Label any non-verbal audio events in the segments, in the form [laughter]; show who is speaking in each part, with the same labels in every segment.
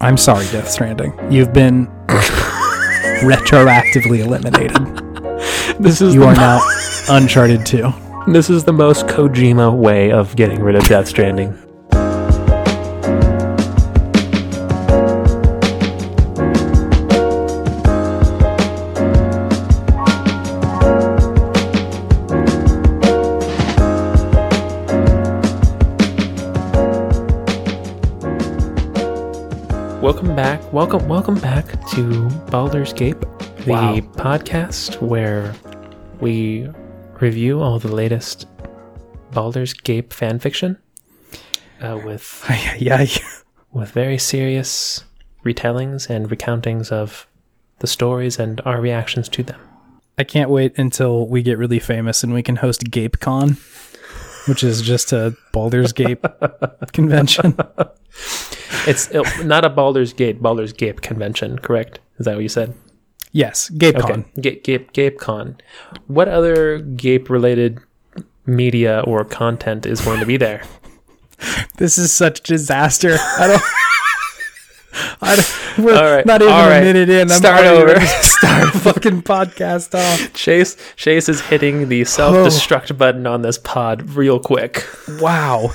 Speaker 1: Uh.
Speaker 2: I'm sorry, Death Stranding. You've been retroactively eliminated.
Speaker 1: This is
Speaker 2: You
Speaker 1: the,
Speaker 2: are now Uncharted 2.
Speaker 1: this is the most Kojima way of getting rid of Death Stranding. Welcome back. Welcome welcome back to Baldur's Gate, the
Speaker 2: Wow.
Speaker 1: podcast where we review all the latest Baldur's Gate fanfiction uh, with
Speaker 2: yeah,
Speaker 1: with very serious retellings and recountings of the stories and our reactions to them.
Speaker 2: I can't wait until we get really famous and we can host GapeCon, which is just a Baldur's
Speaker 1: [laughs]
Speaker 2: Gate convention.
Speaker 1: It's uh, [laughs] not a Baldur's Gate, Baldur's Gape convention, correct? Is that what you said?
Speaker 2: Yes, GapeCon.
Speaker 1: Gape, Gape, GapeCon. What other Gape related media or content is going to be there?
Speaker 2: This is such disaster. I don't. I don't we're
Speaker 1: All right,
Speaker 2: not even
Speaker 1: all
Speaker 2: a
Speaker 1: right.
Speaker 2: minute in. I'm
Speaker 1: Start
Speaker 2: already
Speaker 1: over.
Speaker 2: ready to Start
Speaker 1: [laughs]
Speaker 2: fucking podcast off.
Speaker 1: [laughs] Chase Chase is hitting the self-destruct button on this pod real quick.
Speaker 2: Wow.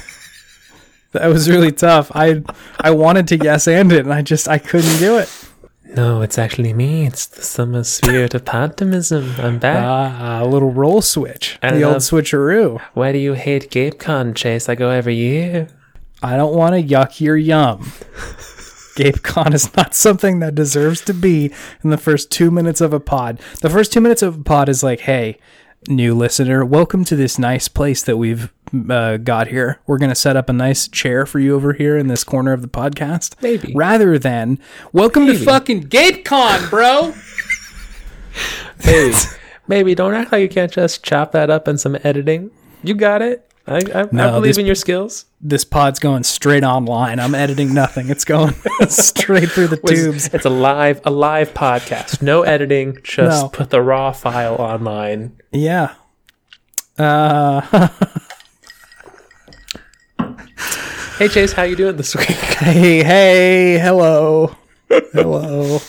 Speaker 2: That was really tough. I I wanted to yes and it, and I just I couldn't do it.
Speaker 1: No, it's actually me. It's the summer spirit of podtimism. I'm back.
Speaker 2: Ah, a little roll switch.
Speaker 1: I
Speaker 2: the old
Speaker 1: love-
Speaker 2: switcheroo.
Speaker 1: Why do you hate GapeCon, Chase? I go every year.
Speaker 2: I don't want to yuck your yum. GapeCon is not something that deserves to be in the first two minutes of a pod. The first two minutes of a pod is like, hey, new listener, welcome to this nice place that we've uh, got here. We're going to set up a nice chair for you over here in this corner of the podcast.
Speaker 1: Maybe.
Speaker 2: Rather than, welcome to fucking GapeCon, bro.
Speaker 1: Hey, [laughs] maybe don't act like you can't just chop that up in some editing. You got it. I, I, I
Speaker 2: No,
Speaker 1: believe
Speaker 2: this-
Speaker 1: in your skills.
Speaker 2: this pod's going straight online. I'm editing nothing. It's going [laughs] straight through the
Speaker 1: It's-
Speaker 2: tubes.
Speaker 1: It's a live, a live
Speaker 2: [laughs]
Speaker 1: podcast. No editing. Just
Speaker 2: No.
Speaker 1: put the raw file online.
Speaker 2: Yeah. Uh,
Speaker 1: Hey, Chase, how you doing this week? [laughs]
Speaker 2: hey, hey, hello. Hello.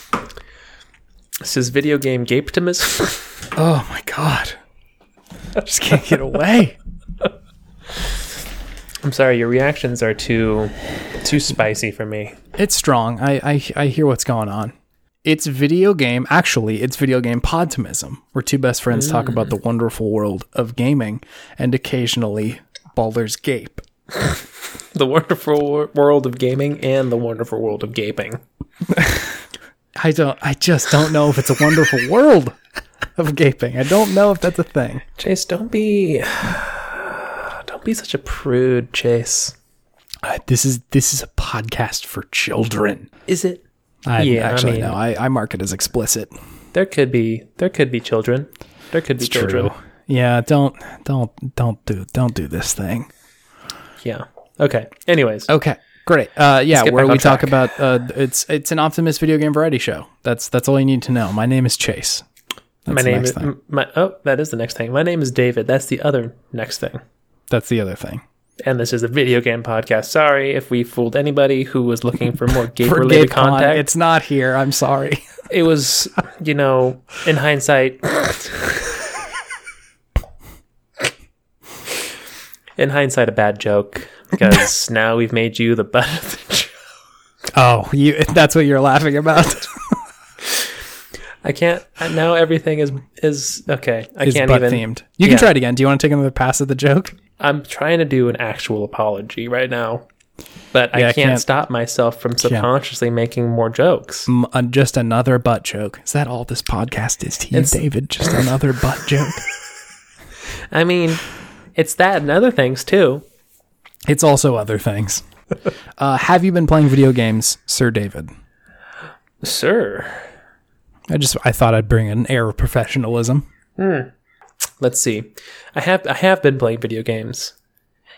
Speaker 1: this is video game gaptimism.
Speaker 2: Oh my god. I just can't get away.
Speaker 1: I'm sorry, your reactions are too, too spicy for me.
Speaker 2: It's strong. I, I I hear what's going on. It's video game. Actually, it's video game podtimism, where two best friends talk about the wonderful world of gaming and occasionally Baldur's Gape.
Speaker 1: The wonderful wor- world of gaming and the wonderful world of gaping.
Speaker 2: I don't. I just don't know if it's a
Speaker 1: [laughs]
Speaker 2: wonderful world of gaping. I don't know if that's a thing.
Speaker 1: Chase, don't be [sighs] don't be such a prude, Chase.
Speaker 2: Uh, this is this is a podcast for children.
Speaker 1: Is it?
Speaker 2: I,
Speaker 1: Yeah, I
Speaker 2: actually,
Speaker 1: mean-
Speaker 2: no. I, I mark it as explicit.
Speaker 1: There could be there could be children. There could be children.
Speaker 2: Yeah. Don't don't don't do don't do this thing.
Speaker 1: Yeah. Okay. Anyways,
Speaker 2: Okay. Great. Uh, yeah,
Speaker 1: get
Speaker 2: where
Speaker 1: back
Speaker 2: we
Speaker 1: on
Speaker 2: talk about uh, it's it's an Optimus video game variety show. That's that's all you need to know. My name is Chase. That's the
Speaker 1: my name
Speaker 2: next
Speaker 1: is
Speaker 2: thing.
Speaker 1: m- my oh that is the next thing. My name is David. That's the other next thing.
Speaker 2: That's the other thing.
Speaker 1: And this is a video game podcast. Sorry if we fooled anybody who was looking for
Speaker 2: [laughs]
Speaker 1: more game
Speaker 2: For
Speaker 1: related
Speaker 2: GapeCon,
Speaker 1: contact.
Speaker 2: it's not here. I'm
Speaker 1: [laughs]
Speaker 2: sorry.
Speaker 1: it was, you know, in hindsight. in hindsight, a bad joke
Speaker 2: [laughs]
Speaker 1: because now we've made you the butt of the joke.
Speaker 2: Oh, you. That's what you're laughing
Speaker 1: [laughs]
Speaker 2: about.
Speaker 1: I can't now. Everything is is okay. I
Speaker 2: is
Speaker 1: can't
Speaker 2: butt
Speaker 1: even.
Speaker 2: themed. You can
Speaker 1: yeah.
Speaker 2: try it again. Do you want to take another pass at the joke?
Speaker 1: I'm trying to do an actual apology right now, but I,
Speaker 2: Yeah, I
Speaker 1: can't
Speaker 2: can't-
Speaker 1: stop myself from subconsciously making more jokes.
Speaker 2: M- uh, just another butt joke. Is that all this podcast is to you,
Speaker 1: [laughs]
Speaker 2: David? Just another butt joke.
Speaker 1: I mean, it's that and other things too.
Speaker 2: It's also other things. Uh, have you been playing video games, Sir David?
Speaker 1: Sir,
Speaker 2: I just I thought I'd bring an air of professionalism.
Speaker 1: let's see i have i have been playing video games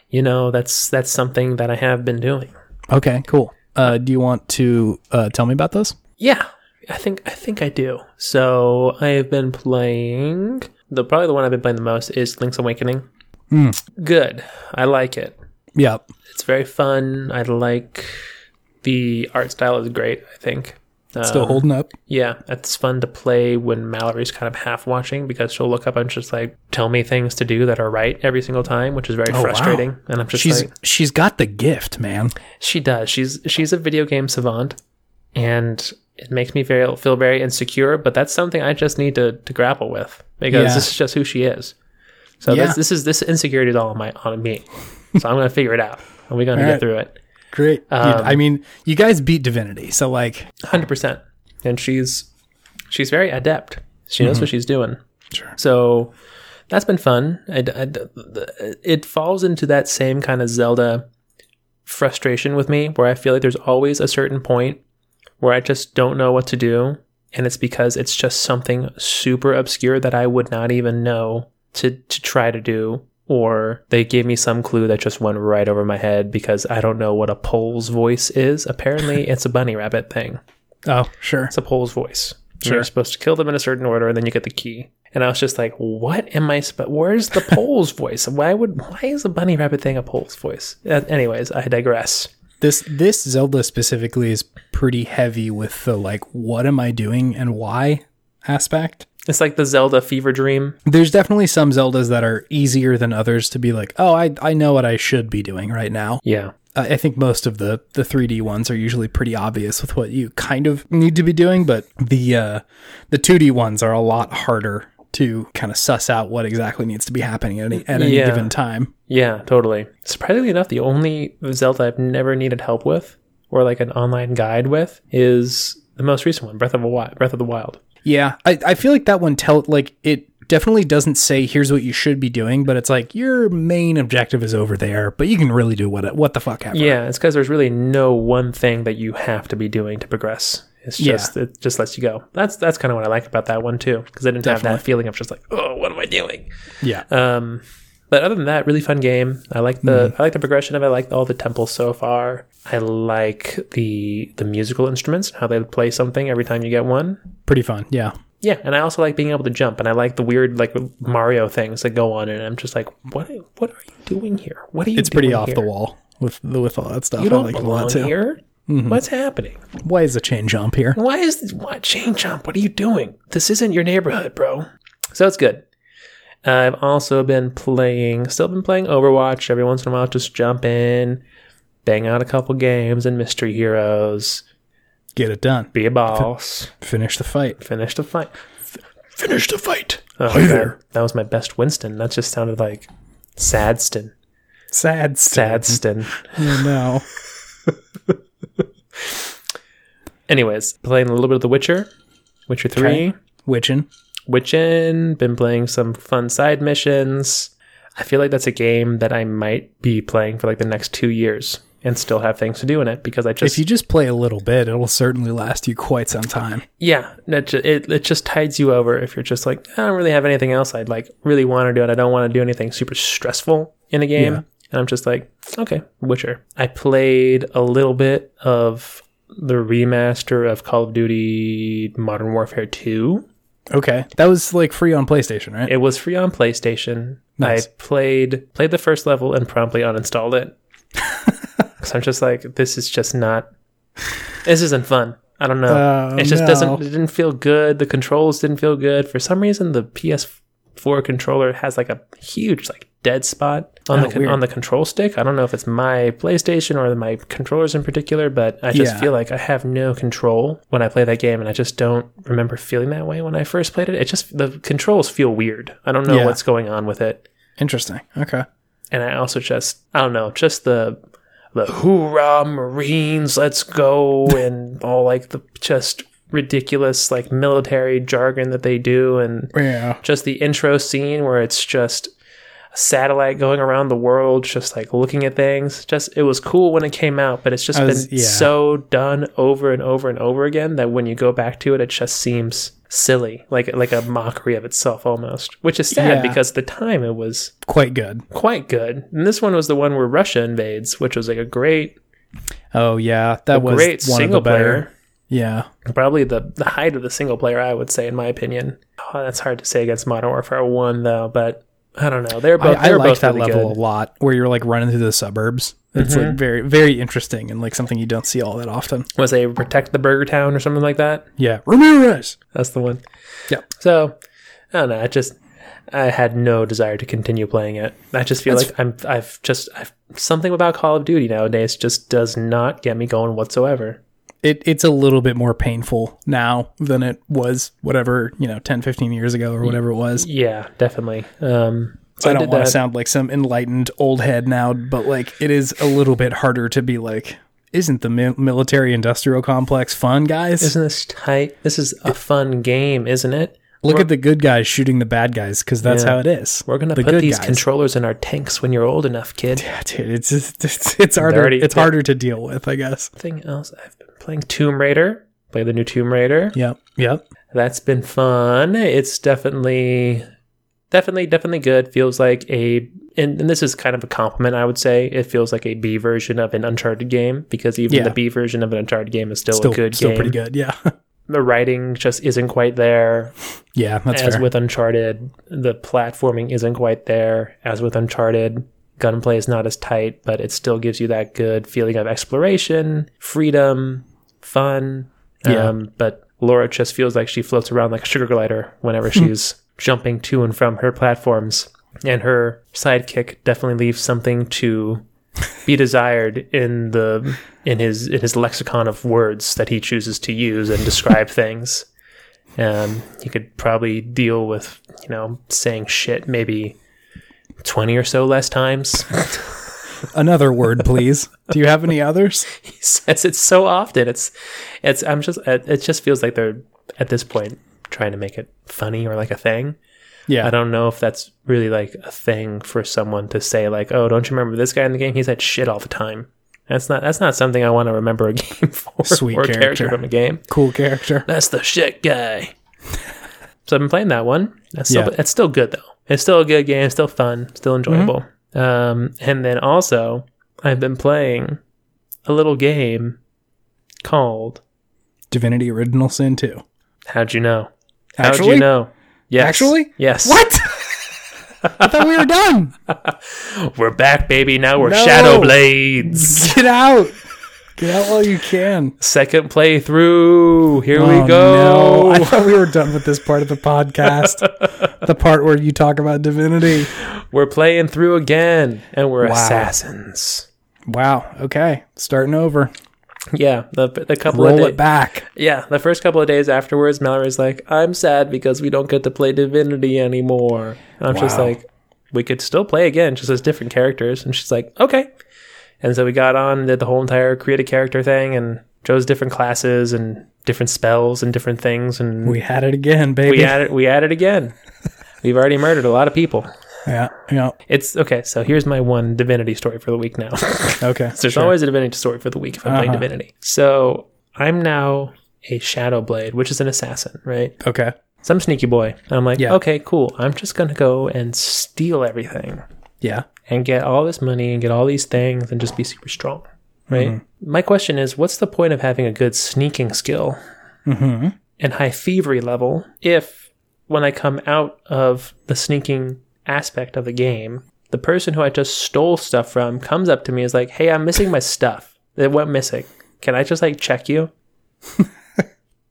Speaker 1: you know that's that's something that i have been doing
Speaker 2: Okay, cool. Uh, do you want to uh, tell me about those?
Speaker 1: yeah i think i think i do so i have been playing the probably the one i've been playing the most is link's awakening
Speaker 2: Hmm.
Speaker 1: good i like it
Speaker 2: Yeah.
Speaker 1: it's very fun i like the art style is great. I think.
Speaker 2: Still
Speaker 1: Um,
Speaker 2: holding up.
Speaker 1: Yeah, it's fun to play when Mallory's kind of half watching because she'll look up and just like tell me things to do that are right every single time, which is very
Speaker 2: Oh, wow.
Speaker 1: frustrating. And I'm just
Speaker 2: She's
Speaker 1: like,
Speaker 2: she's got the gift, man.
Speaker 1: she does. She's she's a video game savant, and it makes me very feel very insecure. But that's something I just need to to grapple with because
Speaker 2: Yeah.
Speaker 1: this is just who she is. So
Speaker 2: Yeah.
Speaker 1: this this is this insecurity is all on my on me. so I'm gonna figure it out, and we're gonna
Speaker 2: All
Speaker 1: get
Speaker 2: right.
Speaker 1: through it.
Speaker 2: Great. Um, You- I mean, you guys beat Divinity, so like,
Speaker 1: hundred percent. And she's she's very adept. She knows what she's doing.
Speaker 2: Sure.
Speaker 1: So that's been fun. I, I- it falls into that same kind of Zelda frustration with me, where I feel like there's always a certain point where I just don't know what to do, and it's because it's just something super obscure that I would not even know to to try to do. Or they gave me some clue that just went right over my head because I don't know what a pole's voice is. Apparently, it's a bunny rabbit thing
Speaker 2: oh sure,
Speaker 1: it's a pole's voice. And
Speaker 2: Sure.
Speaker 1: You're supposed to kill them in a certain order, and then you get the key. And I was just like, "What am I? Sp- where's the pole's voice? Why would? Why is a bunny rabbit thing a pole's voice?" Uh, anyways, I digress.
Speaker 2: this this Zelda specifically is pretty heavy with the like, what am I doing and why aspect.
Speaker 1: It's like the Zelda fever dream.
Speaker 2: There's definitely some Zeldas that are easier than others to be like, oh, I I know what I should be doing right now.
Speaker 1: Yeah,
Speaker 2: I I think most of the the 3D ones are usually pretty obvious with what you kind of need to be doing, but the uh, the 2D ones are a lot harder to kind of suss out what exactly needs to be happening at any, at any
Speaker 1: Yeah.
Speaker 2: given time.
Speaker 1: yeah, totally. Surprisingly enough, the only Zelda I've never needed help with, or like an online guide with, is the most recent one, Breath of a Wild. Breath of the Wild.
Speaker 2: Yeah, I, I feel like that one tell like it definitely doesn't say here's what you should be doing, but it's like your main objective is over there, but you can really do what what the fuck ever.
Speaker 1: Yeah, it's because there's really no one thing that you have to be doing to progress. It's
Speaker 2: Yeah.
Speaker 1: just it just lets you go. That's that's kind of what I like about that one too, because I didn't have
Speaker 2: Definitely.
Speaker 1: that feeling of just like, oh, what am I doing?
Speaker 2: Yeah.
Speaker 1: Um, but other than that, really fun game. I like the
Speaker 2: Mm-hmm.
Speaker 1: I like the progression of it. I like all the temples so far. I like the the musical instruments, how they play something every time you get one.
Speaker 2: Pretty fun. Yeah.
Speaker 1: Yeah, and I also like being able to jump, and I like the weird like Mario things that go on, and I'm just like, what what are you doing here? What are you?
Speaker 2: It's pretty
Speaker 1: doing
Speaker 2: off the
Speaker 1: here?
Speaker 2: wall with with all that stuff.
Speaker 1: You
Speaker 2: I
Speaker 1: don't
Speaker 2: like it a
Speaker 1: belong
Speaker 2: lot too. Mm-hmm.
Speaker 1: here. What's happening?
Speaker 2: Why is the chain jump here?
Speaker 1: Why is this, why chain jump? What are you doing? This isn't your neighborhood, bro. So it's good. I've also been playing, still been playing Overwatch every once in a while. Just jump in, bang out a couple games and Mystery Heroes.
Speaker 2: Get it done.
Speaker 1: Be a boss.
Speaker 2: Finish the fight.
Speaker 1: Finish the fight.
Speaker 2: Finish the fight.
Speaker 1: Oh,
Speaker 2: Hi
Speaker 1: God.
Speaker 2: there.
Speaker 1: That was my best Winston. That just sounded like Sadston.
Speaker 2: Sad.
Speaker 1: Sadston.
Speaker 2: Oh, no.
Speaker 1: Anyways, playing a little bit of The Witcher, Witcher Three.
Speaker 2: Okay. Witchin.
Speaker 1: Witchin, been playing some fun side missions. I feel like that's a game that I might be playing for like the next two years and still have things to do in it because I just
Speaker 2: If you just play a little bit, it'll certainly last you quite some time.
Speaker 1: yeah it, ju- it, it just tides you over if you're just like I don't really have anything else I'd like really want to do and I don't want to do anything super stressful in a game
Speaker 2: Yeah.
Speaker 1: and I'm just like okay Witcher I played a little bit of the remaster of Call of Duty Modern Warfare 2
Speaker 2: Okay. That was like free on PlayStation, right?
Speaker 1: It was free on PlayStation.
Speaker 2: Nice.
Speaker 1: I played played the first level and promptly uninstalled
Speaker 2: [laughs]
Speaker 1: it. Cuz I'm just like this is just not this isn't fun. I don't know.
Speaker 2: Oh,
Speaker 1: it just
Speaker 2: no.
Speaker 1: doesn't it didn't feel good. The controls didn't feel good. For some reason the PS4 controller has like a huge like dead spot on
Speaker 2: Oh,
Speaker 1: the con-
Speaker 2: weird.
Speaker 1: on the control stick. I don't know if it's my PlayStation or my controllers in particular, but I just
Speaker 2: Yeah.
Speaker 1: feel like I have no control when I play that game, and I just don't remember feeling that way when I first played it. It just the controls feel weird. I don't know
Speaker 2: Yeah.
Speaker 1: what's going on with it,
Speaker 2: Interesting. Okay.
Speaker 1: and I also just I don't know, just the the hoorah Marines, let's go, and all like the just ridiculous like military jargon that they do, and
Speaker 2: Yeah.
Speaker 1: just the intro scene where it's just a satellite going around the world just like looking at things just it was cool when it came out but it's just
Speaker 2: I was-
Speaker 1: been
Speaker 2: yeah.
Speaker 1: so done over and over and over again that when you go back to it it just seems silly like like a mockery of itself almost which is sad
Speaker 2: Yeah.
Speaker 1: because at the time it was
Speaker 2: Quite good.
Speaker 1: quite good and this one was the one where russia invades which was like a great
Speaker 2: Oh yeah, that was
Speaker 1: great
Speaker 2: one
Speaker 1: single
Speaker 2: of the better.
Speaker 1: player
Speaker 2: Yeah.
Speaker 1: probably the the height of the single player i would say in my opinion oh, that's hard to say against modern warfare 1 though but i don't know they're both
Speaker 2: I, I
Speaker 1: they're
Speaker 2: liked
Speaker 1: both
Speaker 2: that
Speaker 1: really
Speaker 2: level
Speaker 1: good. Mm-hmm.
Speaker 2: a lot where you're like running through the suburbs. It's like very very interesting and like something you don't see all that often.
Speaker 1: Was they protect the Burger Town or something like that?
Speaker 2: Yeah, Ramirez.
Speaker 1: That's the one.
Speaker 2: Yeah.
Speaker 1: So I don't know. I just I had no desire to continue playing it. I just feel like I'm I've just I've, something about Call of Duty nowadays just does not get me going whatsoever.
Speaker 2: It it's a little bit more painful now than it was whatever, you know, 10 15 years ago or whatever it was.
Speaker 1: Yeah, definitely. Um, so
Speaker 2: I don't
Speaker 1: did
Speaker 2: want to
Speaker 1: that.
Speaker 2: sound like some enlightened old head now, but like it is a little bit harder to be like isn't the mi- military industrial complex fun, guys?
Speaker 1: Isn't this tight? This is a fun game, isn't it?
Speaker 2: Look at the good guys shooting the bad guys because that's
Speaker 1: Yeah.
Speaker 2: how it is.
Speaker 1: We're gonna
Speaker 2: the
Speaker 1: put these
Speaker 2: guys.
Speaker 1: controllers in our tanks when you're old enough, kid.
Speaker 2: Yeah, dude, it's just, it's, it's harder.
Speaker 1: already-
Speaker 2: it's harder to deal with, I guess.
Speaker 1: Thing else, I've been playing Tomb Raider. Play the new Tomb Raider.
Speaker 2: Yep, yep.
Speaker 1: That's been fun. It's definitely, definitely, definitely good. Feels like a, and, and this is kind of a compliment, I would say. It feels like a B version of an Uncharted game because even
Speaker 2: Yeah.
Speaker 1: the B version of an Uncharted game is still,
Speaker 2: Still,
Speaker 1: a good
Speaker 2: still
Speaker 1: game.
Speaker 2: pretty good. Yeah, [laughs]
Speaker 1: The writing just isn't quite there.
Speaker 2: yeah. That's
Speaker 1: as
Speaker 2: fair.
Speaker 1: with Uncharted, the platforming isn't quite there. As with Uncharted, gunplay is not as tight, but it still gives you that good feeling of exploration, freedom, fun.
Speaker 2: Yeah.
Speaker 1: Um, but Laura just feels like she floats around like a sugar glider whenever she's jumping to and from her platforms. And her sidekick definitely leaves something to be desired in the in his in his lexicon of words that he chooses to use and describe things. Um, he could probably deal with you know saying shit maybe twenty or so less times.
Speaker 2: Another
Speaker 1: [laughs]
Speaker 2: word, please. Do you have any others?
Speaker 1: he [laughs] says it so often. It's it's I'm just it it just feels like they're at this point trying to make it funny or like a thing.
Speaker 2: Yeah,
Speaker 1: I don't know if that's really like a thing for someone to say like, "Oh, don't you remember this guy in the game? He said shit all the time." That's not that's not something I want to remember a [laughs] game for
Speaker 2: Sweet
Speaker 1: or a character
Speaker 2: character.
Speaker 1: from a game.
Speaker 2: cool character.
Speaker 1: That's the shit guy. So I've been playing that one. That's still,
Speaker 2: Yeah. Mm-hmm.
Speaker 1: it's still good though. It's still a good game. Still fun. Still enjoyable. Um, and then also I've been playing a little game called
Speaker 2: Divinity Original Sin Two.
Speaker 1: How'd you know? How'd
Speaker 2: Actually,
Speaker 1: you know? Yes.
Speaker 2: Actually?
Speaker 1: Yes. [laughs]
Speaker 2: what? I thought we were done.
Speaker 1: We're back, baby. Now we're
Speaker 2: No.
Speaker 1: Shadow Blades.
Speaker 2: Get out. Get out while you can.
Speaker 1: Second playthrough. Here
Speaker 2: Oh,
Speaker 1: we go.
Speaker 2: no. [laughs] I thought we were done with this part of the podcast. the part where you talk about divinity.
Speaker 1: We're playing through again, and we're
Speaker 2: Wow.
Speaker 1: assassins.
Speaker 2: Wow. Okay. Starting over.
Speaker 1: Yeah, the, the couple
Speaker 2: Roll
Speaker 1: of
Speaker 2: it
Speaker 1: da-
Speaker 2: back.
Speaker 1: yeah, the first couple of days afterwards, Mallory's like, "I'm sad because we don't get to play Divinity anymore." I'm just
Speaker 2: Wow.
Speaker 1: like, "We could still play again, just as different characters." And she's like, "Okay." And so we got on, did the whole entire create a character thing, and chose different classes and different spells and different things, and
Speaker 2: We had it again,
Speaker 1: we
Speaker 2: baby.
Speaker 1: added we added again. We've already murdered a lot of people.
Speaker 2: yeah. Yeah.
Speaker 1: It's okay. So here's my one divinity story for the week now. [laughs]
Speaker 2: Okay.
Speaker 1: There's always a divinity story for the week if I'm playing
Speaker 2: Uh-huh.
Speaker 1: divinity. So I'm now a shadow blade, which is an assassin, right?
Speaker 2: okay.
Speaker 1: So I'm sneaky boy. I'm like,
Speaker 2: Yeah.
Speaker 1: okay, cool. I'm just gonna go and steal everything
Speaker 2: Yeah. [laughs]
Speaker 1: and get all this money and get all these things and just be super strong, right? My question is, what's the point of having a good sneaking skill
Speaker 2: Mm-hmm.
Speaker 1: and high thievery level if when I come out of the sneaking aspect of the game, the person who I just stole stuff from comes up to me and is like, Hey, I'm missing my stuff. It went missing. Can I just like check you?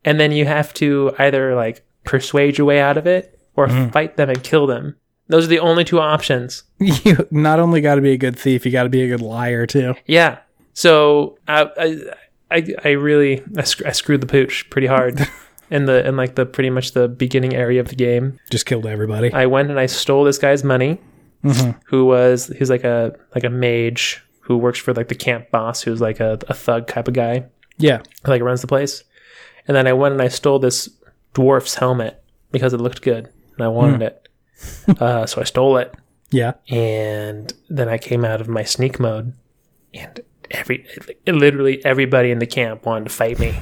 Speaker 1: and then you have to either like persuade your way out of it or fight them and kill them. Those are the only two options.
Speaker 2: You not only got to be a good thief, you got to be a good liar too.
Speaker 1: Yeah. So I I I, I really I, sc- I screwed the pooch pretty hard in the in like the pretty much the beginning area of the game.
Speaker 2: Just killed everybody.
Speaker 1: I went and I stole this guy's money, who was he's like a like a mage who works for like the camp boss, who's like a, a thug type of guy,
Speaker 2: yeah.
Speaker 1: who like runs the place. And then I went and I stole this dwarf's helmet because it looked good and I wanted it. uh, so I stole it
Speaker 2: Yeah.
Speaker 1: and then I came out of my sneak mode, and every literally everybody in the camp wanted to fight
Speaker 2: [laughs]
Speaker 1: me.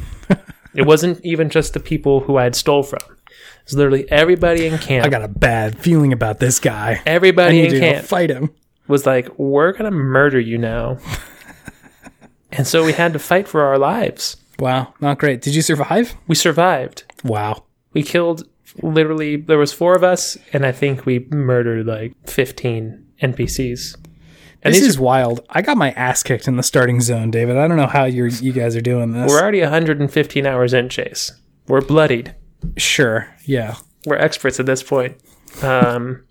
Speaker 1: it wasn't even just the people who I had stole from. It's literally everybody in camp.
Speaker 2: I got a bad feeling about this guy. I
Speaker 1: everybody
Speaker 2: need
Speaker 1: in
Speaker 2: to
Speaker 1: camp
Speaker 2: fight him.
Speaker 1: was like, "We're gonna murder
Speaker 2: [laughs]
Speaker 1: you now," and so we had to fight for our lives.
Speaker 2: Wow. Not great. Did you survive?
Speaker 1: We survived.
Speaker 2: Wow.
Speaker 1: We killed literally. There was four of us, and I think we murdered like fifteen NPCs. And
Speaker 2: this
Speaker 1: these
Speaker 2: is wild. I got my ass kicked in the starting zone, David. I don't know how you you guys are doing this.
Speaker 1: We're already 115 hours in, Chase. We're bloodied.
Speaker 2: sure. Yeah.
Speaker 1: We're experts at this point. Um,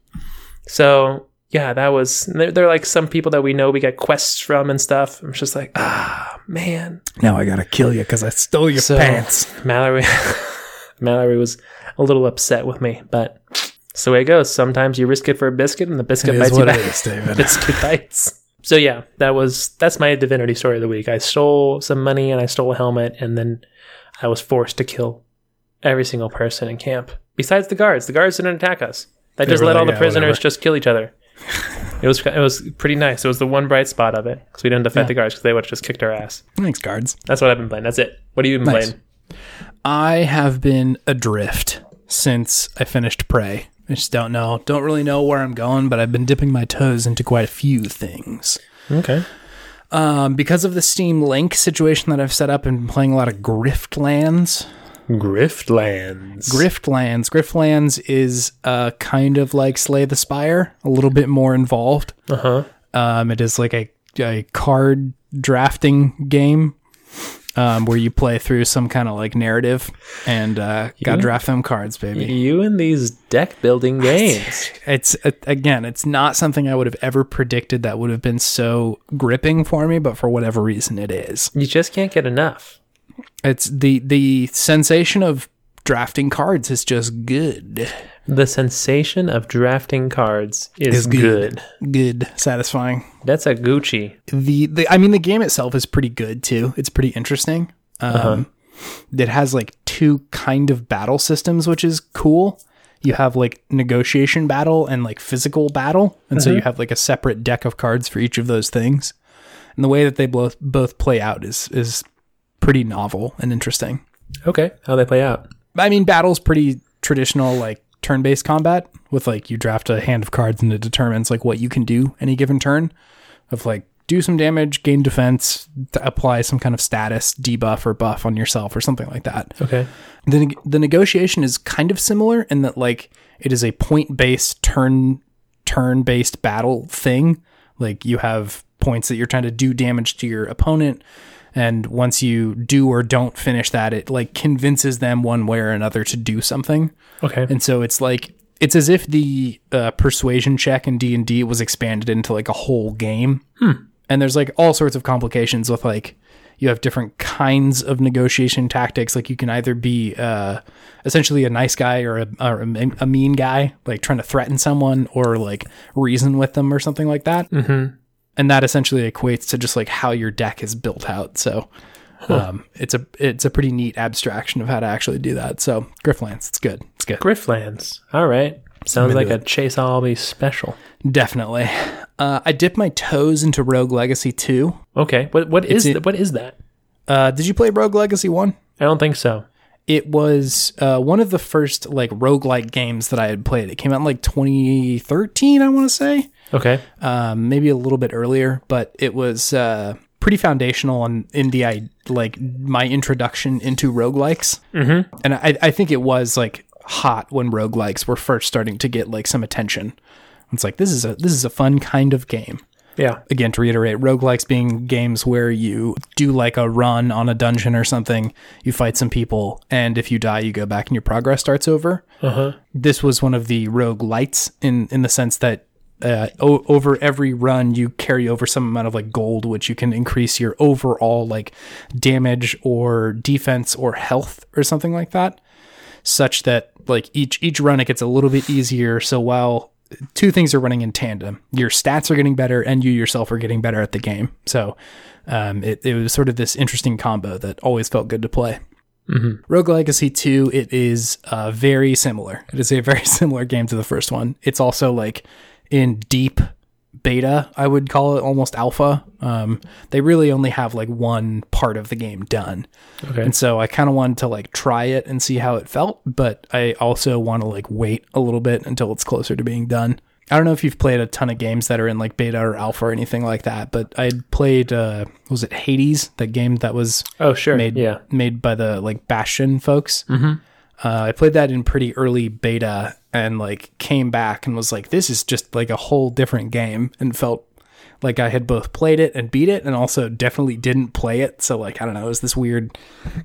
Speaker 1: so yeah, that was. They're, they're like some people that we know we get quests from and stuff. I'm just like, ah, man.
Speaker 2: Now I gotta kill you because I stole your
Speaker 1: So-
Speaker 2: pants.
Speaker 1: uh, Mallory, [laughs] Mallory was a little upset with me, but it's the way it goes. Sometimes you risk it for a biscuit, and the biscuit
Speaker 2: It
Speaker 1: bites
Speaker 2: is
Speaker 1: you
Speaker 2: what it
Speaker 1: back.
Speaker 2: is,
Speaker 1: [laughs]
Speaker 2: David.
Speaker 1: biscuit bites. So yeah, that was that's my divinity story of the week. I stole some money and I stole a helmet, and then I was forced to kill every single person in camp. Besides the guards, the guards didn't attack us. They, just
Speaker 2: were
Speaker 1: let
Speaker 2: like,
Speaker 1: all the
Speaker 2: "Yeah,
Speaker 1: prisoners
Speaker 2: whatever."
Speaker 1: just kill each other.
Speaker 2: [laughs]
Speaker 1: it was it was pretty nice. It was the one bright spot of it because we didn't defend the guards because they would have just kicked our ass.
Speaker 2: Thanks, guards.
Speaker 1: That's what I've been playing. That's it. What have you been
Speaker 2: Nice.
Speaker 1: playing?
Speaker 2: I have been adrift since I finished Prey. I just don't know. Don't really know where I'm going, but I've been dipping my toes into quite a few things.
Speaker 1: Okay.
Speaker 2: Um, because of the Steam Link situation that I've set up and been playing a lot of Griftlands.
Speaker 1: Griftlands.
Speaker 2: Griftlands. Griftlands is uh, kind of like Slay the Spire, a little bit more involved.
Speaker 1: uh huh.
Speaker 2: Um, it is like a, a card drafting game um, where you play through some kind of like narrative and uh, got draft them cards, baby.
Speaker 1: You and these deck building games.
Speaker 2: It's uh, again, it's not something I would have ever predicted that would have been so gripping for me, but for whatever reason, it is.
Speaker 1: you just can't get enough.
Speaker 2: It's the the sensation of drafting cards is just good,
Speaker 1: The sensation of drafting cards is,
Speaker 2: Is
Speaker 1: good.
Speaker 2: good. good, satisfying.
Speaker 1: That's a Gucci.
Speaker 2: the, the I mean the game itself is pretty good too. It's pretty interesting. Um, It has like two kind of battle systems, which is cool. You have like negotiation battle and like physical battle, and so you have like a separate deck of cards for each of those things. And the way that they both both play out is is pretty novel and interesting.
Speaker 1: Okay. How they play out.
Speaker 2: I mean, battle's pretty traditional, like turn based combat with like you draft a hand of cards and it determines like what you can do any given turn of like do some damage, gain defense, t- apply some kind of status debuff or buff on yourself or something like that.
Speaker 1: Okay.
Speaker 2: The, neg- the negotiation is kind of similar in that like it is a point based turn turn based battle thing. Like you have points that you're trying to do damage to your opponent and once you do or don't finish that it like convinces them one way or another to do something.
Speaker 1: Okay.
Speaker 2: And so it's like it's as if the uh, persuasion check in D and D was expanded into like a whole game. And there's like all sorts of complications with like you have different kinds of negotiation tactics. Like you can either be uh, essentially a nice guy or a, or a mean- a mean guy, like trying to threaten someone or like reason with them or something like that. Mm-hmm. And that essentially equates to just like how your deck is built out. So. Um, it's a it's a pretty neat abstraction of how to actually do that. So Grifflands, it's good. It's good.
Speaker 1: Grifflands. All right. Sounds like
Speaker 2: into
Speaker 1: a Chase Albee special.
Speaker 2: Definitely. Uh, I dipped my toes into Rogue Legacy 2.
Speaker 1: Okay. What what
Speaker 2: It's
Speaker 1: is
Speaker 2: in-
Speaker 1: th- what is that?
Speaker 2: Uh, did you play Rogue Legacy 1?
Speaker 1: I don't think so.
Speaker 2: It was uh, one of the first like roguelike games that I had played. It came out in like 2013, I want to say.
Speaker 1: Okay.
Speaker 2: um, maybe a little bit earlier, but it was uh, pretty foundational on in the I, like my introduction into roguelikes, mm-hmm. and I, I think it was like hot when roguelikes were first starting to get like some attention. It's like this is a this is a fun kind of game.
Speaker 1: Yeah.
Speaker 2: Again, to reiterate, roguelikes being games where you do like a run on a dungeon or something, you fight some people, and if you die, you go back and your progress starts over
Speaker 1: Uh huh.
Speaker 2: this was one of the rogue lights in in the sense that uh, o- over every run you carry over some amount of like gold which you can increase your overall like damage or defense or health or something like that such that like each each run it gets a little bit easier so while two things are running in tandem your stats are getting better and you yourself are getting better at the game so um, it, it was sort of this interesting combo that always felt good to play Rogue Legacy 2, it is uh, very similar. It is a very [laughs] similar game to the first one. It's also like in deep beta, I would call it almost alpha. Um, they really only have like one part of the game done.
Speaker 1: Okay.
Speaker 2: And so I kind of wanted to like try it and see how it felt, but I also want to like wait a little bit until it's closer to being done. I don't know if you've played a ton of games that are in like beta or alpha or anything like that, but I played, uh, was it Hades, that game that was
Speaker 1: Oh sure.
Speaker 2: made
Speaker 1: yeah. Mm-hmm.
Speaker 2: made by the like Bastion folks. Uh, I played that in pretty early beta and like came back and was like, this is just like a whole different game and felt Like I had both played it and beat it, and also definitely didn't play it. So like I don't know, it was this weird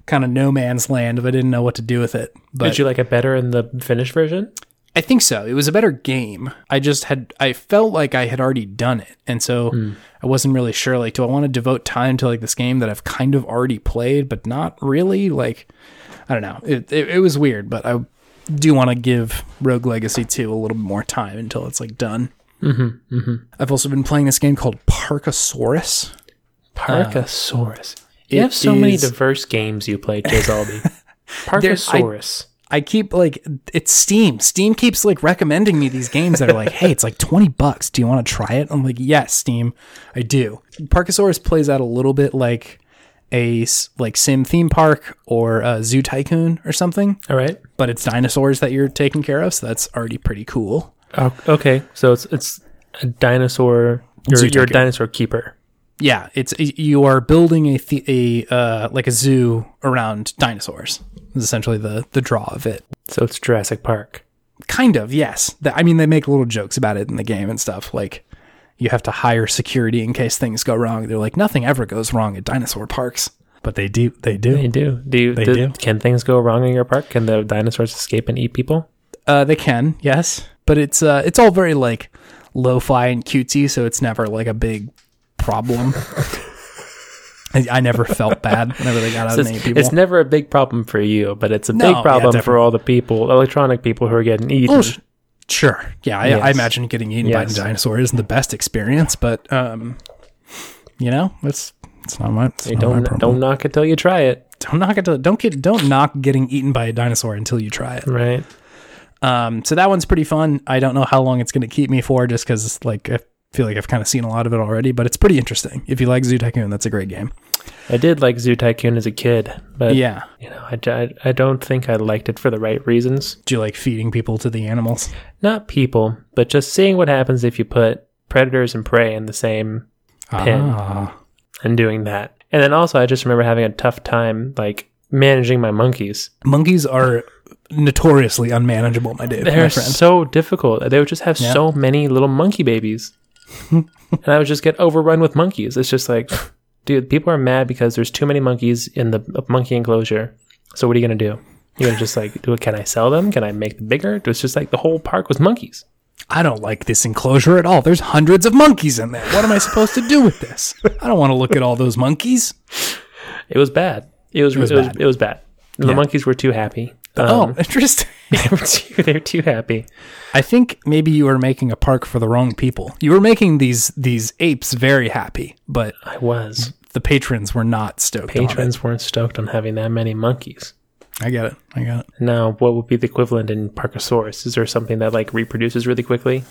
Speaker 2: kind of no man's land of I didn't know what to do with it. But
Speaker 1: Did you like it better in the finished version?
Speaker 2: I think so. It was a better game. I just had I felt like I had already done it, and so
Speaker 1: Hmm.
Speaker 2: I wasn't really sure. Like, do I want to devote time to like this game that I've kind of already played, but not really? Like, I don't know. It it, it was weird, but I do want to give Rogue Legacy two a little bit more time until it's like done. Mm-hmm, mm-hmm. I've also been playing this game called Parkosaurus.
Speaker 1: Parkosaurus. you
Speaker 2: it
Speaker 1: have so many
Speaker 2: is-
Speaker 1: diverse games you play, [laughs] Gisaldi. Parkosaurus.
Speaker 2: I keep like it's Steam. Steam keeps like recommending me these games that are like, hey, it's like twenty bucks. Do you want to try it? I'm like, yes, Steam, I do. Parkosaurus plays out a little bit like a s- like sim theme park or a zoo tycoon or something,
Speaker 1: All right.
Speaker 2: but it's dinosaurs that you're taking care of, so that's already pretty cool.
Speaker 1: O- Oh, okay. So it's it's a dinosaur. You're, you're a
Speaker 2: Zookeeper.
Speaker 1: dinosaur keeper.
Speaker 2: Yeah, it's you are building a the, a uh, like a zoo around dinosaurs. Is essentially the the draw of it.
Speaker 1: So it's Jurassic Park.
Speaker 2: kind of yes Th- i mean they make little jokes about it in the game and stuff like you have to hire security in case things go wrong they're like nothing ever goes wrong at dinosaur parks but they do they do
Speaker 1: They do. Do you,
Speaker 2: They
Speaker 1: do-
Speaker 2: do.
Speaker 1: Can things go wrong in your park? Can the dinosaurs escape and eat people?
Speaker 2: uh they can yes but it's uh it's all very like lo-fi and cutesy so it's never like a big problem I, I never felt bad whenever they got out of
Speaker 1: It's,
Speaker 2: many people
Speaker 1: it's never a big problem for you, but it's a
Speaker 2: No, yeah,
Speaker 1: big problem for
Speaker 2: definitely.
Speaker 1: all the people, electronic people who are getting eaten.
Speaker 2: Oh, sh- sure. Yeah, I, I
Speaker 1: Yes.
Speaker 2: imagine getting eaten by
Speaker 1: Yes.
Speaker 2: a dinosaur isn't the best experience, but um, you know, it's it's not my, it's not my
Speaker 1: don't
Speaker 2: problem.
Speaker 1: don't knock it till you try it.
Speaker 2: Don't knock it. Till, don't get don't knock getting eaten by a dinosaur until you try it.
Speaker 1: Right.
Speaker 2: Um, so that one's pretty fun. I don't know how long it's going to keep me for, just because like I feel like I've kind of seen a lot of it already, but it's pretty interesting. If you like Zoo Tycoon, that's a great game.
Speaker 1: I did like Zoo Tycoon as a kid, but
Speaker 2: yeah.
Speaker 1: you know, I, I, I don't think I liked it for the right reasons.
Speaker 2: Do you like feeding people to the animals?
Speaker 1: Not people, but just seeing what happens if you put predators and prey in the same Pin.
Speaker 2: Ah.
Speaker 1: and doing that. And then also, I just remember having a tough time like managing my monkeys.
Speaker 2: Monkeys are notoriously unmanageable, my dude.
Speaker 1: They're
Speaker 2: my friend.
Speaker 1: so difficult. They would just have
Speaker 2: Yeah.
Speaker 1: so many little
Speaker 2: [laughs]
Speaker 1: monkey babies, and I would just get overrun with monkeys. It's just like, dude, people are mad because there's too many monkeys in the monkey enclosure. So what are you gonna do? You're gonna just like, do it? Can I sell them? Can I make them bigger? It's just like the whole park was monkeys.
Speaker 2: I don't like this enclosure at all. There's hundreds of monkeys in there. What am I supposed to do with this? I don't want to look at all those monkeys.
Speaker 1: It was bad. It was it was,
Speaker 2: was
Speaker 1: it was
Speaker 2: bad.
Speaker 1: bad. The monkeys were too happy.
Speaker 2: oh, [laughs]
Speaker 1: Um, [laughs]
Speaker 2: interesting.
Speaker 1: they were too they were too happy.
Speaker 2: I think maybe you were making a park for the wrong people. You were making these these apes very happy, but
Speaker 1: I was.
Speaker 2: the patrons were not stoked. on it.
Speaker 1: Patrons weren't stoked on having that many monkeys.
Speaker 2: I get it. I get it.
Speaker 1: Now, what would be the equivalent in Parkosaurus? Is there something that like reproduces really quickly?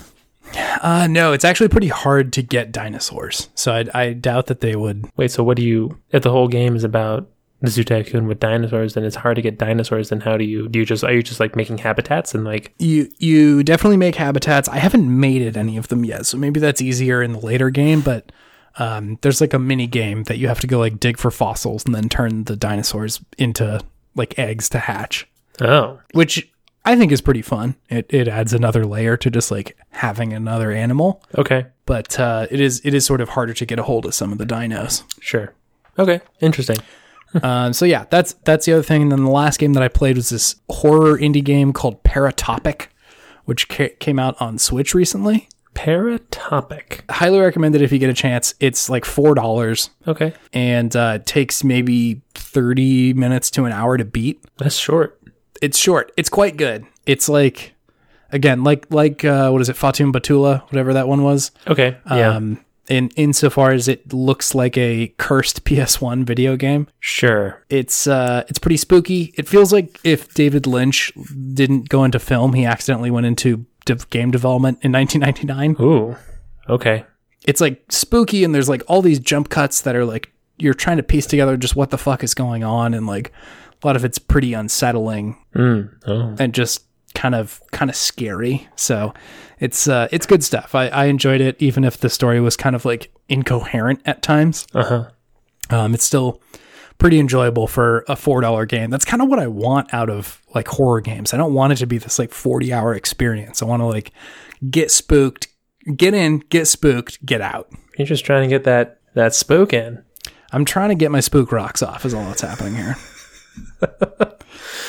Speaker 2: Uh, no, it's actually pretty hard to get dinosaurs, so I, I doubt that they would.
Speaker 1: Wait, so what do you? If the whole game is about the zoo tycoon with dinosaurs, then it's hard to get dinosaurs. Then how do you? Do you just are you just like making habitats and like?
Speaker 2: You you definitely make habitats. I haven't mated any of them yet, so maybe that's easier in the later game. But um, there's like a mini game that you have to go like dig for fossils and then turn the dinosaurs into like eggs to hatch.
Speaker 1: Oh,
Speaker 2: which I think is pretty fun. It it adds another layer to just like having another animal,
Speaker 1: okay,
Speaker 2: but uh, it is it is sort of harder to get a hold of some of the dinos.
Speaker 1: sure, okay, interesting.
Speaker 2: um, so yeah, that's that's the other thing. And then the last game that I played was this horror indie game called Paratopic, which ca- came out on Switch recently.
Speaker 1: Paratopic.
Speaker 2: Highly recommended if you get a chance. It's like four dollars
Speaker 1: Okay,
Speaker 2: and uh, it takes maybe thirty minutes to an hour to beat.
Speaker 1: that's short.
Speaker 2: it's short. It's quite good. It's like again, like like uh, what is it, Fatum Batula, whatever that one was.
Speaker 1: Okay, yeah,
Speaker 2: Um in insofar as it looks like a cursed [laughs] PS1 video game.
Speaker 1: sure.
Speaker 2: It's uh it's pretty spooky. It feels like if David Lynch didn't go into film, he accidentally went into de- game development in [laughs] 1999.
Speaker 1: Ooh, okay,
Speaker 2: It's like spooky and there's like all these jump cuts that are like you're trying to piece together just what the fuck is going on and like a lot of it's pretty unsettling
Speaker 1: mm. oh,
Speaker 2: and just kind of kind of scary. So it's uh, it's good stuff. I, I enjoyed it, even if the story was kind of like incoherent at times.
Speaker 1: uh huh,
Speaker 2: Um, it's still pretty enjoyable for a four dollar game. That's kind of what I want out of like horror games. I don't want it to be this like forty hour experience. I want to like get spooked, get in, get spooked, get out.
Speaker 1: You're just trying to get that that spook in.
Speaker 2: I'm trying to get my spook rocks off. Is all that's happening here.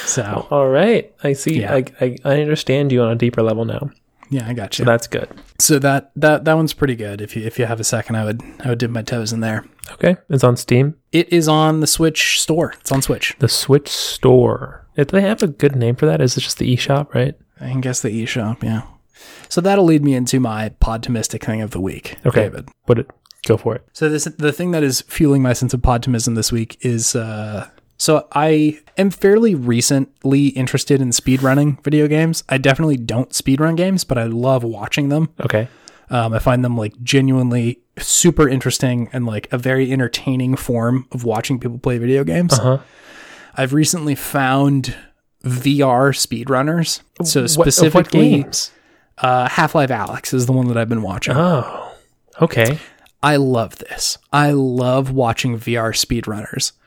Speaker 2: so
Speaker 1: All right, I see.
Speaker 2: Yeah.
Speaker 1: I, I I understand you on a deeper level now.
Speaker 2: yeah, I got you.
Speaker 1: That's good.
Speaker 2: So that that that one's pretty good. If you if you have a second, I would I would dip my toes in there.
Speaker 1: Okay, it's on Steam,
Speaker 2: It is on the Switch store. It's on Switch.
Speaker 1: the Switch Store. If they have a good name for that, is it just the eShop, right?
Speaker 2: I can guess the eShop. Yeah. So that'll lead me into my podtimistic thing of the week.
Speaker 1: Okay.
Speaker 2: David.
Speaker 1: But it, go for it.
Speaker 2: So this the thing that is fueling my sense of podtimism this week is uh so I am fairly recently interested in speedrunning video games. I definitely don't speedrun games, but I love watching them.
Speaker 1: Okay.
Speaker 2: Um, I find them like genuinely super interesting and like a very entertaining form of watching people play video games.
Speaker 1: Uh-huh.
Speaker 2: I've recently found VR speedrunners. So
Speaker 1: What- of
Speaker 2: specifically,
Speaker 1: what games?
Speaker 2: uh, Half Life Alex is the one that I've been watching.
Speaker 1: Oh, okay.
Speaker 2: I love this. I love watching VR speedrunners. [laughs]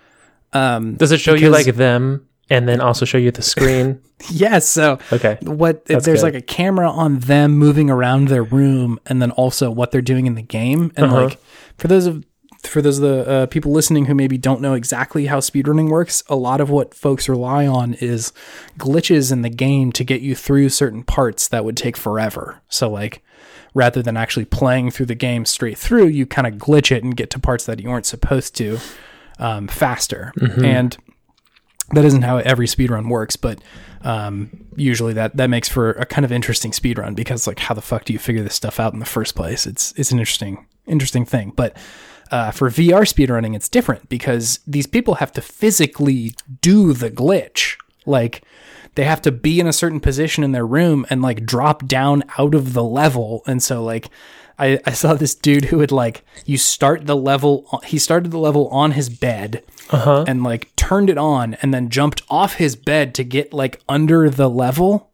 Speaker 2: Um,
Speaker 1: Does it show you
Speaker 2: Because-
Speaker 1: like them and then also show you the
Speaker 2: [laughs]
Speaker 1: screen?
Speaker 2: yes. So
Speaker 1: Okay.
Speaker 2: what there's
Speaker 1: good.
Speaker 2: like a camera on them moving around their room and then also what they're doing in the game and
Speaker 1: Uh-huh.
Speaker 2: like for those of for those of the uh, people listening who maybe don't know exactly how speedrunning works a lot of what folks rely on is glitches in the game to get you through certain parts that would take forever so like rather than actually playing through the game straight through you kind of glitch it and get to parts that you aren't supposed to um, faster
Speaker 1: Mm-hmm.
Speaker 2: and that isn't how every speedrun works, but um, usually that that makes for a kind of interesting speedrun because like how the fuck do you figure this stuff out in the first place? It's it's an interesting interesting thing, but uh, for VR speedrunning, it's different because these people have to physically do the glitch. Like they have to be in a certain position in their room and like drop down out of the level. And so like I, I saw this dude who would like you start the level he started the level on his bed
Speaker 1: Uh-huh.
Speaker 2: and like turned it on and then jumped off his bed to get like under the level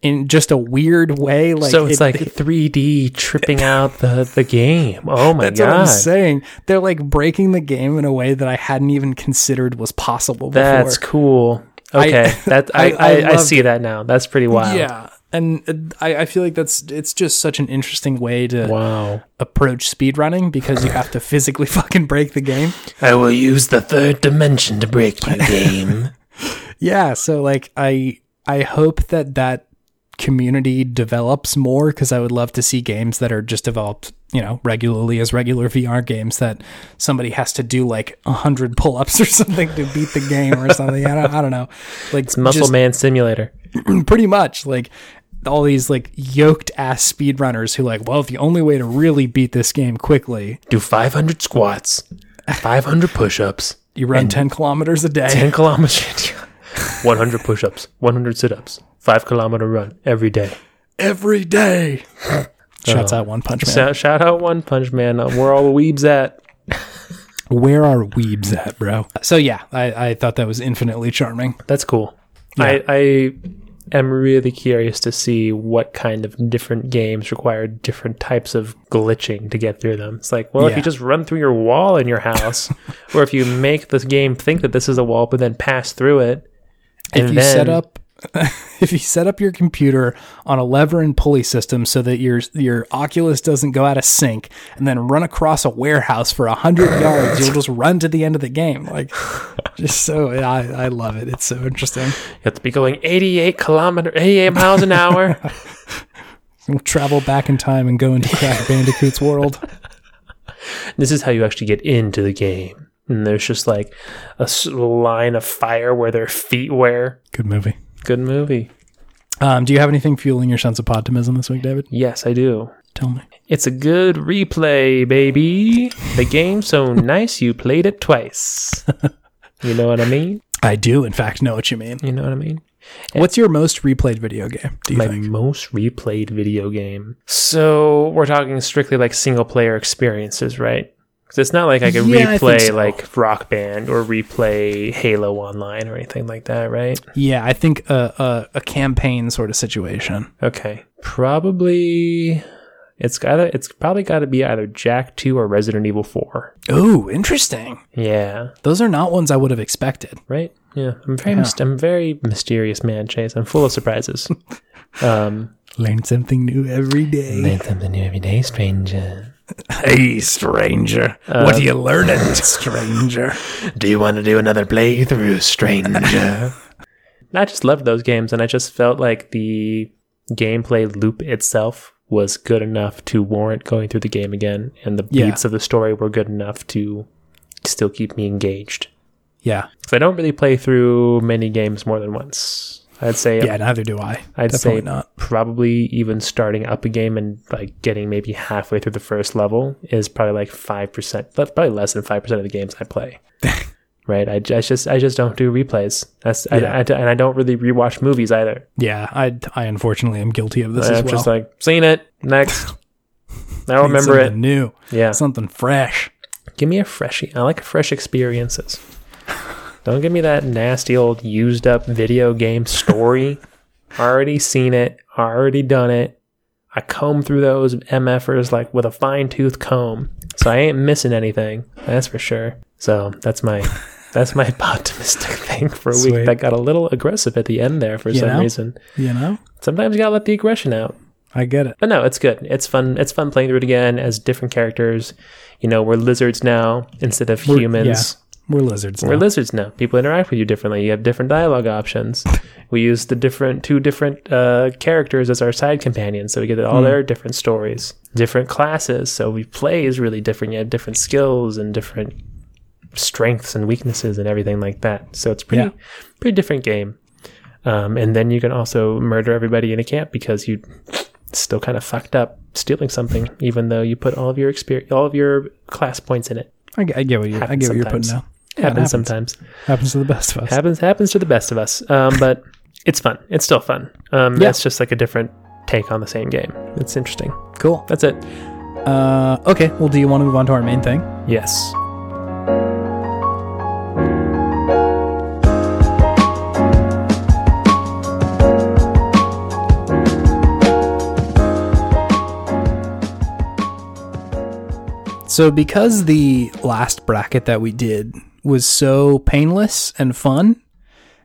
Speaker 2: in just a weird way like
Speaker 1: so
Speaker 2: it- [laughs]
Speaker 1: it's like 3D tripping out the, the game. Oh my
Speaker 2: That's what I'm
Speaker 1: god.
Speaker 2: saying. They're like breaking the game in a way that I hadn't even considered was possible before.
Speaker 1: That's cool. Okay.
Speaker 2: [laughs]
Speaker 1: that I,
Speaker 2: I-
Speaker 1: I, I,
Speaker 2: I loved-
Speaker 1: see that now. That's pretty wild.
Speaker 2: yeah. And uh, I, I feel like that's it's just such an interesting way to
Speaker 1: Wow.
Speaker 2: approach speedrunning because you have to physically [laughs] fucking break the game.
Speaker 1: I will use the third dimension to break [laughs] you game.
Speaker 2: Yeah, so like I I hope that that community develops more because I would love to see games that are just developed, you know, regularly as regular VR games that somebody has to do like a hundred pull-ups or [laughs] something to beat the game or something. I don't, I don't know. Like
Speaker 1: Muscle
Speaker 2: just-
Speaker 1: Man Simulator.
Speaker 2: [laughs] pretty much like all these like yoked ass speedrunners who like, well, the only way to really beat this game quickly,
Speaker 1: Do 500 squats, 500 push ups,
Speaker 2: you run ten kilometers a day.
Speaker 1: 10 kilometers, [laughs] 100 push ups, 100 sit ups, 5 kilometer run every day.
Speaker 2: every [laughs] day. Shouts out One Punch Man.
Speaker 1: Shout, shout out One Punch Man. uh, Where all the weebs at?
Speaker 2: Where are weebs at, bro? So yeah, I, I thought that was infinitely charming.
Speaker 1: That's cool. I, I am really curious to see what kind of different games require different types of glitching to get through them. It's like, well, if
Speaker 2: Yeah.
Speaker 1: you just run through your wall in your house, or if you make the game think that this is a wall but then pass through it,
Speaker 2: If
Speaker 1: and
Speaker 2: you
Speaker 1: then-
Speaker 2: set up [laughs] if you set up your computer on a lever and pulley system so that your your Oculus doesn't go out of sync and then run across a warehouse for [laughs] 100 yards, you'll just run to the end of the game. Like just so I I love it. It's so interesting.
Speaker 1: you have to be going 88 kilometer, 88 miles an hour.
Speaker 2: We'll travel back in time and go into [laughs] Crash Bandicoot's world.
Speaker 1: this is how you actually get into the game. And there's just like a s- line of fire where their feet wear.
Speaker 2: Good movie.
Speaker 1: Good movie.
Speaker 2: Um, do you have anything fueling your sense of optimism this week, David?
Speaker 1: Yes, I do.
Speaker 2: Tell me.
Speaker 1: It's a good replay, baby. The
Speaker 2: [laughs]
Speaker 1: game so nice you played it twice. You know what I mean?
Speaker 2: I do, in fact, know what you mean.
Speaker 1: You know what I mean?
Speaker 2: What's your most replayed video game? Do you
Speaker 1: My
Speaker 2: think?
Speaker 1: most replayed video game. So we're talking strictly like single player experiences, right? 'Cause it's not like I could
Speaker 2: Yeah, I think
Speaker 1: replay
Speaker 2: so.
Speaker 1: like Rock Band or replay Halo Online or anything like that, right?
Speaker 2: Yeah, I think a, a, a campaign sort of situation.
Speaker 1: Okay. Probably it's gotta it's probably gotta be either Jack 2 or Resident Evil 4.
Speaker 2: Ooh, interesting.
Speaker 1: Yeah.
Speaker 2: Those are not ones I would have expected.
Speaker 1: right? Yeah, I'm very myst- I'm very mysterious man, Chase. I'm full of [laughs] surprises. um,
Speaker 2: Learn something new every day.
Speaker 1: learn something new every day, stranger.
Speaker 2: [laughs] Hey, stranger. what are you learning, Uh, [laughs] stranger?
Speaker 1: Do you want to do another playthrough, stranger? I just loved those games, and I just felt like the gameplay loop itself was good enough to warrant going through the game again, and the
Speaker 2: Yeah.
Speaker 1: beats of the story were good enough to still keep me engaged.
Speaker 2: Yeah.
Speaker 1: Because I don't really play through many games more than once. I'd say
Speaker 2: Yeah, neither do I.
Speaker 1: I'd
Speaker 2: Definitely
Speaker 1: say
Speaker 2: not.
Speaker 1: probably even starting up a game and like getting maybe halfway through the first level is probably like five percent. That's probably less than five percent of the games
Speaker 2: [laughs]
Speaker 1: I play. right? I, ju- I just I just don't do replays. That's I-
Speaker 2: Yeah.
Speaker 1: I d- and I don't really rewatch movies either.
Speaker 2: Yeah, I, I unfortunately am guilty of this
Speaker 1: I'm
Speaker 2: as well.
Speaker 1: just like seen it
Speaker 2: [laughs]
Speaker 1: next. I
Speaker 2: Need
Speaker 1: remember it.
Speaker 2: something new,
Speaker 1: Yeah,
Speaker 2: something fresh.
Speaker 1: give me a freshie. I like fresh experiences. don't give me that nasty old used up video game story. already seen it, already done it. I comb through those MFers like with a fine tooth comb. So I ain't missing anything, that's for sure. So that's my that's my [laughs] optimistic thing for a
Speaker 2: Sweet.
Speaker 1: week that got a little aggressive at the end there for
Speaker 2: You
Speaker 1: some
Speaker 2: know?
Speaker 1: reason.
Speaker 2: You know,
Speaker 1: Sometimes you gotta let the aggression out.
Speaker 2: I get it.
Speaker 1: But no, it's good. It's fun. It's fun playing through it again as different characters. You know, we're lizards now instead of
Speaker 2: We're-
Speaker 1: humans.
Speaker 2: yeah, we're lizards.
Speaker 1: We're
Speaker 2: now.
Speaker 1: lizards now. People interact with you differently. You have different dialogue options. we use the different two different uh, characters as our side companions, so we get
Speaker 2: Hmm.
Speaker 1: all their different stories, different classes. So we play is really different. You have different skills and different strengths and weaknesses and everything like that. So it's pretty pretty different game. Um, and then you can also murder everybody in a camp because you still kind of fucked up stealing something, even though you put all of your experience, all of your class points in it.
Speaker 2: I, get- I get what you. I
Speaker 1: Happens
Speaker 2: get what you're putting
Speaker 1: sometimes.
Speaker 2: down. Yeah, it
Speaker 1: happens
Speaker 2: happens.
Speaker 1: sometimes.
Speaker 2: Happens to the best of us.
Speaker 1: happens happens to the best of us um, but it's fun it's still fun um,
Speaker 2: Yeah.
Speaker 1: it's just like a different take on the same game it's interesting
Speaker 2: cool.
Speaker 1: that's it
Speaker 2: Uh, okay. Well, do you want to move on to our main thing?
Speaker 1: yes
Speaker 2: So, because the last bracket that we did was so painless and fun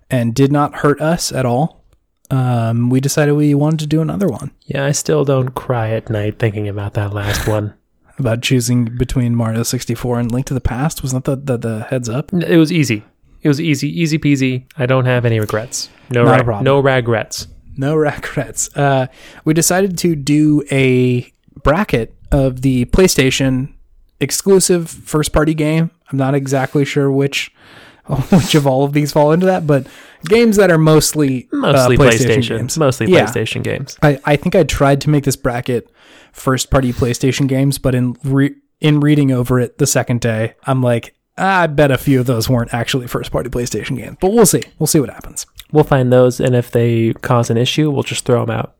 Speaker 2: and did not hurt us at all, um, we decided we wanted to do another one
Speaker 1: yeah i still don't cry at night thinking about that last one
Speaker 2: about choosing between Mario 64 and Link to the Past. Wasn't that the, the, the heads up?
Speaker 1: it was easy it was easy easy peasy i don't have any regrets no
Speaker 2: Not a
Speaker 1: rag-
Speaker 2: problem.
Speaker 1: no regrets
Speaker 2: No [laughs] regrets. Uh, we decided to do a bracket of the PlayStation exclusive first party game. I'm not exactly sure which. [laughs] Which of all of these fall into that, but games that are mostly uh,
Speaker 1: mostly playstation,
Speaker 2: games.
Speaker 1: mostly
Speaker 2: Yeah.
Speaker 1: playstation games
Speaker 2: I, I think I tried to make this bracket first party PlayStation games, but in re- in reading over it the second day, I'm like, "Ah, I bet a few of those weren't actually first party PlayStation games, but we'll see. We'll see what happens.
Speaker 1: we'll find those and if they cause an issue we'll just throw them out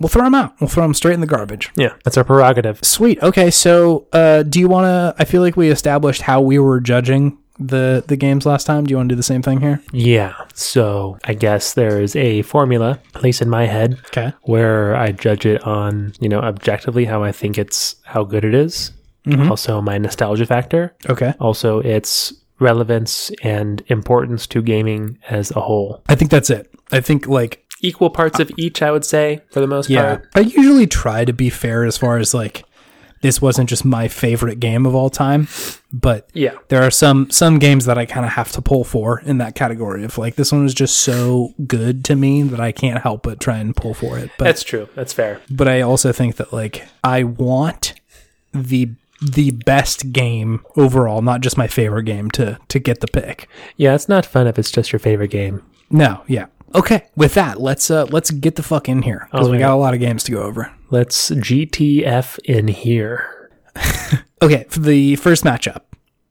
Speaker 2: We'll throw them out. We'll throw them straight in the garbage.
Speaker 1: yeah that's our prerogative
Speaker 2: Sweet. Okay, so uh, do you want to? I feel like we established how we were judging the the games last time. Do you want to do the same thing here?
Speaker 1: yeah so i guess there's a formula at least in my head
Speaker 2: Okay.
Speaker 1: where I judge it on, you know, objectively how I think it's how good it is. Also my nostalgia factor.
Speaker 2: Okay.
Speaker 1: Also its relevance and importance to gaming as a whole.
Speaker 2: I think that's it. I think like
Speaker 1: Equal parts of each, I would say, for the most
Speaker 2: Yeah.
Speaker 1: part.
Speaker 2: I usually try to be fair as far as like this wasn't just my favorite game of all time, but
Speaker 1: Yeah.
Speaker 2: there are some some games that I kind of have to pull for in that category of like this one was just so good to me that I can't help but try and pull for it. But
Speaker 1: That's true. That's fair.
Speaker 2: but I also think that like I want the the best game overall, not just my favorite game to to get the pick.
Speaker 1: Yeah, it's not fun if it's just your favorite game.
Speaker 2: No, yeah. Okay, with that, let's uh let's get the fuck in here because we
Speaker 1: Alright.
Speaker 2: got a lot of games to go over.
Speaker 1: Let's GTF in here.
Speaker 2: Okay, for the first matchup,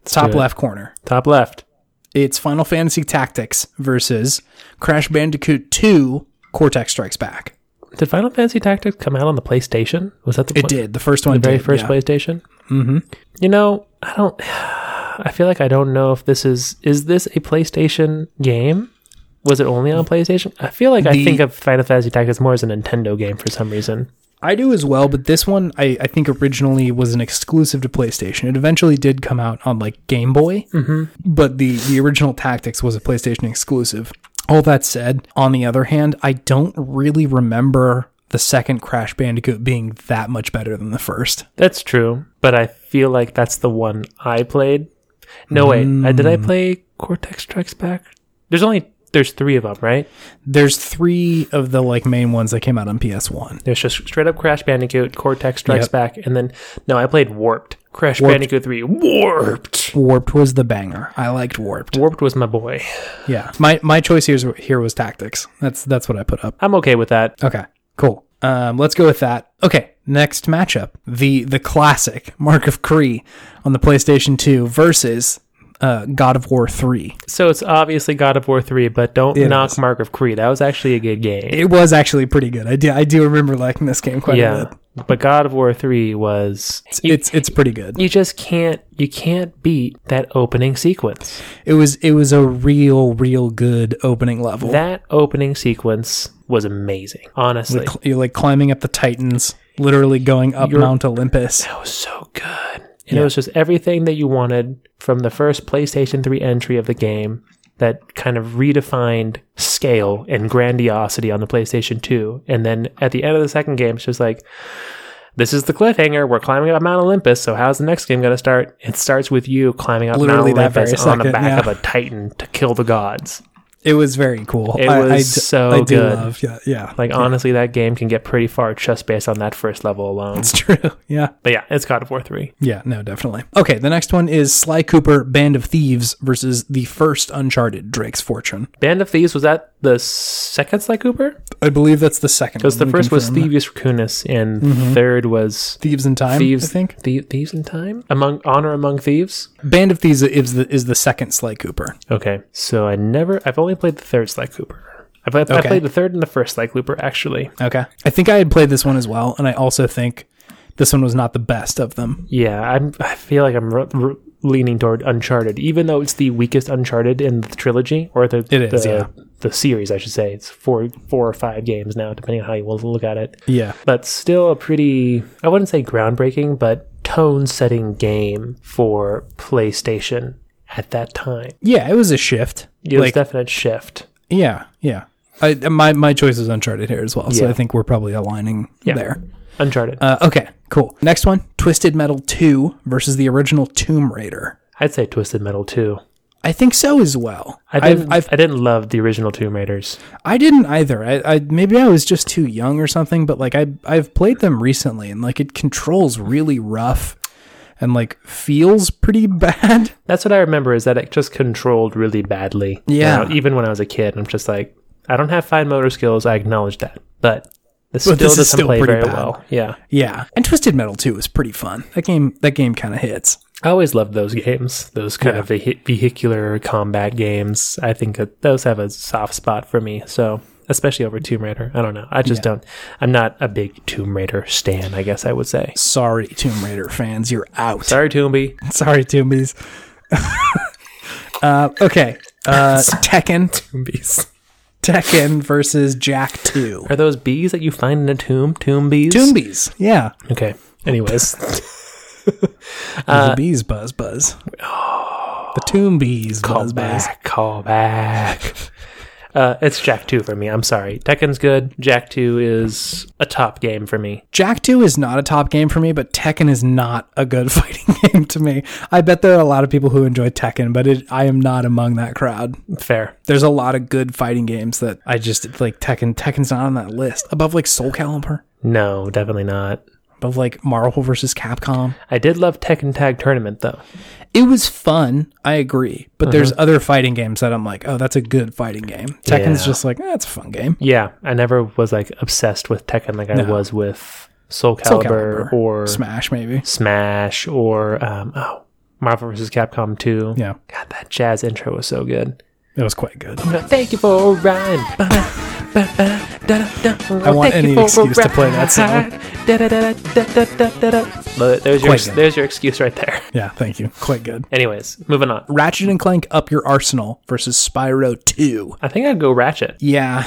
Speaker 2: top
Speaker 1: do it.
Speaker 2: left corner.
Speaker 1: Top left.
Speaker 2: It's Final Fantasy Tactics versus Crash Bandicoot 2 Cortex Strikes Back.
Speaker 1: Did Final Fantasy Tactics come out on the PlayStation? Was that the
Speaker 2: It
Speaker 1: one-
Speaker 2: did. The first one
Speaker 1: the very
Speaker 2: did,
Speaker 1: first
Speaker 2: yeah.
Speaker 1: PlayStation. Mm-hmm. You know, I don't. I feel like I don't know if this is is this a PlayStation game? Was it only on PlayStation? I feel like I
Speaker 2: The-
Speaker 1: think of Final Fantasy Tactics more as a Nintendo game for some reason.
Speaker 2: I do as well, but this one I, I think originally was an exclusive to PlayStation. It eventually did come out on like Game Boy, but the, the original Tactics was a PlayStation exclusive. All that said, on the other hand, I don't really remember the second Crash Bandicoot being that much better than the first.
Speaker 1: That's true, but I feel like that's the one I played. No, wait, I, did
Speaker 2: Mm.
Speaker 1: I play Cortex Strikes Back? There's only there's three of them, right?
Speaker 2: There's three of the like main ones that came out on PS1.
Speaker 1: There's just straight up Crash Bandicoot, Cortex Strikes
Speaker 2: Yep.
Speaker 1: Back, and then no, I played Warped. Crash
Speaker 2: Warped.
Speaker 1: Bandicoot Three Warped.
Speaker 2: Warped was the banger. I liked Warped.
Speaker 1: Warped was my boy.
Speaker 2: Yeah. My my choice here, is, here was Tactics. That's that's what I put up.
Speaker 1: I'm okay with that.
Speaker 2: Okay. Cool. Um, let's go with that. Okay. Next matchup: the the classic [laughs] Mark of Kree on the PlayStation 2 versus uh, God of War 3.
Speaker 1: So it's obviously God of War three, but don't
Speaker 2: It
Speaker 1: knock
Speaker 2: is.
Speaker 1: Mark of Creed. That was actually a good game.
Speaker 2: It was actually pretty good. I do I do remember liking this game quite a
Speaker 1: yeah,
Speaker 2: bit.
Speaker 1: but God of War three was you,
Speaker 2: It's it's pretty good.
Speaker 1: you just can't you can't beat that opening sequence.
Speaker 2: It was it was a real real good opening level.
Speaker 1: That opening sequence was amazing. Honestly,
Speaker 2: Cl- You're like climbing up the Titans, literally going up
Speaker 1: You're-
Speaker 2: Mount Olympus.
Speaker 1: That was so good. And it was just everything that you wanted from the first PlayStation 3 entry of the game that kind of redefined scale and grandiosity on the PlayStation 2. And then at the end of the second game, it's just like, this is the cliffhanger. We're climbing up Mount Olympus. So how's the next game going to start? It starts with you climbing up
Speaker 2: Literally that
Speaker 1: Mount
Speaker 2: very
Speaker 1: Olympus on the
Speaker 2: second,
Speaker 1: back
Speaker 2: yeah.
Speaker 1: of a titan to kill the gods.
Speaker 2: It was very cool.
Speaker 1: It was so
Speaker 2: I do
Speaker 1: good.
Speaker 2: love. Yeah, yeah.
Speaker 1: Like honestly, that game can get pretty far just based on that first level alone.
Speaker 2: it's [laughs] true. Yeah.
Speaker 1: But yeah, it's God of War 3.
Speaker 2: Yeah, no, definitely. Okay, the next one is Sly Cooper Band of Thieves versus the first Uncharted Drake's Fortune.
Speaker 1: Band of Thieves was that the second Sly Cooper?
Speaker 2: I believe that's the second
Speaker 1: Because the
Speaker 2: one.
Speaker 1: first was
Speaker 2: Confirm. Mm-hmm.
Speaker 1: Thievius Racunus and third was
Speaker 2: Thieves in Time,
Speaker 1: Thieves.
Speaker 2: I think.
Speaker 1: Thie- thieves in Time among Honor Among Thieves.
Speaker 2: Band of Thieves is the is the second Sly Cooper.
Speaker 1: Okay, so I never. I've only played the third Sly Cooper. I've, I've I
Speaker 2: Okay.
Speaker 1: played the third and the first Sly Cooper actually.
Speaker 2: Okay. I think I had played this one as well, and I also think this one was not the best of them.
Speaker 1: Yeah, I'm. I feel like I'm r- r- leaning toward Uncharted, even though it's the weakest Uncharted in the trilogy or the
Speaker 2: It is,
Speaker 1: the,
Speaker 2: yeah.
Speaker 1: the series. I should say it's four four or five games now, depending on how you want to look at it.
Speaker 2: Yeah.
Speaker 1: but still a pretty I wouldn't say groundbreaking, but tone setting game for PlayStation at that time.
Speaker 2: Yeah, it was a shift.
Speaker 1: It was
Speaker 2: Like-
Speaker 1: definite shift.
Speaker 2: Yeah, yeah. I, my my choice is Uncharted here as well, so
Speaker 1: Yeah.
Speaker 2: I think we're probably aligning
Speaker 1: Yeah.
Speaker 2: there.
Speaker 1: Uncharted.
Speaker 2: Uh, okay, cool. Next one, Twisted Metal 2 versus the original Tomb Raider.
Speaker 1: I'd say Twisted Metal too.
Speaker 2: I think so as well.
Speaker 1: I
Speaker 2: I've-
Speaker 1: didn't
Speaker 2: I've-
Speaker 1: I didn't love the original Tomb Raiders.
Speaker 2: I didn't either. I, I maybe I was just too young or something, but like I I've played them recently and like it controls really rough and like feels pretty [laughs] bad.
Speaker 1: That's what I remember is that it just controlled really badly.
Speaker 2: Yeah.
Speaker 1: You know, even when I was a kid, I'm just like I don't have fine motor skills, I acknowledge that. But this
Speaker 2: But
Speaker 1: still
Speaker 2: this is
Speaker 1: doesn't
Speaker 2: still
Speaker 1: play
Speaker 2: pretty
Speaker 1: very
Speaker 2: bad.
Speaker 1: well. Yeah.
Speaker 2: Yeah. And Twisted Metal 2 is pretty fun. That game that game kind of hits.
Speaker 1: I always loved those games, those kind of vehi- vehicular combat games. I think that those have a soft spot for me. So, especially over Tomb Raider. I don't know. I just don't. I'm not a big Tomb Raider stan, I guess I would say.
Speaker 2: Sorry Tomb Raider fans, you're out. [laughs]
Speaker 1: Sorry, Toomby.
Speaker 2: Sorry Toombies. [laughs] uh okay.
Speaker 1: [laughs]
Speaker 2: Uh Tekken
Speaker 1: Toombies.
Speaker 2: Tekken versus Jack 2.
Speaker 1: Are those bees that you find in a tomb? Tomb bees?
Speaker 2: Toombies. Yeah.
Speaker 1: Okay. [laughs] Anyways, Uh,
Speaker 2: the bees buzz
Speaker 1: [gasps]
Speaker 2: buzz. The tomb bees
Speaker 1: call
Speaker 2: buzz buzz.
Speaker 1: back. Call back. Uh, it's Jack 2 for me. I'm sorry. Tekken's good. Jack 2 is a top game for me.
Speaker 2: Jack 2 is not a top game for me, but Tekken is not a good [laughs] fighting game to me. I bet there are a lot of people who enjoy Tekken, but it, I am not among that crowd.
Speaker 1: Fair.
Speaker 2: There's a lot of good fighting games that I just like Tekken. Tekken's not on that list. Above like Soul Calibur,
Speaker 1: No, definitely not.
Speaker 2: above like Marvel versus Capcom.
Speaker 1: I did love Tekken Tag Tournament though.
Speaker 2: It was fun, I agree, but
Speaker 1: Mm-hmm.
Speaker 2: there's other fighting games that I'm like, "Oh, that's a good fighting game." Tekken's
Speaker 1: Yeah.
Speaker 2: just like, "That's it's a fun game."
Speaker 1: Yeah, I never was like obsessed with Tekken like I
Speaker 2: No.
Speaker 1: was with Soul Calibur,
Speaker 2: Soul Calibur
Speaker 1: or
Speaker 2: Smash maybe.
Speaker 1: Smash or um, oh Marvel vs. Capcom 2.
Speaker 2: Yeah.
Speaker 1: God, that jazz intro was so good.
Speaker 2: It was quite good.
Speaker 1: No, thank you for a ride. I
Speaker 2: want any excuse to play that song.
Speaker 1: There's your,
Speaker 2: Quite good.
Speaker 1: there's your excuse right there. [laughs]
Speaker 2: Yeah, thank you. Quite good.
Speaker 1: Anyways, moving on.
Speaker 2: Ratchet and Clank Up Your Arsenal versus Spyro 2.
Speaker 1: I think I'd go Ratchet.
Speaker 2: Yeah.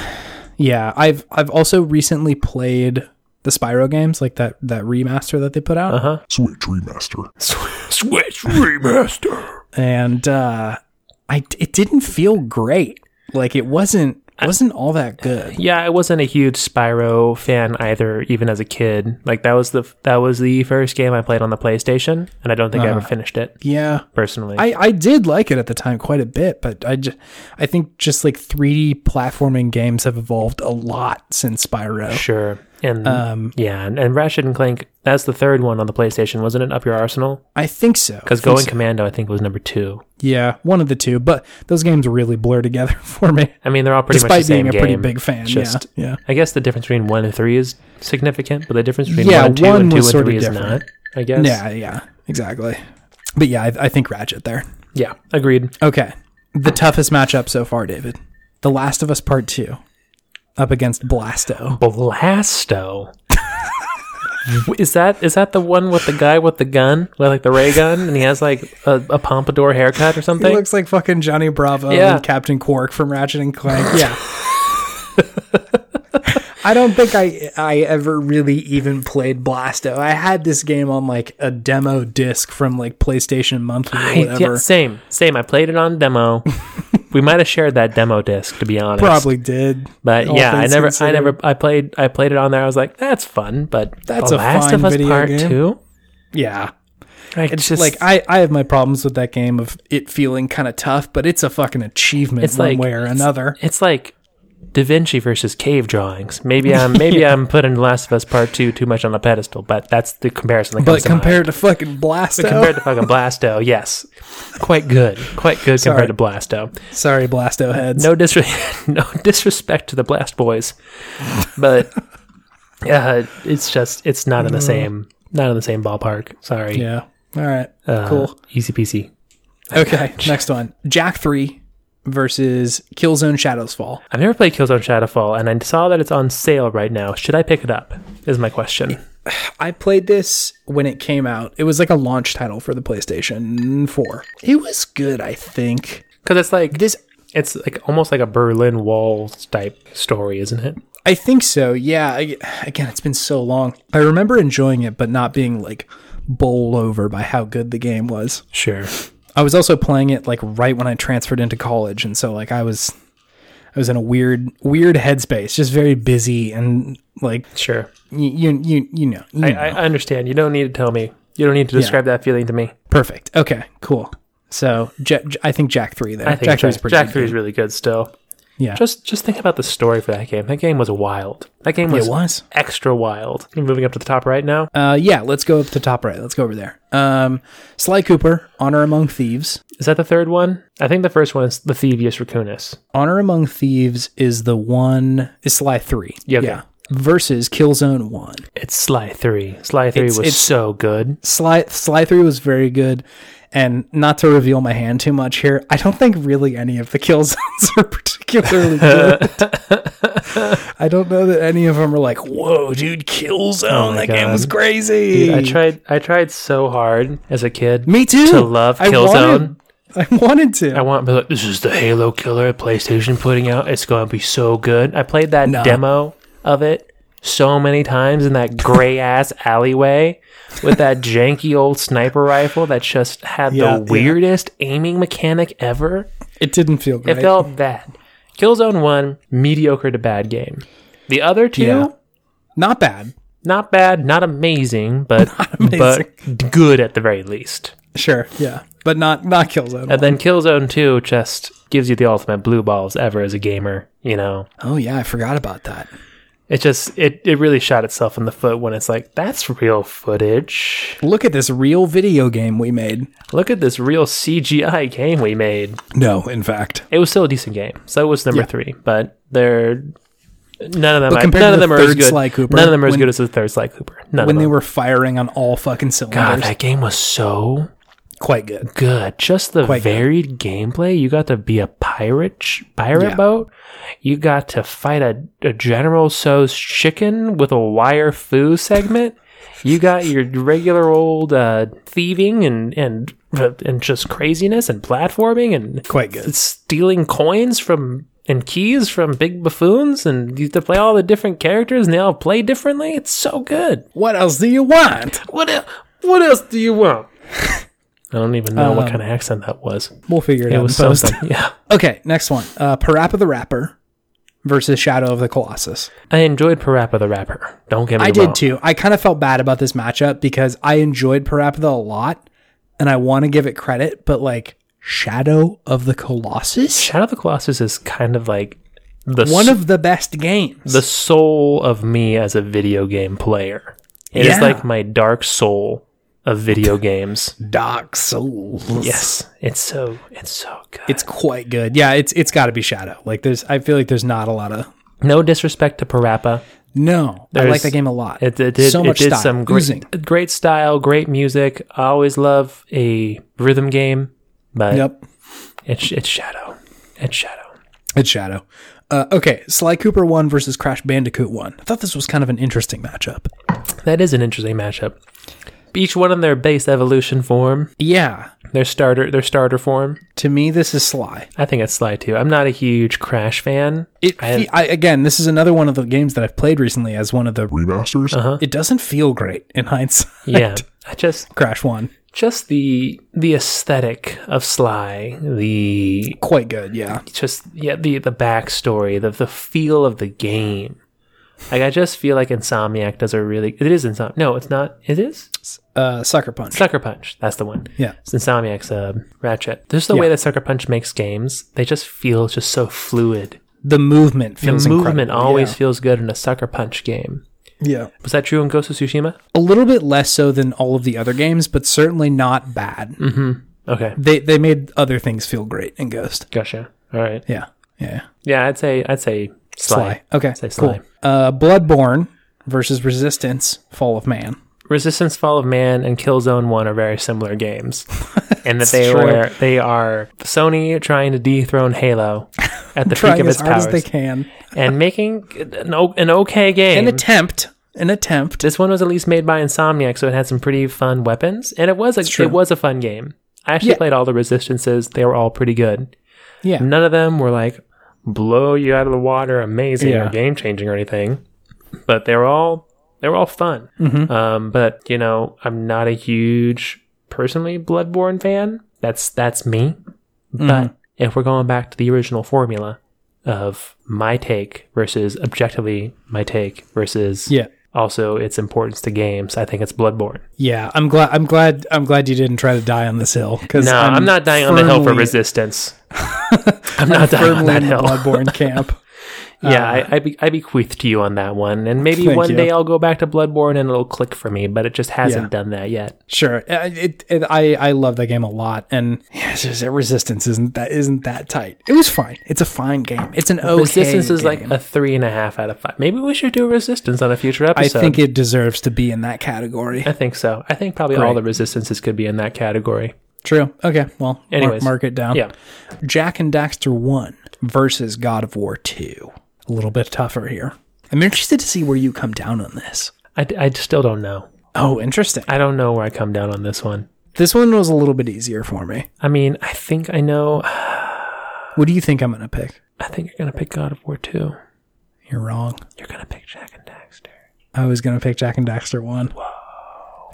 Speaker 2: Yeah, I've I've also recently played the Spyro games, like that that remaster that they put out.
Speaker 1: Uh-huh.
Speaker 3: Switch Remaster.
Speaker 1: Switch remaster.
Speaker 2: And uh I it didn't feel great. Like it wasn't It wasn't all that good.
Speaker 1: Yeah, I wasn't a huge Spyro fan either, even as a kid. Like that was the that was the first game I played on the PlayStation, and I don't think I ever finished it
Speaker 2: Yeah.
Speaker 1: personally.
Speaker 2: Uh-huh. I, I did like it at the time quite a bit, but I, ju- I think just like 3D platforming games have evolved a lot since Spyro.
Speaker 1: sure. And
Speaker 2: Um,
Speaker 1: yeah, and, and Ratchet and Clank. That's the third one on the PlayStation, wasn't it? Up your arsenal
Speaker 2: I think so.
Speaker 1: because
Speaker 2: I think
Speaker 1: Going
Speaker 2: so.
Speaker 1: Commando, I think, was number two.
Speaker 2: Yeah, one of the two, but those games really blur together [laughs] for me,
Speaker 1: I mean, they're all pretty much
Speaker 2: despite
Speaker 1: the same
Speaker 2: being a
Speaker 1: game.
Speaker 2: pretty big fan.
Speaker 1: Just-
Speaker 2: yeah, yeah.
Speaker 1: I guess the difference between one and three is significant, but the difference between
Speaker 2: Yeah,
Speaker 1: one and two
Speaker 2: one
Speaker 1: and two
Speaker 2: was
Speaker 1: and
Speaker 2: sorta
Speaker 1: three is
Speaker 2: different.
Speaker 1: not. I guess.
Speaker 2: Yeah, yeah, exactly. But yeah, I, I think Ratchet there.
Speaker 1: Yeah. Agreed.
Speaker 2: Okay, the toughest matchup so far, David. The Last of Us Part Two, up against Blasto.
Speaker 1: Blasto. is that is that the one with the guy with the gun, with like the ray gun, and he has like a, a pompadour haircut or
Speaker 2: He
Speaker 1: something?
Speaker 2: looks like fucking Johnny Bravo
Speaker 1: Yeah.
Speaker 2: and Captain Quark from Ratchet and
Speaker 1: [laughs]
Speaker 2: Clank. Yeah. I don't think I I ever really even played Blasto. I had this game on like a demo disc from like PlayStation Monthly
Speaker 1: I-
Speaker 2: or
Speaker 1: yeah,
Speaker 2: whatever.
Speaker 1: same, same. I played it on
Speaker 2: [laughs]
Speaker 1: demo. we might have shared that demo disc, to be honest.
Speaker 2: Probably did.
Speaker 1: But
Speaker 2: all
Speaker 1: yeah, I
Speaker 2: things
Speaker 1: never, I
Speaker 2: considered.
Speaker 1: never, I played, I played it on there. I was like, that's fun, but
Speaker 2: That's
Speaker 1: The
Speaker 2: a
Speaker 1: Last
Speaker 2: fine
Speaker 1: of Us
Speaker 2: video
Speaker 1: Part
Speaker 2: game.
Speaker 1: Two.
Speaker 2: Yeah.
Speaker 1: Like,
Speaker 2: It's just like I, I have my problems with that game of it feeling kind of tough, but it's a fucking achievement
Speaker 1: It's
Speaker 2: one
Speaker 1: like-
Speaker 2: way or another.
Speaker 1: it's like Da Vinci versus cave drawings. Maybe
Speaker 2: [laughs]
Speaker 1: I'm maybe I'm putting Last of Us Part Two too much on a pedestal, but that's the comparison. That
Speaker 2: But
Speaker 1: comes to mind.
Speaker 2: compared to fucking Blasto,
Speaker 1: compared to fucking Blasto, yes, quite good, quite good
Speaker 2: Sorry.
Speaker 1: compared to Blasto.
Speaker 2: sorry Blasto heads.
Speaker 1: No disre- [laughs] no disrespect to the Blast Boys, but uh, it's just it's not in the same not in the same ballpark. Sorry,
Speaker 2: Uh. Yeah. All right.
Speaker 1: Uh,
Speaker 2: cool.
Speaker 1: easy peasy.
Speaker 2: Okay. Next one. Jack three versus Killzone Shadows Fall.
Speaker 1: I've never played Killzone Shadowfall, and I saw that it's on sale right now. Should I pick it up? Is my question.
Speaker 2: I played this when it came out. It was like a launch title for the PlayStation 4. It was good, I think.
Speaker 1: Because it's like
Speaker 2: This
Speaker 1: It's like almost like a Berlin Wall type story, isn't it?
Speaker 2: I think so. Yeah. I- Again, it's been so long. I remember enjoying it but not being like bowled over by how good the game was.
Speaker 1: Sure.
Speaker 2: I was also playing it like right when I transferred into college, and so like I was, I was in a weird, weird headspace, just very busy and like
Speaker 1: Sure.
Speaker 2: you, you, you, you know, you
Speaker 1: I,
Speaker 2: know.
Speaker 1: I understand. You don't need to tell me. You don't need to describe that feeling to me.
Speaker 2: perfect. Okay, cool. So J- J- I think Jack three there.
Speaker 1: I think Jack,
Speaker 2: three's
Speaker 1: Jack, Three is really good still.
Speaker 2: Yeah.
Speaker 1: Just just think about the story for that game. That game was wild. That game
Speaker 2: good.
Speaker 1: was,
Speaker 2: it was.
Speaker 1: extra wild. You're moving up to the top right now.
Speaker 2: Uh, yeah. Let's go up to top right. Let's go over there. Um, Sly Cooper, Honor Among Thieves.
Speaker 1: Is that the third one? I think the first one is the Thievius Racunis.
Speaker 2: Honor Among Thieves is the one. Is Sly three?
Speaker 1: Yeah, okay.
Speaker 2: Versus Killzone one.
Speaker 1: It's Sly Three. Sly Three
Speaker 2: It's-
Speaker 1: was
Speaker 2: it's-
Speaker 1: so good.
Speaker 2: Sly Sly Three was very good, and not to reveal my hand too much here, I don't think really any of the kill [laughs] zones are particularly
Speaker 1: [laughs]
Speaker 2: good. I don't know that any of them are like, "Whoa, dude, kill zone!
Speaker 1: Oh my
Speaker 2: that game was
Speaker 1: God.
Speaker 2: crazy."
Speaker 1: I tried. I tried so hard as a kid.
Speaker 2: Me too.
Speaker 1: To love
Speaker 2: I
Speaker 1: Killzone.
Speaker 2: Wanted, [laughs] I wanted to.
Speaker 1: I want, but like, this is the Halo killer PlayStation putting out. It's going to be so good. I played that
Speaker 2: No.
Speaker 1: demo of it so many times in that
Speaker 2: [laughs]
Speaker 1: gray ass alleyway with that janky old sniper rifle that just had
Speaker 2: Yeah, yeah.
Speaker 1: the weirdest aiming mechanic ever.
Speaker 2: it didn't feel
Speaker 1: It
Speaker 2: great.
Speaker 1: felt bad. Killzone 1, mediocre to bad game. The other two,
Speaker 2: Yeah. Not bad.
Speaker 1: not bad, not
Speaker 2: [laughs]
Speaker 1: amazing, but, but good at the very least.
Speaker 2: Sure. Yeah. But not not Killzone.
Speaker 1: And then Killzone 2 just gives you the ultimate blue balls ever as a gamer, you know?
Speaker 2: oh yeah, I forgot about that.
Speaker 1: It just it, it really shot itself in the foot when it's like that's real footage.
Speaker 2: Look at this real video game we made.
Speaker 1: Look at this real CGI game we made.
Speaker 2: No, in fact.
Speaker 1: It was still a decent game, so it was number three. But they're none of them. I-
Speaker 2: compared
Speaker 1: none
Speaker 2: to
Speaker 1: of
Speaker 2: the
Speaker 1: them are as
Speaker 2: third
Speaker 1: good.
Speaker 2: Sly Cooper,
Speaker 1: none of them are as
Speaker 2: when-
Speaker 1: good as the third Sly Cooper. None
Speaker 2: When
Speaker 1: of
Speaker 2: they
Speaker 1: them.
Speaker 2: were firing on all fucking
Speaker 1: Uh-huh. God,
Speaker 2: cylinders,
Speaker 1: that game was so
Speaker 2: quite good.
Speaker 1: good. Just the
Speaker 2: Quite good.
Speaker 1: varied gameplay. You got to be a pirate sh- pirate
Speaker 2: Yeah.
Speaker 1: boat. You got to fight a, a General So's chicken with a wire foo segment. you got your regular old uh, thieving and and uh, and just craziness and platforming and
Speaker 2: Quite good.
Speaker 1: stealing coins from and keys from big buffoons and you have to play all the different characters and they all play differently. It's so good.
Speaker 2: What else do you want?
Speaker 1: What el- what else do you want? [laughs] I don't even know what kind of accent that was.
Speaker 2: We'll figure it,
Speaker 1: It
Speaker 2: out.
Speaker 1: [laughs] was
Speaker 2: in Um, post.
Speaker 1: something. Yeah.
Speaker 2: Okay, next one. Uh, Parappa the Rapper versus Shadow of the Colossus.
Speaker 1: I enjoyed Parappa the Rapper. Don't get me
Speaker 2: I
Speaker 1: wrong.
Speaker 2: did too. I kind of felt bad about this matchup because I enjoyed Parappa a lot and I want to give it credit, but like Shadow of the Colossus?
Speaker 1: Shadow of the Colossus is kind of like the
Speaker 2: One of the best games.
Speaker 1: the soul of me as a video game player. It is
Speaker 2: Yeah.
Speaker 1: like my dark soul
Speaker 2: [laughs]
Speaker 1: of video games.
Speaker 2: Dark Souls.
Speaker 1: Yes, it's so it's so good.
Speaker 2: It's quite good. Yeah, it's it's got to be Shadow. Like there's I feel like there's not a lot of
Speaker 1: no disrespect to Parappa.
Speaker 2: No. I
Speaker 1: There's-
Speaker 2: like that game a lot.
Speaker 1: It, it did,
Speaker 2: so
Speaker 1: it
Speaker 2: much
Speaker 1: did
Speaker 2: style.
Speaker 1: some great,
Speaker 2: Oozing.
Speaker 1: great style, great music. I always love a rhythm game, but
Speaker 2: Yep.
Speaker 1: it's it's Shadow. It's Shadow.
Speaker 2: It's Shadow. Uh, okay, Sly Cooper 1 versus Crash Bandicoot 1. I thought this was kind of an interesting matchup.
Speaker 1: That is an interesting matchup. Each one in their base evolution form,
Speaker 2: Yeah.
Speaker 1: their starter, their starter form.
Speaker 2: To me, this is Sly.
Speaker 1: I think it's Sly too. I'm not a huge Crash fan.
Speaker 2: It,
Speaker 1: I-
Speaker 2: fe- I, again, this is another one of the games that I've played recently as one of the.
Speaker 3: remasters.
Speaker 2: It doesn't feel great in hindsight. [laughs]
Speaker 1: yeah, I just
Speaker 2: Crash One,
Speaker 1: just the the aesthetic of Sly, the
Speaker 2: quite good, yeah.
Speaker 1: just yeah the the backstory, the the feel of the game. Like I just feel like Insomniac does a really it is Insomniac. No, it's not. It is
Speaker 2: Uh, Sucker Punch,
Speaker 1: Sucker Punch. That's the one.
Speaker 2: yeah.
Speaker 1: It's Insomniac's uh, Ratchet. There's the way that Sucker Punch makes games. They just feel just so fluid.
Speaker 2: The movement
Speaker 1: The
Speaker 2: feels
Speaker 1: movement
Speaker 2: incredible,
Speaker 1: always feels good in a Sucker Punch game.
Speaker 2: yeah. yeah.
Speaker 1: Was that true in Ghost of Tsushima?
Speaker 2: A little bit less so than all of the other games, but certainly not bad.
Speaker 1: Okay,
Speaker 2: They they made other things feel great in Ghost.
Speaker 1: gotcha. All right.
Speaker 2: Yeah, yeah.
Speaker 1: Yeah, I'd say I'd say Sly.
Speaker 2: Sly. Okay,
Speaker 1: Say
Speaker 2: cool.
Speaker 1: Sly.
Speaker 2: Uh, Bloodborne versus Resistance: Fall of Man.
Speaker 1: Resistance, Fall of Man, and Killzone One are very similar
Speaker 2: [laughs]
Speaker 1: games, and that they
Speaker 2: true.
Speaker 1: were they are Sony trying to dethrone
Speaker 2: [laughs]
Speaker 1: Halo at the peak
Speaker 2: Trying
Speaker 1: of
Speaker 2: as
Speaker 1: its
Speaker 2: hard as they
Speaker 1: powers
Speaker 2: can.
Speaker 1: and making an, o- an okay
Speaker 2: An
Speaker 1: game.
Speaker 2: attempt. An attempt.
Speaker 1: this one was at least made by Insomniac, so it had some pretty fun weapons, and it was a it was a fun game. I actually
Speaker 2: Yeah.
Speaker 1: played all the Resistances; they were all pretty good.
Speaker 2: Yeah.
Speaker 1: None of them were like blow you out of the water, amazing or
Speaker 2: Yeah.
Speaker 1: game changing or anything. But they were all they were all fun.
Speaker 2: Mm-hmm.
Speaker 1: Um, but you know, I'm not a huge personally Bloodborne fan. That's that's me.
Speaker 2: Mm-hmm.
Speaker 1: But if we're going back to the original formula of my take versus objectively my take versus
Speaker 2: Yeah.
Speaker 1: also its importance to games, I think it's Bloodborne.
Speaker 2: Yeah, I'm glad. I'm glad. I'm glad you didn't try to die on this hill. Because
Speaker 1: No, I'm, not dying on the hill for [laughs] resistance. I'm Ah. not dying on
Speaker 2: Firmly
Speaker 1: that
Speaker 2: in the
Speaker 1: hill. [laughs]
Speaker 2: Bloodborne camp.
Speaker 1: Yeah, I, I, be, I bequeath to you on that one, and maybe
Speaker 2: Thank
Speaker 1: one
Speaker 2: you.
Speaker 1: day I'll go back to Bloodborne and it'll click for me, but it just hasn't
Speaker 2: Yeah.
Speaker 1: done that yet.
Speaker 2: Sure, Uh, it, it, I I love that game a lot, and yeah, it's just, Resistance isn't that isn't that tight. It was fine. It's a fine game. It's an okay.
Speaker 1: Resistance is like
Speaker 2: game.
Speaker 1: a three and a half out of five. Maybe we should do Resistance on a future
Speaker 2: I
Speaker 1: episode.
Speaker 2: think it deserves to be in that category.
Speaker 1: I think so. I think probably all
Speaker 2: Great.
Speaker 1: the Resistances could be in that category.
Speaker 2: True. Okay. Well, mark-
Speaker 1: Anyways.
Speaker 2: mark, it down.
Speaker 1: Yeah,
Speaker 2: Jack and Daxter one versus God of War two. A little bit tougher here. I'm interested to see where you come down on this.
Speaker 1: I, d- I still don't know.
Speaker 2: Oh, interesting.
Speaker 1: I don't know where I come down on this one.
Speaker 2: This one was a little bit easier for me.
Speaker 1: I mean, I think I know.
Speaker 2: What do you think I'm going to pick?
Speaker 1: I think you're gonna pick God of War two.
Speaker 2: You're wrong.
Speaker 1: You're gonna pick Jack and Daxter.
Speaker 2: I was going to pick Jack and Daxter 1.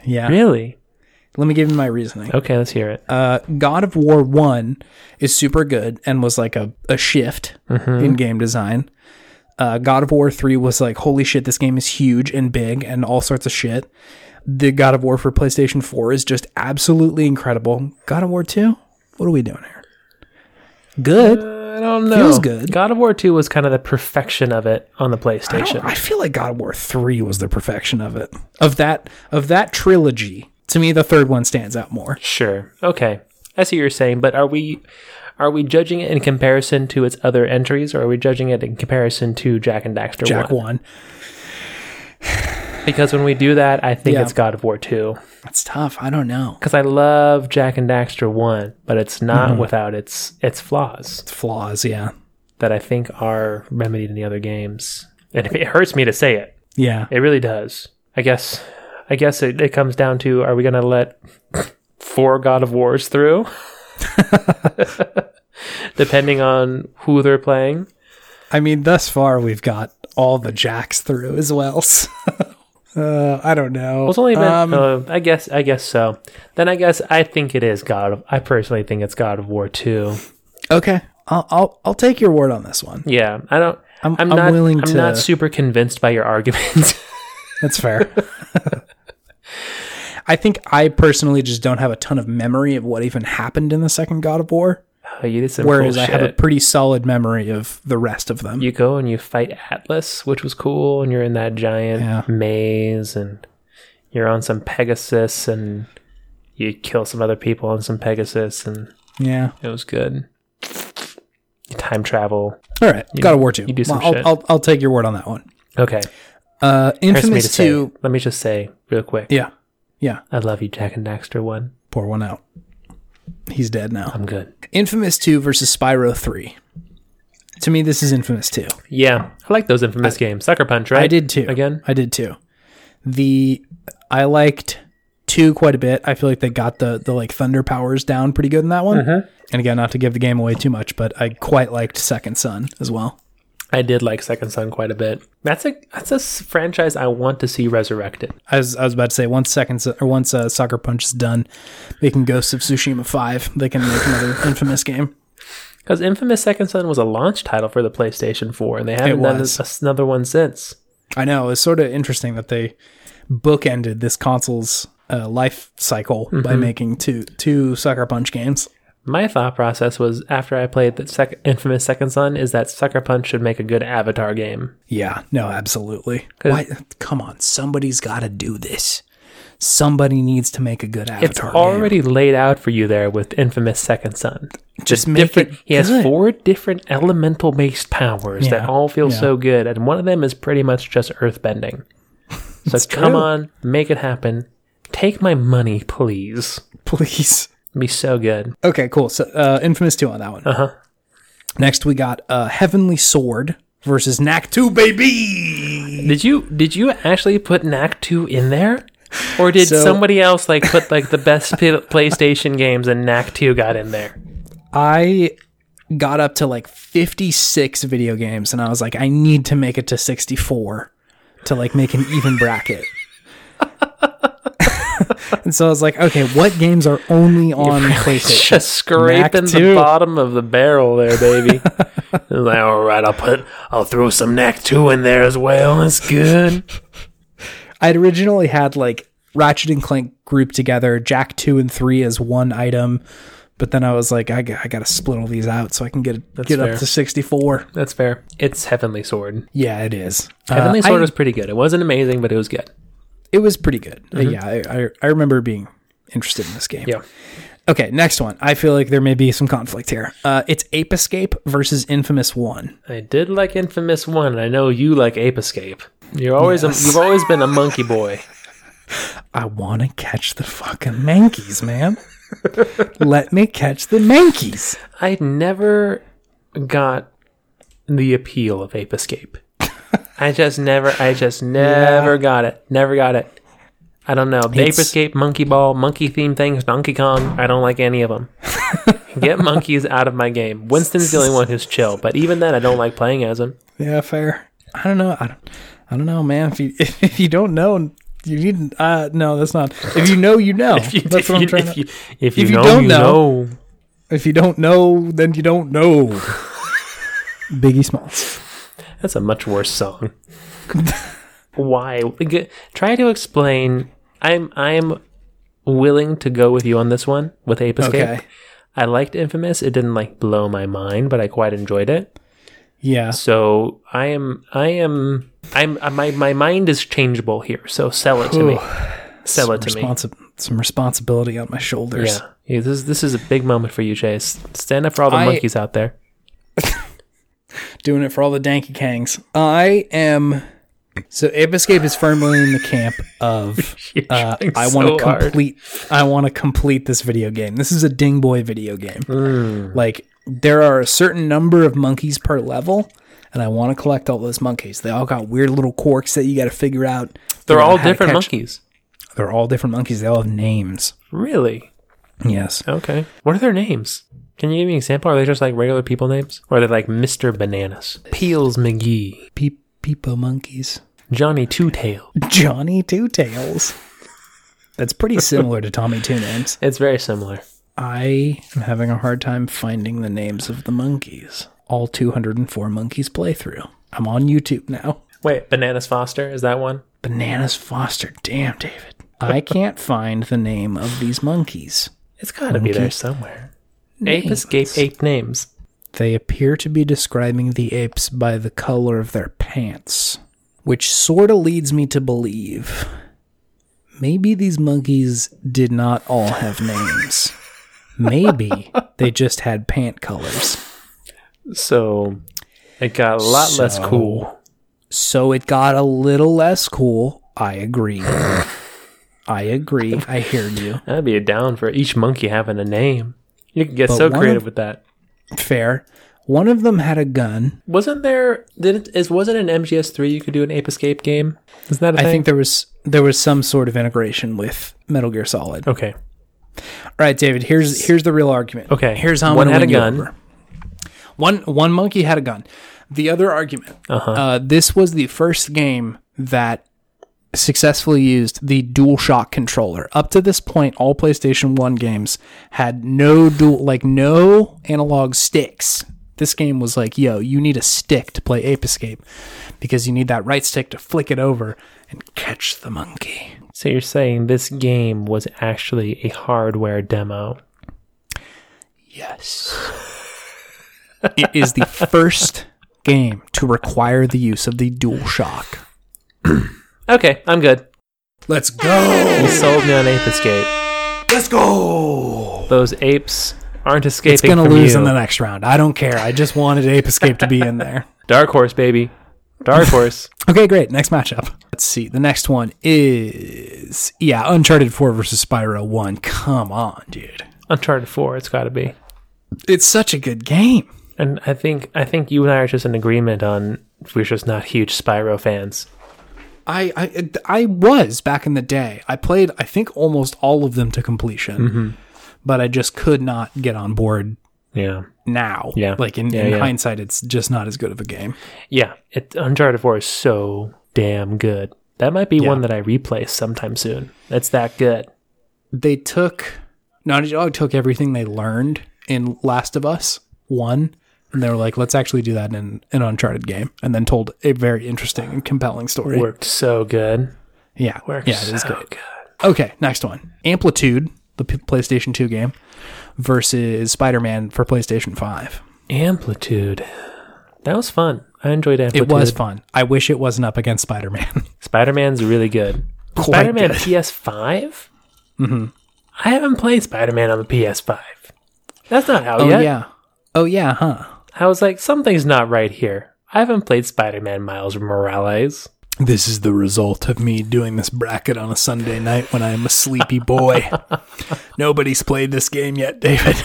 Speaker 2: Yeah.
Speaker 1: Really?
Speaker 2: Let me give you my reasoning.
Speaker 1: Okay, let's hear it.
Speaker 2: Uh, God of War 1 is super good and was like a, a shift in game design. Uh, God of War 3 was like, holy shit, this game is huge and big and all sorts of shit. The God of War for PlayStation 4 is just absolutely incredible. God of War 2? What are we doing here? Good.
Speaker 1: I don't know.
Speaker 2: Uh, Feels good.
Speaker 1: God of War 2 was kind of the perfection of it on the
Speaker 2: I,
Speaker 1: PlayStation.
Speaker 2: don't- I feel like God of War 3 was the perfection of it. Of that of that trilogy, to me the third one stands out more.
Speaker 1: Sure. Okay. I see what you're saying, but are we are we judging it in comparison to its other entries, or are we judging it in comparison to Jack and Daxter
Speaker 2: Jack
Speaker 1: 1?
Speaker 2: 1.
Speaker 1: Because when we do that, I think
Speaker 2: Yeah.
Speaker 1: it's God of War 2.
Speaker 2: That's tough. I don't know.
Speaker 1: Because I love Jack and Daxter 1, but it's not
Speaker 2: Mm-hmm.
Speaker 1: without its its flaws
Speaker 2: Flaws, yeah.
Speaker 1: that I think are remedied in the other games. And it hurts me to say it.
Speaker 2: Yeah.
Speaker 1: It really does. I guess. I guess it, it comes down to: Are we going to let four God of Wars through? [laughs] Depending on who they're playing.
Speaker 2: I mean, thus far we've got all the jacks through as well. [laughs] So uh, I don't know.
Speaker 1: Well, it's only been.
Speaker 2: Um,
Speaker 1: uh, I guess. I guess so. Then I guess I think it is God of. I personally think it's God of War two.
Speaker 2: okay. I'll, I'll I'll take your word on this one.
Speaker 1: Yeah. I don't.
Speaker 2: I'm,
Speaker 1: I'm
Speaker 2: I'm,
Speaker 1: not.
Speaker 2: willing
Speaker 1: I'm
Speaker 2: to.
Speaker 1: not super convinced by your argument. [laughs]
Speaker 2: That's fair. [laughs] I think I personally just don't have a ton of memory of what even happened in the second God of War,
Speaker 1: oh, you did some
Speaker 2: whereas
Speaker 1: cool
Speaker 2: I have a
Speaker 1: shit.
Speaker 2: pretty solid memory of the rest of them.
Speaker 1: you go and you fight Atlas, which was cool, and you're in that giant
Speaker 2: Yeah.
Speaker 1: maze, and you're on some Pegasus, and you kill some other people on some Pegasus, and
Speaker 2: yeah.
Speaker 1: it was good. You time travel.
Speaker 2: All right. God of War 2.
Speaker 1: you do some
Speaker 2: Well, I'll,
Speaker 1: shit.
Speaker 2: I'll, I'll take your word on that one.
Speaker 1: Okay,
Speaker 2: Uh,
Speaker 1: here's me to
Speaker 2: Infamous
Speaker 1: say.
Speaker 2: 2.
Speaker 1: Let me just say real quick.
Speaker 2: Yeah. Yeah.
Speaker 1: I love you, Jack and Daxter. One,
Speaker 2: Pour one out. He's dead now.
Speaker 1: I'm good.
Speaker 2: Infamous 2 versus Spyro 3. To me, this is Infamous 2.
Speaker 1: Yeah, I like those infamous games. Sucker Punch, right?
Speaker 2: I did too.
Speaker 1: Again?
Speaker 2: I did too. The I liked two quite a bit. I feel like they got the the like thunder powers down pretty good in that one. And again, not to give the game away too much, but I quite liked Second Son as well.
Speaker 1: I did like Second Son quite a bit. That's a that's a s- franchise I want to see resurrected.
Speaker 2: I was, I was about to say once Second Son, or once uh, Soccer Punch is done, they can Ghost of Tsushima five. They can make another [laughs] infamous game.
Speaker 1: Because Infamous Second Son was a launch title for the PlayStation 4, and they haven't done
Speaker 2: was.
Speaker 1: a- another one since.
Speaker 2: I know it's sort of interesting that they bookended this console's uh, life cycle
Speaker 1: Mm-hmm.
Speaker 2: by making two two Sucker Punch games.
Speaker 1: My thought process was after I played the sec- Infamous Second Son is that Sucker Punch should make a good Avatar game.
Speaker 2: Yeah, no, absolutely. Why, come on, somebody's got to do this. Somebody needs to make a good Avatar
Speaker 1: It's
Speaker 2: game.
Speaker 1: already laid out for you there with Infamous Second Son.
Speaker 2: Just make
Speaker 1: Different.
Speaker 2: it [laughs]
Speaker 1: He has
Speaker 2: good.
Speaker 1: four different elemental based powers
Speaker 2: Yeah,
Speaker 1: that all feel
Speaker 2: yeah.
Speaker 1: so good, and one of them is pretty much just earthbending. So come
Speaker 2: true.
Speaker 1: on, make it happen. Take my money, please.
Speaker 2: please.
Speaker 1: It'd be so good.
Speaker 2: Okay, cool. So, uh, Infamous Two on that one.
Speaker 1: Uh huh.
Speaker 2: Next, we got uh, Heavenly Sword versus Knack Two, baby.
Speaker 1: Did you did you actually put Knack 2 in there? Or did
Speaker 2: So-
Speaker 1: somebody else like put like the best p- PlayStation games and Knack 2 got in there?
Speaker 2: I got up to like fifty six video games, and I was like, I need to make it to sixty four to like make an even bracket. [laughs] and so I was like, okay, what games are only on PlayStation?
Speaker 1: Just scraping the
Speaker 2: 2.
Speaker 1: bottom of the barrel there, baby. It's like, all right, I'll put I'll throw some Knack 2 in there as well. That's good.
Speaker 2: I'd originally had like Ratchet and Clank grouped together, Jack 2 and 3 as one item, but then I was like, I, got to split all these out so I can get get
Speaker 1: fair.
Speaker 2: up to 64.
Speaker 1: That's fair. It's Heavenly Sword.
Speaker 2: Yeah, it is.
Speaker 1: Heavenly
Speaker 2: Uh,
Speaker 1: Sword
Speaker 2: I-
Speaker 1: was pretty good. It wasn't amazing, but it was good.
Speaker 2: it was pretty good. Uh, yeah, I, I, I remember being interested in this game.
Speaker 1: Mm-hmm. Yeah.
Speaker 2: Okay, next one. I feel like there may be some conflict here. Uh, it's Ape Escape versus Infamous 1.
Speaker 1: I did like Infamous 1, and I know you like Ape Escape. You're always a, you've always been a monkey boy.
Speaker 2: I want to catch the fucking Mankeys,
Speaker 1: [laughs]
Speaker 2: man. Let me catch the Mankeys.
Speaker 1: I never got the appeal of Ape [laughs] Escape. I just never, I just never got it. Never got it. I don't know. The Ape
Speaker 2: It's-
Speaker 1: Escape, Monkey Ball, Monkey themed things, Donkey Kong. I don't like any of [laughs] them. Get monkeys out of my game. Winston's the only one who's chill, but even then, I don't like playing as him.
Speaker 2: Yeah, fair. I don't know. I don't. I don't know, man. If you [laughs] if you don't know, you need. Uh, no, that's not. If you know, you know.
Speaker 1: [laughs] If [laughs] you,
Speaker 2: that's
Speaker 1: if
Speaker 2: what
Speaker 1: you,
Speaker 2: I'm trying.
Speaker 1: if
Speaker 2: to,
Speaker 1: you, if you
Speaker 2: if you
Speaker 1: know,
Speaker 2: don't
Speaker 1: you
Speaker 2: know-
Speaker 1: know.
Speaker 2: if you don't know, then you don't
Speaker 1: [laughs]
Speaker 2: know. Biggie Smalls.
Speaker 1: That's a much worse song. Why? G- Try to explain. I'm I'm willing to go with you on this one with Ape Escape.
Speaker 2: Okay.
Speaker 1: I liked Infamous. It didn't like blow my mind, but I quite enjoyed it.
Speaker 2: Yeah.
Speaker 1: So I am I am I'm uh, my my mind is changeable here. So sell it to me. Sell it to me.
Speaker 2: Responsi- some responsibility on my shoulders.
Speaker 1: Yeah. Yeah, This is this is a big moment for you, Chase. Stand up for all the
Speaker 2: I-
Speaker 1: monkeys out there.
Speaker 2: Doing it for all the Danky Kangs. I am. So Ape Escape is firmly in the camp
Speaker 1: [laughs]
Speaker 2: of
Speaker 1: You're
Speaker 2: uh,
Speaker 1: trying
Speaker 2: I
Speaker 1: so
Speaker 2: want to
Speaker 1: hard.
Speaker 2: complete. I want to complete this video game. This is a Ding Boy video game.
Speaker 1: Mm.
Speaker 2: Like there are a certain number of monkeys per level, and I want to collect all those monkeys. They all got weird little quirks that you got to figure out.
Speaker 1: They're
Speaker 2: you know,
Speaker 1: all
Speaker 2: how to
Speaker 1: different
Speaker 2: catch.
Speaker 1: monkeys.
Speaker 2: They're all different monkeys. They all have names.
Speaker 1: Really?
Speaker 2: Yes.
Speaker 1: Okay. What are their names? Can you give me an example? Are they just like regular people names? Or are they like Mr. Bananas? Peels McGee.
Speaker 2: Pe- Peepo monkeys.
Speaker 1: Johnny Two Tail.
Speaker 2: Johnny Two Tails. That's pretty similar to Tommy Two Names.
Speaker 1: It's very similar.
Speaker 2: I am having a hard time finding the names of the monkeys. All 204 monkeys playthrough. I'm on YouTube now.
Speaker 1: Wait, Bananas Foster is that one?
Speaker 2: Bananas Foster. Damn, David. I can't find the name of these monkeys.
Speaker 1: It's got to be there somewhere. Ape escape ape names.
Speaker 2: They appear to be describing the apes by the color of their pants, which sort of leads me to believe maybe these monkeys did not all have names. maybe they just had pant colors.
Speaker 1: So it got a lot less
Speaker 2: So-
Speaker 1: cool.
Speaker 2: So it got a little less cool. I agree. I agree. I hear you.
Speaker 1: That'd be a down for each monkey having a name. You could get
Speaker 2: But
Speaker 1: so
Speaker 2: one
Speaker 1: creative
Speaker 2: of-
Speaker 1: with that.
Speaker 2: Fair. One of them had a gun.
Speaker 1: Wasn't there? Did it, is wasn't an MGS three? You could do an ape escape game. Is that a
Speaker 2: I
Speaker 1: thing?
Speaker 2: think there was there was some sort of integration with Metal Gear Solid.
Speaker 1: okay.
Speaker 2: All right, David. Here's here's the real argument.
Speaker 1: Okay.
Speaker 2: Here's how I'm
Speaker 1: One
Speaker 2: gonna
Speaker 1: had a
Speaker 2: win you
Speaker 1: gun.
Speaker 2: over. One one monkey had a gun. The other argument.
Speaker 1: Uh-huh.
Speaker 2: Uh, this was the first game that successfully used the DualShock controller. Up to this point, all PlayStation One games had no dual, like no analog sticks. This game was like, yo, you need a stick to play Ape Escape because you need that right stick to flick it over and catch the monkey.
Speaker 1: So you're saying this game was actually a hardware demo?
Speaker 2: Yes. it is the first game to require the use of the dual shock.
Speaker 1: Okay, I'm good.
Speaker 2: Let's go.
Speaker 1: You sold me on ape escape.
Speaker 2: Let's go.
Speaker 1: Those apes aren't escaping
Speaker 2: It's going to
Speaker 1: from
Speaker 2: lose
Speaker 1: you.
Speaker 2: in the next round. I don't care. I just wanted Ape Escape to be in there.
Speaker 1: Dark horse, baby.
Speaker 2: [laughs]
Speaker 1: Dark horse.
Speaker 2: Okay, great. Next matchup. Let's see. The next one is yeah, Uncharted 4 versus Spyro 1. Come on, dude.
Speaker 1: Uncharted Four. It's got to be.
Speaker 2: It's such a good game.
Speaker 1: And I think I think you and I are just in agreement on we're just not huge Spyro fans.
Speaker 2: I, I I was back in the day. I played I think almost all of them to completion, but I just could not get on board
Speaker 1: Yeah.
Speaker 2: now.
Speaker 1: Yeah.
Speaker 2: like in,
Speaker 1: Yeah,
Speaker 2: in
Speaker 1: yeah.
Speaker 2: hindsight, it's just not as good of a game.
Speaker 1: Yeah, it, Uncharted 4 is so damn good. That might be one that I replay sometime soon. That's that good.
Speaker 2: They took Naughty Dog took everything they learned in Last of Us One, and they were like, let's actually do that in an Uncharted game, and then told a very interesting and compelling story.
Speaker 1: Worked so good.
Speaker 2: Yeah,
Speaker 1: Worked
Speaker 2: yeah,
Speaker 1: so
Speaker 2: it is good.
Speaker 1: good.
Speaker 2: Okay, next one. Amplitude, the P- PlayStation Two game, versus Spider Man for PlayStation Five.
Speaker 1: Amplitude. That was fun. I enjoyed Amplitude.
Speaker 2: It was fun. I wish it wasn't up against Spider [laughs] Man.
Speaker 1: Spider Man's really good.
Speaker 2: Quite
Speaker 1: Spider Man PS5? Mm-hmm. I haven't played Spider Man on the PS5. That's not how
Speaker 2: oh
Speaker 1: yet.
Speaker 2: yeah. Oh yeah, huh?
Speaker 1: I was like, something's not right here. I haven't played Spider Man Miles Morales.
Speaker 2: This is the result of me doing this bracket on a Sunday night when I am a sleepy
Speaker 1: [laughs]
Speaker 2: boy. Nobody's played this game yet, David.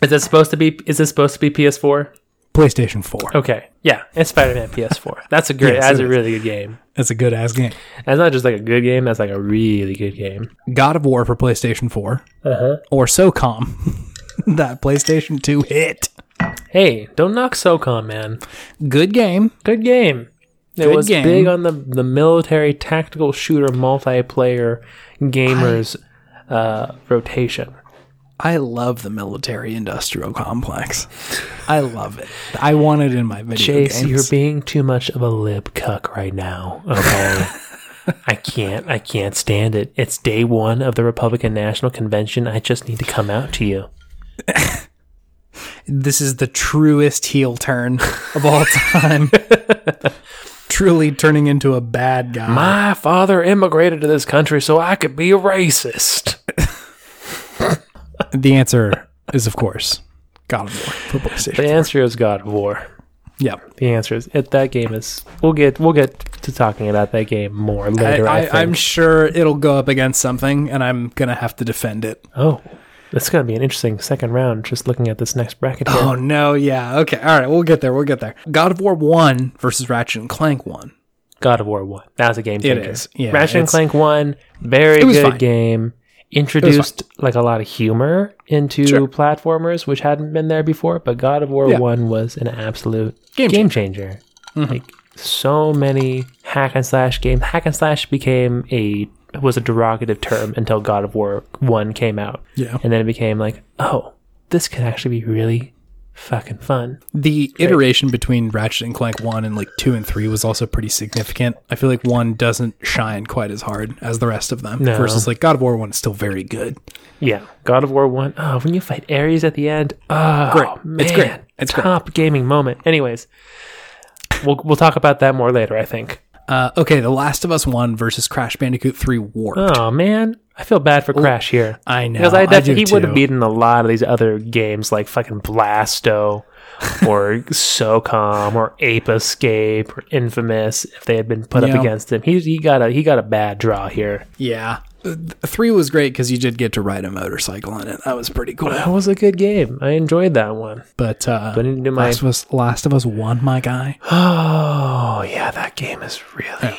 Speaker 1: Is it supposed to be is it supposed to be PS4?
Speaker 2: PlayStation 4.
Speaker 1: Okay. Yeah, it's Spider Man [laughs] PS4. That's a great.
Speaker 2: Yes,
Speaker 1: that's
Speaker 2: it
Speaker 1: a
Speaker 2: is.
Speaker 1: really good game.
Speaker 2: That's a good ass game.
Speaker 1: That's not just like a good game. That's like a really good game.
Speaker 2: God of War for PlayStation 4
Speaker 1: Uh-huh.
Speaker 2: or SOCOM. [laughs] that PlayStation 2 hit.
Speaker 1: Hey, don't knock SOCOM, man.
Speaker 2: Good game.
Speaker 1: Good game. It
Speaker 2: Good
Speaker 1: was
Speaker 2: game.
Speaker 1: big on the the military tactical shooter multiplayer gamers uh, rotation.
Speaker 2: I love the military industrial complex. I love it. I want it in my video
Speaker 1: Chase,
Speaker 2: games.
Speaker 1: you're being too much of a lib cuck right now. [laughs] Okay. I can't. I can't stand it. It's day one of the Republican National Convention. I just need to come out to you.
Speaker 2: this is the truest heel turn of all
Speaker 1: [laughs]
Speaker 2: time. [laughs] Truly turning into a bad guy.
Speaker 1: My father immigrated to this country so I could be a racist.
Speaker 2: the answer is, of course, God of War for
Speaker 1: The
Speaker 2: PlayStation.
Speaker 1: answer is God of War.
Speaker 2: Yep.
Speaker 1: The answer is it, that game is. We'll get we'll get to talking about that game more
Speaker 2: I,
Speaker 1: later. I, think.
Speaker 2: I, I'm sure it'll go up against something, and I'm gonna have to defend it.
Speaker 1: oh, it's gonna be an interesting second round. Just looking at this next bracket here.
Speaker 2: Oh no! Yeah. Okay. All right. We'll get there. We'll get there. God of War One versus Ratchet and Clank One.
Speaker 1: God of War one. That was a game changer.
Speaker 2: is. Yeah,
Speaker 1: Ratchet and
Speaker 2: it's-
Speaker 1: Clank one. Very
Speaker 2: was
Speaker 1: good
Speaker 2: fine.
Speaker 1: game. Introduced like a lot of humor into platformers, which hadn't been there before. But God of War
Speaker 2: Yeah.
Speaker 1: one was an absolute game,
Speaker 2: Game Mm-hmm.
Speaker 1: changer. Like so many hack and slash games. Hack and slash became a was a derogative term until God of War one came out,
Speaker 2: Yeah.
Speaker 1: and then it became like, oh, this could actually be really fucking fun.
Speaker 2: The iteration between Ratchet and Clank 1 and like 2 and 3 was also pretty significant. I feel like 1 doesn't shine quite as hard as the rest of them.
Speaker 1: No.
Speaker 2: Versus like God of War 1 is still very good.
Speaker 1: Yeah, God of War One. Oh, when you fight Ares at the end, oh,
Speaker 2: Great.
Speaker 1: man,
Speaker 2: It's great. It's great.
Speaker 1: top gaming moment. Anyways, we'll we'll talk about that more later. I think.
Speaker 2: Uh, okay, The Last of Us 1 versus Crash Bandicoot 3 Warped.
Speaker 1: Oh man, I feel bad for Crash here
Speaker 2: I know.
Speaker 1: because I, def-
Speaker 2: do
Speaker 1: he would have
Speaker 2: too.
Speaker 1: beaten a lot of these other games like fucking Blasto
Speaker 2: [laughs]
Speaker 1: or SOCOM or Ape Escape or Infamous if they had been put
Speaker 2: Yeah.
Speaker 1: up against him. He he got a he got a bad draw here.
Speaker 2: Yeah. Uh, th- 3 was great cuz you did get to ride a motorcycle in it. That was pretty cool.
Speaker 1: That was a good game. I enjoyed that one.
Speaker 2: But uh
Speaker 1: But I didn't do my
Speaker 2: Last of Us Last of Us 1, my guy.
Speaker 1: [gasps] oh yeah, that game is really.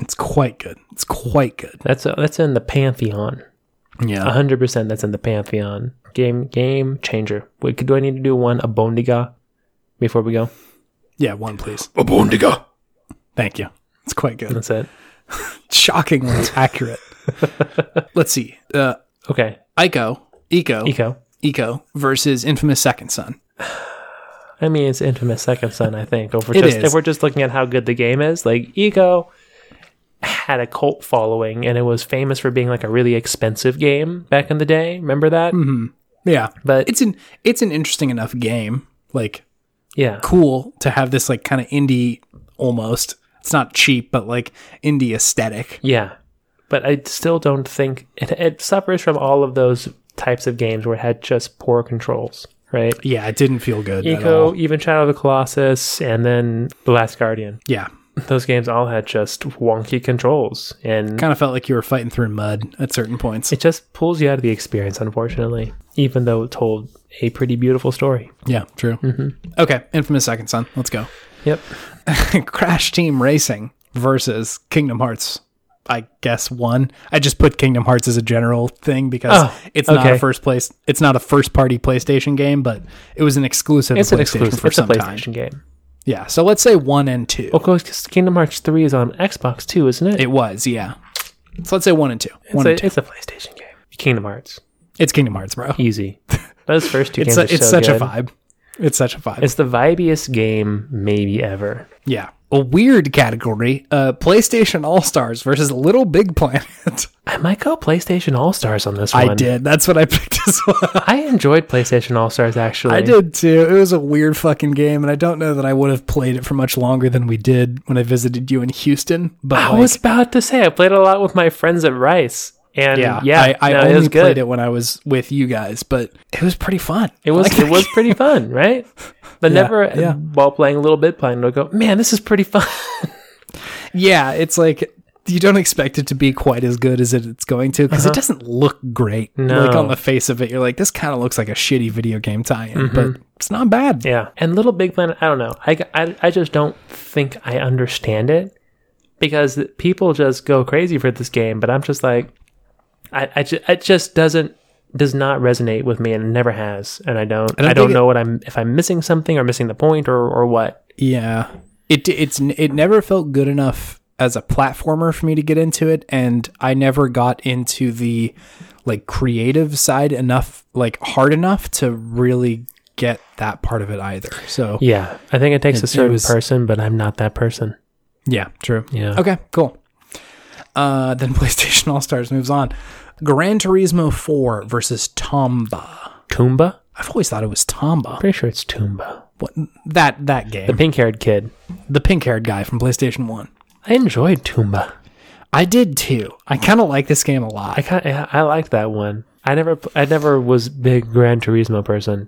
Speaker 2: It's quite good. It's quite good.
Speaker 1: That's uh, that's in the pantheon.
Speaker 2: Yeah.
Speaker 1: hundred percent. That's in the pantheon. Game game changer. Wait, do I need to do one a bondiga before we go?
Speaker 2: Yeah, one please. A bondiga. Thank you. It's quite good.
Speaker 1: That's it.
Speaker 2: Shockingly [laughs] accurate. Let's see. Uh
Speaker 1: Okay.
Speaker 2: Ico, Eco,
Speaker 1: Eco.
Speaker 2: Eco versus Infamous Second Son.
Speaker 1: I mean, it's infamous second son. I think. If we're
Speaker 2: It
Speaker 1: just
Speaker 2: is.
Speaker 1: if we're just looking at how good the game is, like Eco had a cult following and it was famous for being like a really expensive game back in the day. Remember that?
Speaker 2: Mm-hmm. Yeah.
Speaker 1: But
Speaker 2: It's an it's an interesting enough game. Like
Speaker 1: yeah,
Speaker 2: cool to have this like kind of indie almost. It's not cheap, but like indie aesthetic.
Speaker 1: Yeah, but I still don't think it, it suffers from all of those types of games where it had just poor controls, right?
Speaker 2: Yeah, it didn't feel good at
Speaker 1: Eco,
Speaker 2: all.
Speaker 1: even Shadow of the Colossus, and then The
Speaker 2: [laughs]
Speaker 1: Last Guardian.
Speaker 2: Yeah.
Speaker 1: Those games all had just wonky controls, and
Speaker 2: Kind of felt like you were fighting through mud at certain points.
Speaker 1: [laughs] it just pulls you out of the experience, unfortunately, even though it told a pretty beautiful story.
Speaker 2: Yeah, true.
Speaker 1: Mm-hmm.
Speaker 2: Okay, Infamous Second Son. Let's go. [laughs]
Speaker 1: Yep.
Speaker 2: Crash Team Racing versus Kingdom Hearts. I guess one. I just put Kingdom Hearts as a general thing because
Speaker 1: Oh,
Speaker 2: it's not a
Speaker 1: okay.
Speaker 2: first place. It's not a first party PlayStation game, but it was an exclusive. to
Speaker 1: It's an
Speaker 2: PlayStation
Speaker 1: exclusive.
Speaker 2: for
Speaker 1: It's a
Speaker 2: some time.
Speaker 1: PlayStation game.
Speaker 2: Yeah. So let's say one and two.
Speaker 1: Of course, 'cause Kingdom Hearts 3 is on Xbox too, isn't it?
Speaker 2: It was yeah. So let's say one and two.
Speaker 1: it's,
Speaker 2: one
Speaker 1: a,
Speaker 2: and two.
Speaker 1: it's a PlayStation game. Kingdom Hearts.
Speaker 2: It's Kingdom Hearts, bro. [laughs]
Speaker 1: Easy. Those first two
Speaker 2: It's
Speaker 1: games
Speaker 2: su-
Speaker 1: are
Speaker 2: it's
Speaker 1: so
Speaker 2: such
Speaker 1: good.
Speaker 2: a vibe. It's such a vibe.
Speaker 1: It's the vibiest game maybe ever.
Speaker 2: yeah. A weird category. Uh, PlayStation All Stars versus Little Big Planet. [laughs]
Speaker 1: I might go PlayStation All Stars on this one.
Speaker 2: I did. That's what I [laughs] picked as well.
Speaker 1: I enjoyed PlayStation All Stars actually.
Speaker 2: I did too. It was a weird fucking game, and I don't know that I would have played it for much longer than we did when I visited you in Houston. But
Speaker 1: I
Speaker 2: like,
Speaker 1: was about to say I played a lot with my friends at Rice, and
Speaker 2: yeah,
Speaker 1: yeah,
Speaker 2: I, I
Speaker 1: no,
Speaker 2: only
Speaker 1: it was good.
Speaker 2: played it when I was with you guys, but it was pretty fun.
Speaker 1: It was it was pretty fun, right? But never
Speaker 2: yeah.
Speaker 1: while playing a little bit playing, would go, man, this is pretty fun.
Speaker 2: [laughs] yeah. It's like you don't expect it to be quite as good as it, it's going to because it doesn't look great.
Speaker 1: Uh-huh. No.
Speaker 2: Like on the face of it, you're like, this kind of looks like a shitty video game tie-in,
Speaker 1: Mm-hmm.
Speaker 2: but it's not bad.
Speaker 1: yeah, [laughs] and Little Big Planet, I don't know. I, I I just don't think I understand it because people just go crazy for this game, but I'm just like, I I ju- it just doesn't does not resonate with me and it never has and i don't i
Speaker 2: don't
Speaker 1: don't,
Speaker 2: think it-
Speaker 1: know what i'm if i'm missing something or missing the point or or what
Speaker 2: Yeah. It it's it never felt good enough as a platformer for me to get into it and I never got into the like creative side enough like hard enough to really get that part of it either. So
Speaker 1: yeah i think it takes
Speaker 2: It-
Speaker 1: a
Speaker 2: it
Speaker 1: certain
Speaker 2: was-
Speaker 1: person but i'm not that person
Speaker 2: yeah, true.
Speaker 1: yeah
Speaker 2: Okay, cool. Uh then [laughs] PlayStation All-Stars moves on. Gran Turismo 4 versus Tomba.
Speaker 1: Toomba?
Speaker 2: I've always thought it was Tomba.
Speaker 1: Pretty sure it's Toomba.
Speaker 2: What, that that
Speaker 1: The
Speaker 2: game.
Speaker 1: pink haired kid.
Speaker 2: The pink-haired guy from PlayStation 1.
Speaker 1: I enjoyed Toomba.
Speaker 2: I did too. I kind of like this game a lot.
Speaker 1: I kind I liked that one. I never pl- I never was big Gran Turismo person.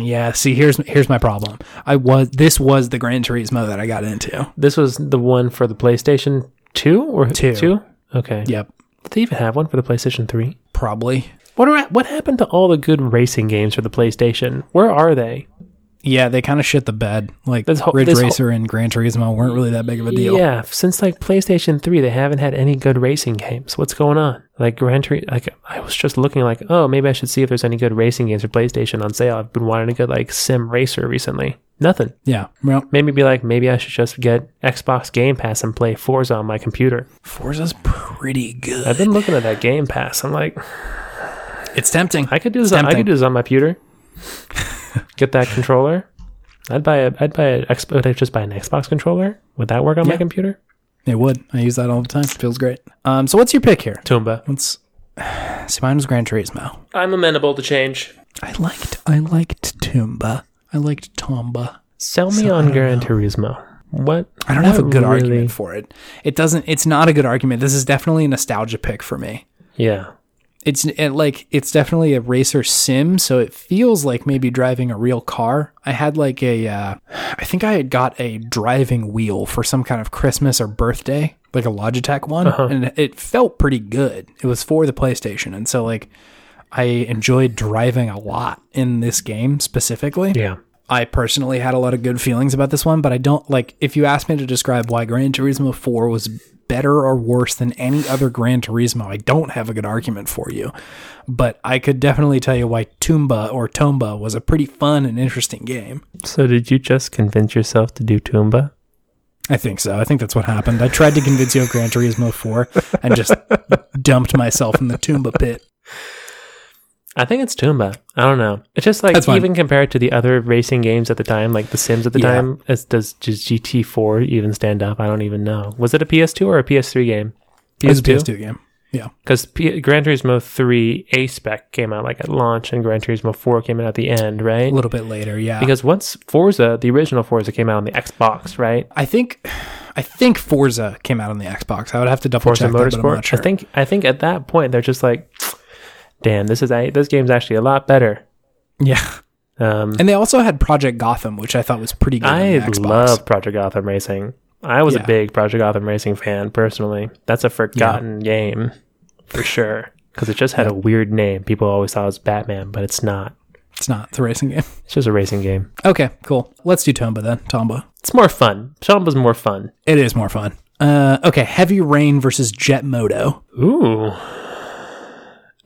Speaker 2: Yeah, see, here's here's my problem. I was this was the Gran Turismo that I got into.
Speaker 1: This was the one for the PlayStation 2 or
Speaker 2: Two.
Speaker 1: 2? Okay.
Speaker 2: Yep,
Speaker 1: Did they even have one for the PlayStation 3?
Speaker 2: probably.
Speaker 1: What are what happened to all the good racing games for the PlayStation? Where are they?
Speaker 2: Yeah, they kind of shit the bed. Like
Speaker 1: This whole-
Speaker 2: Ridge
Speaker 1: this whole-
Speaker 2: Racer and Gran Turismo weren't really that big of a deal.
Speaker 1: Yeah, since like PlayStation 3, they haven't had any good racing games. What's going on? Like Gran Turismo, like I was just looking like, oh, maybe I should see if there's any good racing games for PlayStation on sale. I've been wanting a good like sim racer recently. Nothing.
Speaker 2: Yeah, well,
Speaker 1: Made me be like, maybe I should just get Xbox Game Pass and play Forza on my computer.
Speaker 2: Forza's pretty good.
Speaker 1: I've been looking at that Game Pass. I'm like,
Speaker 2: It's tempting.
Speaker 1: I could do this.
Speaker 2: It's
Speaker 1: On, I
Speaker 2: tempting.
Speaker 1: [laughs] could do this on my computer. Get that controller. I'd buy a. I'd buy an Xbox. Would I just buy an Xbox controller? Would that work on my
Speaker 2: Yeah.
Speaker 1: computer?
Speaker 2: It would. I use that all the time. Feels great. Um, so what's your pick here?
Speaker 1: Tumba.
Speaker 2: Let's [sighs] see. Mine was Gran Turismo.
Speaker 1: I'm amenable to change.
Speaker 2: I liked. I liked Tomba. I liked Tomba.
Speaker 1: Sell me on Gran Turismo. What?
Speaker 2: I don't have a
Speaker 1: what
Speaker 2: good
Speaker 1: really-
Speaker 2: argument for it. It doesn't. It's not a good argument. This is definitely a nostalgia pick for me.
Speaker 1: Yeah.
Speaker 2: It's it, like it's definitely a racer sim, so it feels like maybe driving a real car. I had like a, uh, I think I had got a driving wheel for some kind of Christmas or birthday, like a Logitech one, and it felt pretty good. It was for the PlayStation, and so like I enjoyed driving a lot in this game specifically.
Speaker 1: Yeah.
Speaker 2: I personally had a lot of good feelings about this one, but I don't like if you asked me to describe why Gran Turismo 4 was better or worse than any other Gran Turismo, I don't have a good argument for you. But I could definitely tell you why Tumba or Tomba was a pretty fun and interesting game.
Speaker 1: So did you just convince yourself to do Tumba?
Speaker 2: I think so. I think that's what happened. I tried to convince you of Gran Turismo 4 and just [laughs] dumped myself in the Tumba pit.
Speaker 1: I think it's Tumba. I don't know. It's just like
Speaker 2: That's fine.
Speaker 1: even compared to the other racing games at the time, like The Sims at the
Speaker 2: Yeah.
Speaker 1: time, is, does does GT4 even stand up? I don't even know. Was it a PS2 or a PS3 game?
Speaker 2: It was a PS2 game. Yeah.
Speaker 1: Because P- Gran Turismo 3 A Spec came out like at launch, and Gran Turismo 4 came out at the end, right?
Speaker 2: A little bit later, yeah.
Speaker 1: Because once Forza, the original Forza came out on the Xbox, right?
Speaker 2: I think I think Forza came out on the Xbox. I would have to double
Speaker 1: Forza
Speaker 2: check that, but I'm
Speaker 1: Motorsport.
Speaker 2: not sure.
Speaker 1: I think I think at that point they're just like, damn, this is a- this game's actually a lot better.
Speaker 2: yeah.
Speaker 1: Um,
Speaker 2: And they also had Project Gotham, which I thought was pretty good.
Speaker 1: I
Speaker 2: on the Xbox.
Speaker 1: love Project Gotham Racing. I was
Speaker 2: Yeah.
Speaker 1: a big Project Gotham Racing fan personally. That's a forgotten game for sure because it just had a weird name. People always thought it was Batman, but it's not.
Speaker 2: It's not the racing game. [laughs]
Speaker 1: It's just a racing game.
Speaker 2: Okay, cool. Let's do Tomba then. Tomba.
Speaker 1: It's more fun. Tomba's more fun.
Speaker 2: It is more fun. Uh, okay, Heavy Rain versus Jet Moto.
Speaker 1: Ooh.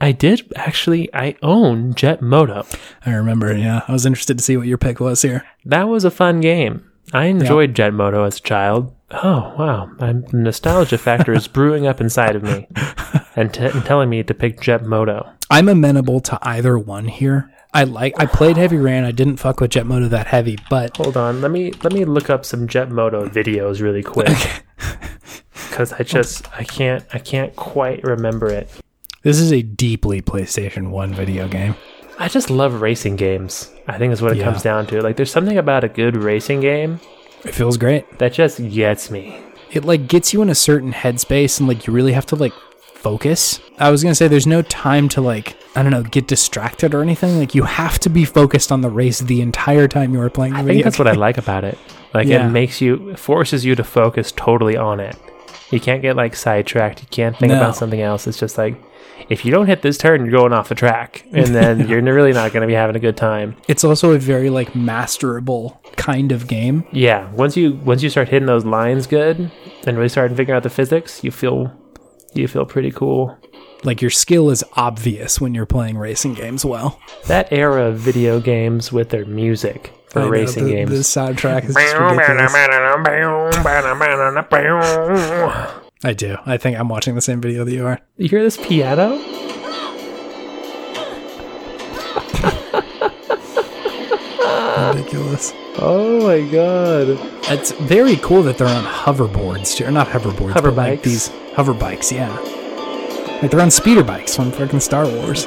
Speaker 1: I did actually. I own Jet Moto.
Speaker 2: I remember. Yeah, I was interested to see what your pick was here.
Speaker 1: That was a fun game. I enjoyed Jet Moto as a child. Oh wow, my nostalgia factor is brewing up inside of me and, t- and telling me to pick Jet Moto.
Speaker 2: I'm amenable to either one here. I like. I played Heavy Rain. I didn't fuck with Jet Moto that heavy, but
Speaker 1: Hold on, let me let me look up some Jet Moto videos really quick. [laughs] Cuz I just I can't I can't quite remember it.
Speaker 2: this is a deeply PlayStation One video game.
Speaker 1: I just love racing games. I think is what it
Speaker 2: Yeah.
Speaker 1: comes down to. Like there's something about a good racing game
Speaker 2: It feels great.
Speaker 1: that just gets me.
Speaker 2: it like gets you in a certain headspace and like you really have to like focus. I was gonna say there's no time to like I don't know get distracted or anything. Like you have to be focused on the race the entire time you are playing the
Speaker 1: I
Speaker 2: video.
Speaker 1: think that's what I like about it. Like
Speaker 2: Yeah.
Speaker 1: it makes you it forces you to focus totally on it. You can't get like sidetracked. You can't think
Speaker 2: No.
Speaker 1: about something else. It's just like if you don't hit this turn, you're going off the track,
Speaker 2: [laughs]
Speaker 1: and then you're really not going to be having a good time.
Speaker 2: It's also a very like masterable kind of game.
Speaker 1: Yeah, once you once you start hitting those lines good, and really start figuring out the physics, you feel you feel pretty cool.
Speaker 2: Like your skill is obvious when you're playing racing games well.
Speaker 1: That era of video games with their music for
Speaker 2: I know,
Speaker 1: racing
Speaker 2: the,
Speaker 1: games.
Speaker 2: The [laughs] soundtrack
Speaker 1: [laughs]
Speaker 2: is just ridiculous. I do. I think I'm watching the same video that you are.
Speaker 1: You hear this piano?
Speaker 2: Ridiculous.
Speaker 1: Oh my god.
Speaker 2: It's very cool that they're on hoverboards too, or not hoverboards,
Speaker 1: Hover
Speaker 2: but like
Speaker 1: bikes.
Speaker 2: these hover bikes. Yeah, like they're on speeder bikes from fucking Star Wars.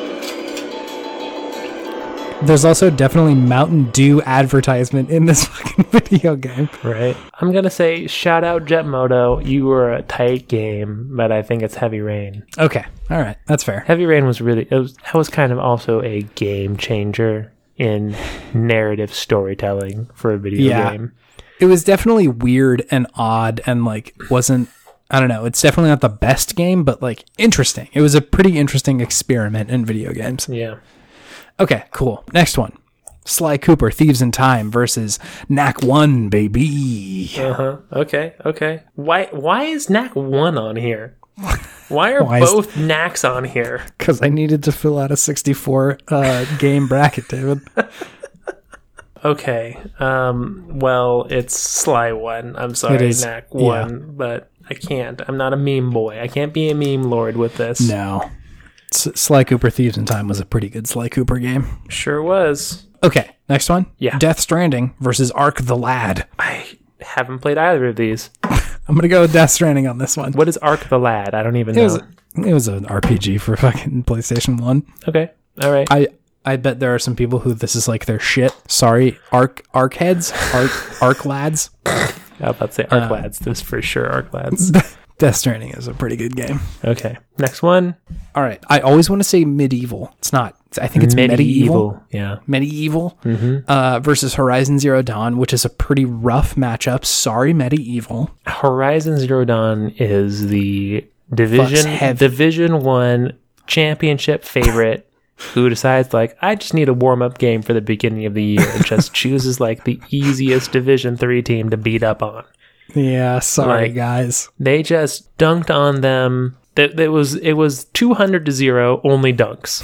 Speaker 2: There's also definitely Mountain Dew advertisement in this [laughs] fucking video game.
Speaker 1: Right. I'm gonna say shout out Jet Moto. You were a tight game, but I think it's Heavy Rain.
Speaker 2: Okay, all right, that's fair.
Speaker 1: Heavy Rain was really it was that was kind of also a game changer in narrative storytelling for a video
Speaker 2: Yeah.
Speaker 1: game.
Speaker 2: It was definitely weird and odd, and like wasn't. I don't know. It's definitely not the best game, but like interesting. It was a pretty interesting experiment in video games.
Speaker 1: Yeah.
Speaker 2: Okay, cool. Next one. Sly Cooper, Thieves in Time versus Knack One, baby. [laughs]
Speaker 1: Uh huh. Okay. Okay. Why why is Knack one on here? Why are
Speaker 2: Why is-
Speaker 1: both Knacks on here?
Speaker 2: Because I needed to fill out a 64 uh, game bracket, David.
Speaker 1: Okay. Um. Well, it's Sly one. I'm sorry,
Speaker 2: It is,
Speaker 1: Knack
Speaker 2: yeah.
Speaker 1: one, but I can't. I'm not a meme boy. I can't be a meme lord with this.
Speaker 2: [laughs] No. S- Sly Cooper Thieves in Time was a pretty good Sly Cooper game.
Speaker 1: Sure was.
Speaker 2: Okay, next one.
Speaker 1: Yeah.
Speaker 2: Death Stranding versus Ark the Lad.
Speaker 1: I haven't played either of these.
Speaker 2: I'm gonna go with Death Stranding on this one.
Speaker 1: What is Ark the Lad? I don't even
Speaker 2: It
Speaker 1: know.
Speaker 2: was it was an RPG for [laughs] fucking PlayStation One.
Speaker 1: okay. All right.
Speaker 2: I I bet there are some people who this is like their shit. Sorry, Ark Ark heads, Ark Ark lads.
Speaker 1: I was about to say
Speaker 2: Uh,
Speaker 1: Ark Lads. This for sure Ark Lads.
Speaker 2: [laughs] Death Stranding is a pretty good game.
Speaker 1: Okay. Next one.
Speaker 2: All right, I always want to say medieval. It's not. I think it's medieval.
Speaker 1: Yeah.
Speaker 2: Medieval
Speaker 1: Mm-hmm.
Speaker 2: uh, versus Horizon Zero Dawn, which is a pretty rough matchup. Sorry, Medieval.
Speaker 1: Horizon Zero Dawn is the
Speaker 2: Fucks
Speaker 1: division
Speaker 2: heavy.
Speaker 1: division one championship favorite [laughs] who decides like I just need a warm up game for the beginning of the year
Speaker 2: [laughs]
Speaker 1: and just chooses like the easiest Division three team to beat up on.
Speaker 2: Yeah, sorry
Speaker 1: Like-
Speaker 2: guys.
Speaker 1: They just dunked on them. Th- It was it was two hundred to zero only
Speaker 2: [laughs]
Speaker 1: dunks.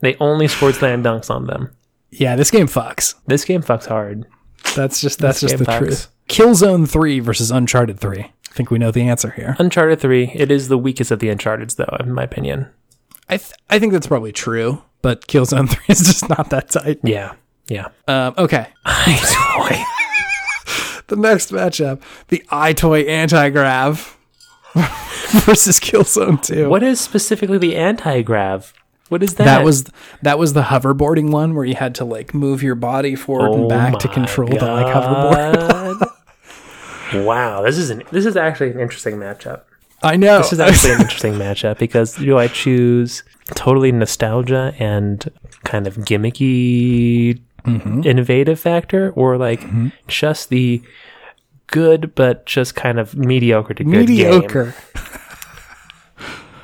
Speaker 1: they only scored slam dunks on them.
Speaker 2: Yeah, this game fucks.
Speaker 1: This game fucks hard.
Speaker 2: That's just that's
Speaker 1: This
Speaker 2: just the
Speaker 1: game fucks.
Speaker 2: truth. Killzone Three versus Uncharted Three. I think we know the answer here.
Speaker 1: Uncharted three. It is the weakest of the Uncharted's though, in my opinion.
Speaker 2: I th- I think that's probably true, but Killzone [laughs] Three is just not that tight.
Speaker 1: Yeah. Yeah.
Speaker 2: Um, [laughs] okay,
Speaker 1: Toy.
Speaker 2: the next matchup: the iToy Anti Grav [laughs] versus Killzone Two.
Speaker 1: What is specifically the anti grav? What is that?
Speaker 2: That was that was the hoverboarding one where you had to like move your body forward
Speaker 1: Oh
Speaker 2: and back to control the like hoverboard.
Speaker 1: hoverboard.
Speaker 2: [laughs]
Speaker 1: wow, this is an this is actually an interesting matchup.
Speaker 2: I know.
Speaker 1: This is
Speaker 2: [laughs]
Speaker 1: actually an interesting matchup because do I choose totally nostalgia and kind of gimmicky,
Speaker 2: Mm-hmm.
Speaker 1: innovative factor, or like just the good but just kind of mediocre to good game?
Speaker 2: mediocre.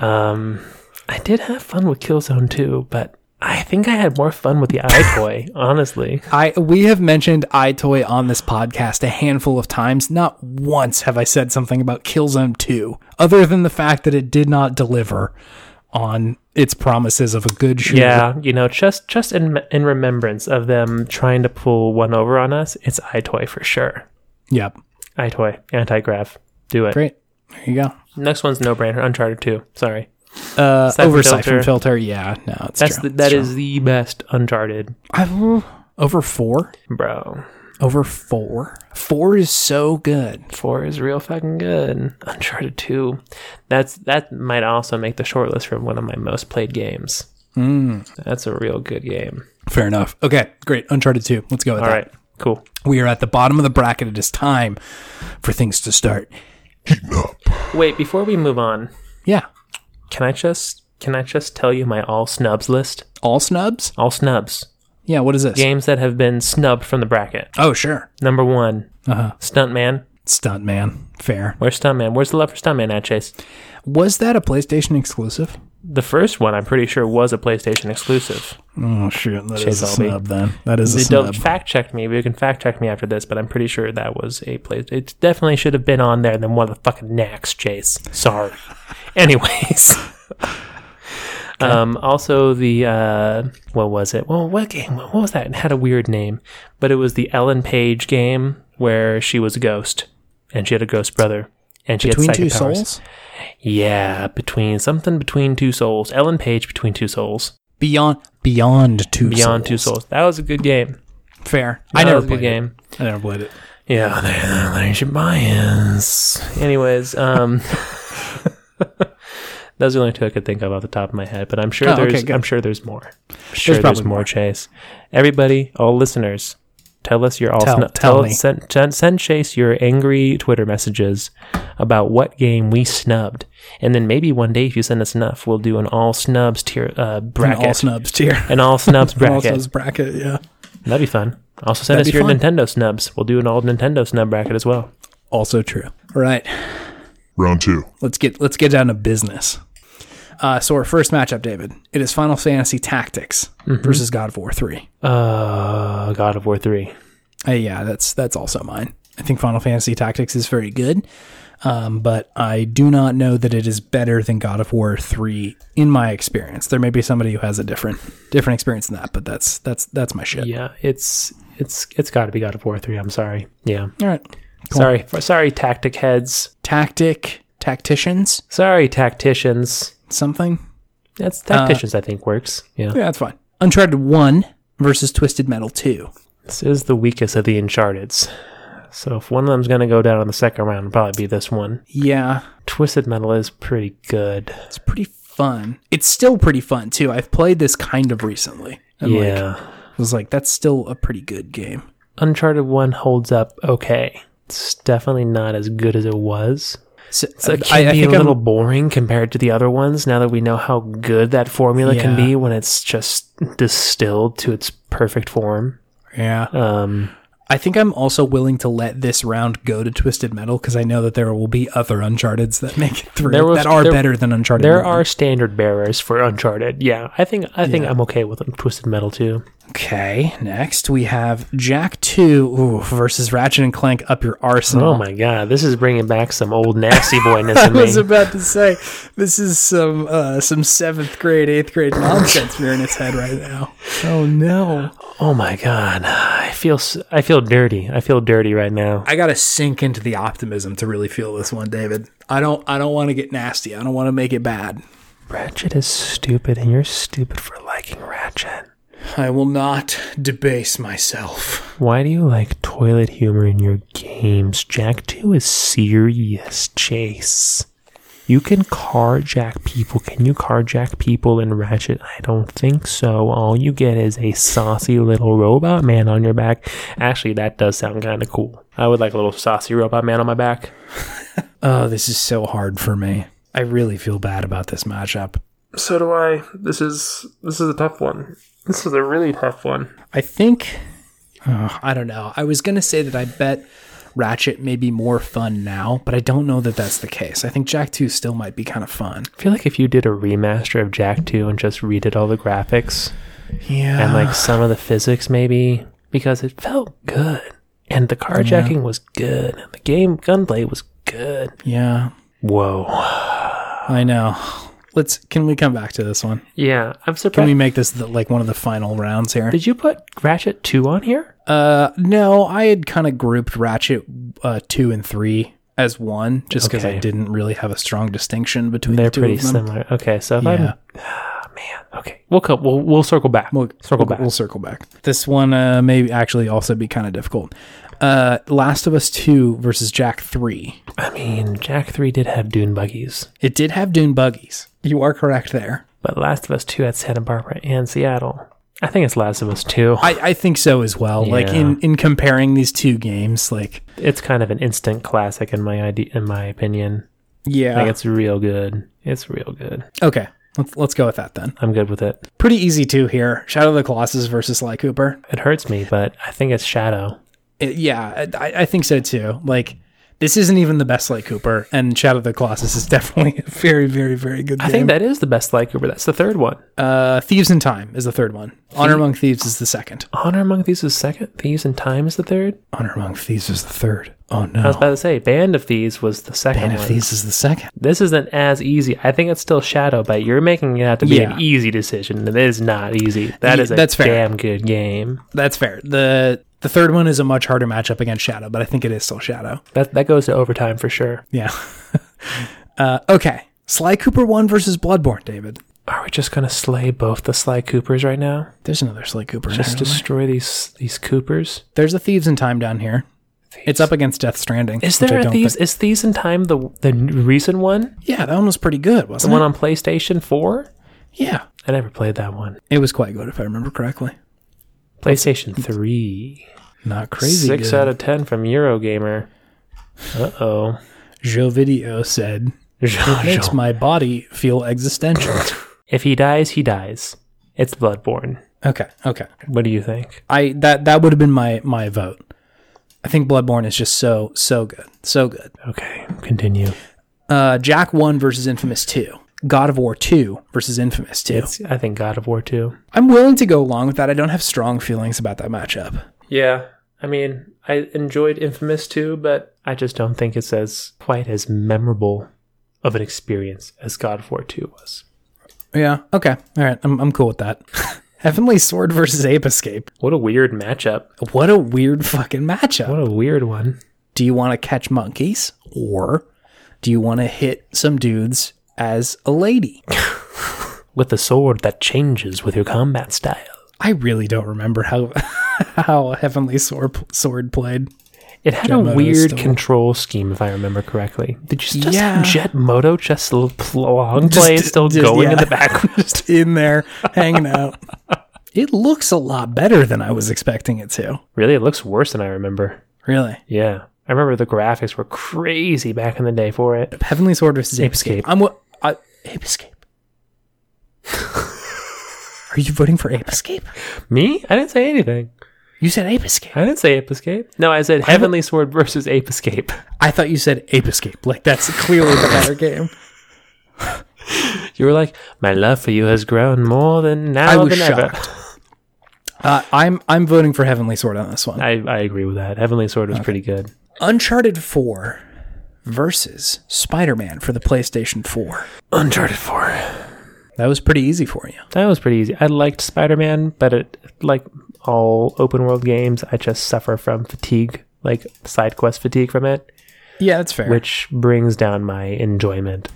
Speaker 1: Um, I did have fun with Killzone 2, but I think I had more fun with the iToy, honestly.
Speaker 2: I we have mentioned iToy on this podcast a handful of times. Not once have I said something about Killzone 2, other than the fact that it did not deliver on its promises of a good shooter.
Speaker 1: Yeah, you know, just just in in remembrance of them trying to pull one over on us, it's iToy for sure.
Speaker 2: Yep.
Speaker 1: iToy, anti-grav, do it.
Speaker 2: Great. There you go.
Speaker 1: Next one's no brainer, Uncharted 2. Sorry.
Speaker 2: Uh,
Speaker 1: Siphon
Speaker 2: over
Speaker 1: filter.
Speaker 2: siphon filter. Yeah. No, it's
Speaker 1: That's
Speaker 2: true.
Speaker 1: the, that is the best Uncharted,
Speaker 2: I- over four.
Speaker 1: bro.
Speaker 2: Over four. Four is so good.
Speaker 1: 4 is real fucking good. Uncharted 2. That's that might also make the shortlist for one of my most played games.
Speaker 2: Mm.
Speaker 1: That's a real good game.
Speaker 2: Fair enough. Okay. Great. Uncharted 2. Let's go with
Speaker 1: All
Speaker 2: that.
Speaker 1: right. Cool.
Speaker 2: We are at the bottom of the bracket. It is time for things to start.
Speaker 1: Wait, before we move on,
Speaker 2: Yeah.
Speaker 1: can I just can I just tell you my all snubs list?
Speaker 2: All snubs?
Speaker 1: All snubs.
Speaker 2: Yeah. What is this?
Speaker 1: Games that have been snubbed from the bracket.
Speaker 2: Oh, sure.
Speaker 1: Number one,
Speaker 2: Uh-huh.
Speaker 1: Stuntman.
Speaker 2: Stunt man. Fair.
Speaker 1: Where's Stuntman? Where's the love for Stuntman at, Chase?
Speaker 2: Was that a PlayStation exclusive?
Speaker 1: The first one, I'm pretty sure, was a PlayStation exclusive.
Speaker 2: Oh, shoot. that is a
Speaker 1: Albee.
Speaker 2: snub then. That is a
Speaker 1: They don't
Speaker 2: snub.
Speaker 1: fact check me, but you can fact check me after this, but I'm pretty sure that was a play. It definitely should have been on there than one of the fucking knacks, Chase.
Speaker 2: [laughs]
Speaker 1: Sorry. Anyways. Um, also the, uh, what was it? Well, what game? What was that? It had a weird name, but it was the Ellen Page game where she was a ghost and she had a ghost brother and she
Speaker 2: Between
Speaker 1: had
Speaker 2: two
Speaker 1: psychic powers.
Speaker 2: souls?
Speaker 1: Yeah, between something between two souls. Ellen Page between two souls.
Speaker 2: Beyond Beyond Two
Speaker 1: Beyond two
Speaker 2: Souls.
Speaker 1: souls. That was a good game.
Speaker 2: Fair.
Speaker 1: That
Speaker 2: I never
Speaker 1: was a good
Speaker 2: played it.
Speaker 1: game.
Speaker 2: I never played it.
Speaker 1: Yeah, there- there's your bias. Anyways, um, [laughs] those are the only two I could think of off the top of my head, but I'm sure
Speaker 2: Oh, okay,
Speaker 1: there's
Speaker 2: good.
Speaker 1: I'm sure there's more. I'm sure there's,
Speaker 2: probably
Speaker 1: more,
Speaker 2: more.
Speaker 1: Chase. Everybody, all listeners, tell us your all.
Speaker 2: Tell-
Speaker 1: snu-
Speaker 2: tell me.
Speaker 1: Send, send, send Chase your angry Twitter messages about what game we snubbed, and then maybe one day if you send us enough, we'll do an all snubs tier uh,
Speaker 2: An all
Speaker 1: bracket.
Speaker 2: snubs tier.
Speaker 1: An all snubs
Speaker 2: [laughs] An all
Speaker 1: [laughs] bracket.
Speaker 2: snubs bracket, yeah.
Speaker 1: That'd be fun. Also, send
Speaker 2: That'd
Speaker 1: us
Speaker 2: be
Speaker 1: your
Speaker 2: fun.
Speaker 1: Nintendo snubs. We'll do an all Nintendo snub bracket as well.
Speaker 2: Also true. All right.
Speaker 3: Round two.
Speaker 2: let's get let's get down to business. Uh, so our first matchup, David, it is Final Fantasy Tactics
Speaker 1: Mm-hmm.
Speaker 2: versus God of War Three.
Speaker 1: Uh, God of War three.
Speaker 2: Uh, yeah, that's that's also mine. I think Final Fantasy Tactics is very good, um, but I do not know that it is better than God of War Three in my experience. There may be somebody who has a different different experience than that, but that's that's that's my shit.
Speaker 1: Yeah, it's it's it's got to be God of War three. I'm sorry. Yeah,
Speaker 2: All right,
Speaker 1: sorry, For- sorry, tactic heads.
Speaker 2: tactic tacticians
Speaker 1: Sorry, tacticians.
Speaker 2: something.
Speaker 1: That's tacticians, I think, works. Yeah.
Speaker 2: Yeah, that's fine. Uncharted 1 versus Twisted Metal 2.
Speaker 1: This is the weakest of the Uncharted's. So if one of them's going to go down in the second round, it'll probably be this one.
Speaker 2: Yeah,
Speaker 1: Twisted Metal is pretty good.
Speaker 2: it's pretty fun. It's still pretty fun, too. I've played this kind of recently. And Like,
Speaker 1: yeah.
Speaker 2: was like, that's still a pretty good game.
Speaker 1: Uncharted 1 holds up okay. It's definitely not as good as it was.
Speaker 2: So,
Speaker 1: It's like, can be a little boring compared to the other ones now that we know how good that formula can
Speaker 2: Yeah.
Speaker 1: be when it's just distilled to its perfect form.
Speaker 2: I'm, yeah.
Speaker 1: Um,
Speaker 2: I think I'm also willing to let this round go to Twisted Metal because I know that there will be other Uncharted's that make it through
Speaker 1: There was-
Speaker 2: that are
Speaker 1: there-
Speaker 2: better than Uncharted.
Speaker 1: there
Speaker 2: one.
Speaker 1: are standard bearers for Uncharted. Yeah, I think I think I'm okay with Twisted Metal too.
Speaker 2: Okay, next we have Jack 2 ooh, versus Ratchet and Clank Up Your Arsenal.
Speaker 1: Oh my god, this is bringing back some old [laughs] nasty boyness
Speaker 2: I
Speaker 1: in me.
Speaker 2: was about to say this is some uh, some seventh grade, eighth grade nonsense here in its head right now. Oh no!
Speaker 1: Oh my god, I feel s- I feel dirty. I feel dirty right now.
Speaker 2: I gotta sink into the optimism to really feel this one, David. I don't I don't want to get nasty. I don't want to make it bad.
Speaker 1: Ratchet is stupid, and you're stupid for liking Ratchet.
Speaker 2: I will not debase myself.
Speaker 1: Why do you like toilet humor in your games? Jack 2 is serious, Chase. You can carjack people. Can you carjack people in Ratchet? I don't think so. All you get is a saucy little robot man on your back. Actually, that does sound kind of cool. I would like a little saucy robot man on my back.
Speaker 2: Oh, this is so hard for me. I really feel bad about this matchup.
Speaker 1: So do I. This is this is a tough one. This is a really tough one.
Speaker 2: I think uh, I don't know. I was gonna say that I bet Ratchet may be more fun now, but I don't know that that's the case. I think Jack Two still might be kind of fun.
Speaker 1: I feel like if you did a remaster of Jack 2 and just redid all the graphics,
Speaker 2: Yeah,
Speaker 1: and like some of the physics maybe because it felt good and the carjacking was good and the game gunplay was good
Speaker 2: yeah,
Speaker 1: whoa
Speaker 2: I know. Let's can we come back to this one?
Speaker 1: yeah i'm
Speaker 2: Can
Speaker 1: surprised
Speaker 2: we make this the, like one of the final rounds here?
Speaker 1: did you put ratchet 2 on here
Speaker 2: Uh, no, I had kind of grouped Ratchet uh, two and three as one, just because I
Speaker 1: Okay.
Speaker 2: didn't really have a strong distinction between
Speaker 1: they're
Speaker 2: the two
Speaker 1: pretty
Speaker 2: of them.
Speaker 1: similar okay so if
Speaker 2: Yeah.
Speaker 1: i'm ah man okay we'll come we'll, we'll circle back
Speaker 2: We'll
Speaker 1: circle
Speaker 2: we'll-
Speaker 1: back
Speaker 2: We'll circle back. This one uh, may actually also be kind of difficult. Uh, Last of Us Two versus Jack Three.
Speaker 1: i mean jack 3 did have dune buggies
Speaker 2: It did have dune buggies. You are correct there.
Speaker 1: but last of us 2 had santa barbara and seattle i think it's last of us 2
Speaker 2: I, I think so as well. Like
Speaker 1: Yeah.
Speaker 2: in in comparing these two games, like
Speaker 1: it's kind of an instant classic in my idea in my opinion
Speaker 2: yeah,
Speaker 1: like it's real good it's real good
Speaker 2: okay. Let's let's go with that then.
Speaker 1: I'm good with it.
Speaker 2: Pretty easy two here. Shadow of the Colossus versus Sly Cooper.
Speaker 1: It hurts me, but I think it's Shadow.
Speaker 2: It- yeah, I, I think so too. Like. This isn't even the best Sly Cooper, and Shadow of the Colossus is [laughs] definitely a very, very, very good game.
Speaker 1: I think that is the best Light Cooper. That's the third one.
Speaker 2: Uh, Thieves in Time is the third one. Honor Among Thieves is the second.
Speaker 1: Honor Among Thieves is second. Thieves in Time is the third.
Speaker 2: Honor Among Thieves is the third. Oh
Speaker 1: I was
Speaker 2: no.
Speaker 1: about to say Band of Thieves was the second
Speaker 2: Band
Speaker 1: one.
Speaker 2: of Thieves is the second.
Speaker 1: This isn't as easy. I think it's still Shadow, but you're making it out to be
Speaker 2: Yeah.
Speaker 1: an easy decision. It is not easy. That
Speaker 2: Yeah,
Speaker 1: is a
Speaker 2: that's fair.
Speaker 1: damn good game.
Speaker 2: That's fair. The the third one is a much harder matchup against Shadow, but I think it is still Shadow.
Speaker 1: That that goes to overtime for sure.
Speaker 2: Yeah. [laughs] uh, okay. Sly Cooper 1 versus Bloodborne, David.
Speaker 1: Are we just gonna slay both the Sly Coopers right now?
Speaker 2: There's another Sly Cooper. in
Speaker 1: Just
Speaker 2: there, don't there?
Speaker 1: destroy these these Coopers.
Speaker 2: There's a Thieves in Time down here. It's up against Death Stranding.
Speaker 1: Is
Speaker 2: which I
Speaker 1: there a
Speaker 2: don't
Speaker 1: Thieves?
Speaker 2: think-
Speaker 1: Is Thieves in Time the the recent one?
Speaker 2: Yeah, that one was pretty good,
Speaker 1: The
Speaker 2: wasn't
Speaker 1: one on PlayStation Four?
Speaker 2: it? Yeah.
Speaker 1: I never played that one.
Speaker 2: It was quite good, if I remember correctly.
Speaker 1: PlayStation 3.
Speaker 2: Not crazy.
Speaker 1: Six
Speaker 2: good.
Speaker 1: out of 10 from Eurogamer. Uh [laughs] oh.
Speaker 2: Joe Video said, makes my body feel existential. [laughs]
Speaker 1: if he dies, he dies. It's Bloodborne.
Speaker 2: okay, okay.
Speaker 1: What do you think?
Speaker 2: I that that would have been my my vote. I think Bloodborne is just so so good, so good.
Speaker 1: Okay, continue.
Speaker 2: Uh, Jack One versus Infamous Two, God of War Two versus Infamous Two.
Speaker 1: It's, I think, God of War 2.
Speaker 2: I'm willing to go along with that. I don't have strong feelings about that matchup.
Speaker 1: Yeah. I mean, I enjoyed Infamous 2, but I just don't think it's as quite as memorable of an experience as God of War 2 was.
Speaker 2: Yeah. Okay. All right. I'm I'm cool with [laughs] that. Heavenly Sword versus Ape Escape.
Speaker 1: What a weird matchup.
Speaker 2: What a weird fucking matchup.
Speaker 1: What a weird one.
Speaker 2: do you want to catch monkeys or do you want to hit some dudes as a lady?
Speaker 1: with a sword that changes with your combat style.
Speaker 2: I really don't remember how [laughs] how Heavenly Sword, Sword played.
Speaker 1: It had
Speaker 2: Jet
Speaker 1: a
Speaker 2: Moto
Speaker 1: weird
Speaker 2: still-
Speaker 1: control scheme, if I remember correctly. Did you just
Speaker 2: Yeah.
Speaker 1: Jet Moto just l- pl- long
Speaker 2: Just-
Speaker 1: play is still
Speaker 2: just-
Speaker 1: going in
Speaker 2: yeah.
Speaker 1: [laughs] the background?
Speaker 2: [laughs] Just in there, hanging [laughs] out. It looks a lot better than I was expecting it to.
Speaker 1: really, it looks worse than I remember.
Speaker 2: Really.
Speaker 1: Yeah, I remember the graphics were crazy back in the day for it.
Speaker 2: Heavenly Sword versus Ape
Speaker 1: Escape.
Speaker 2: Escape. I'm what I, Ape Escape. [laughs] Are you voting for Ape Escape?
Speaker 1: Me? I didn't say anything.
Speaker 2: You said Ape Escape.
Speaker 1: I didn't say Ape Escape. No, I said Heavenly Sword versus Ape Escape. [laughs]
Speaker 2: I thought you said Ape Escape. Like that's clearly the better [laughs] game.
Speaker 1: You were like, my love for you has grown more than now
Speaker 2: I was
Speaker 1: than
Speaker 2: shocked. Uh, I'm I'm voting for Heavenly Sword on this one.
Speaker 1: ever. I, I agree with that. Heavenly Sword was pretty good.
Speaker 2: Uncharted 4 versus Spider-Man for the PlayStation 4.
Speaker 1: Uncharted 4.
Speaker 2: That was pretty easy for you.
Speaker 1: That was pretty easy. I liked Spider Man, but it, like all open world games, I just suffer from fatigue, like side quest fatigue from it,
Speaker 2: Yeah, that's fair.
Speaker 1: which brings down my enjoyment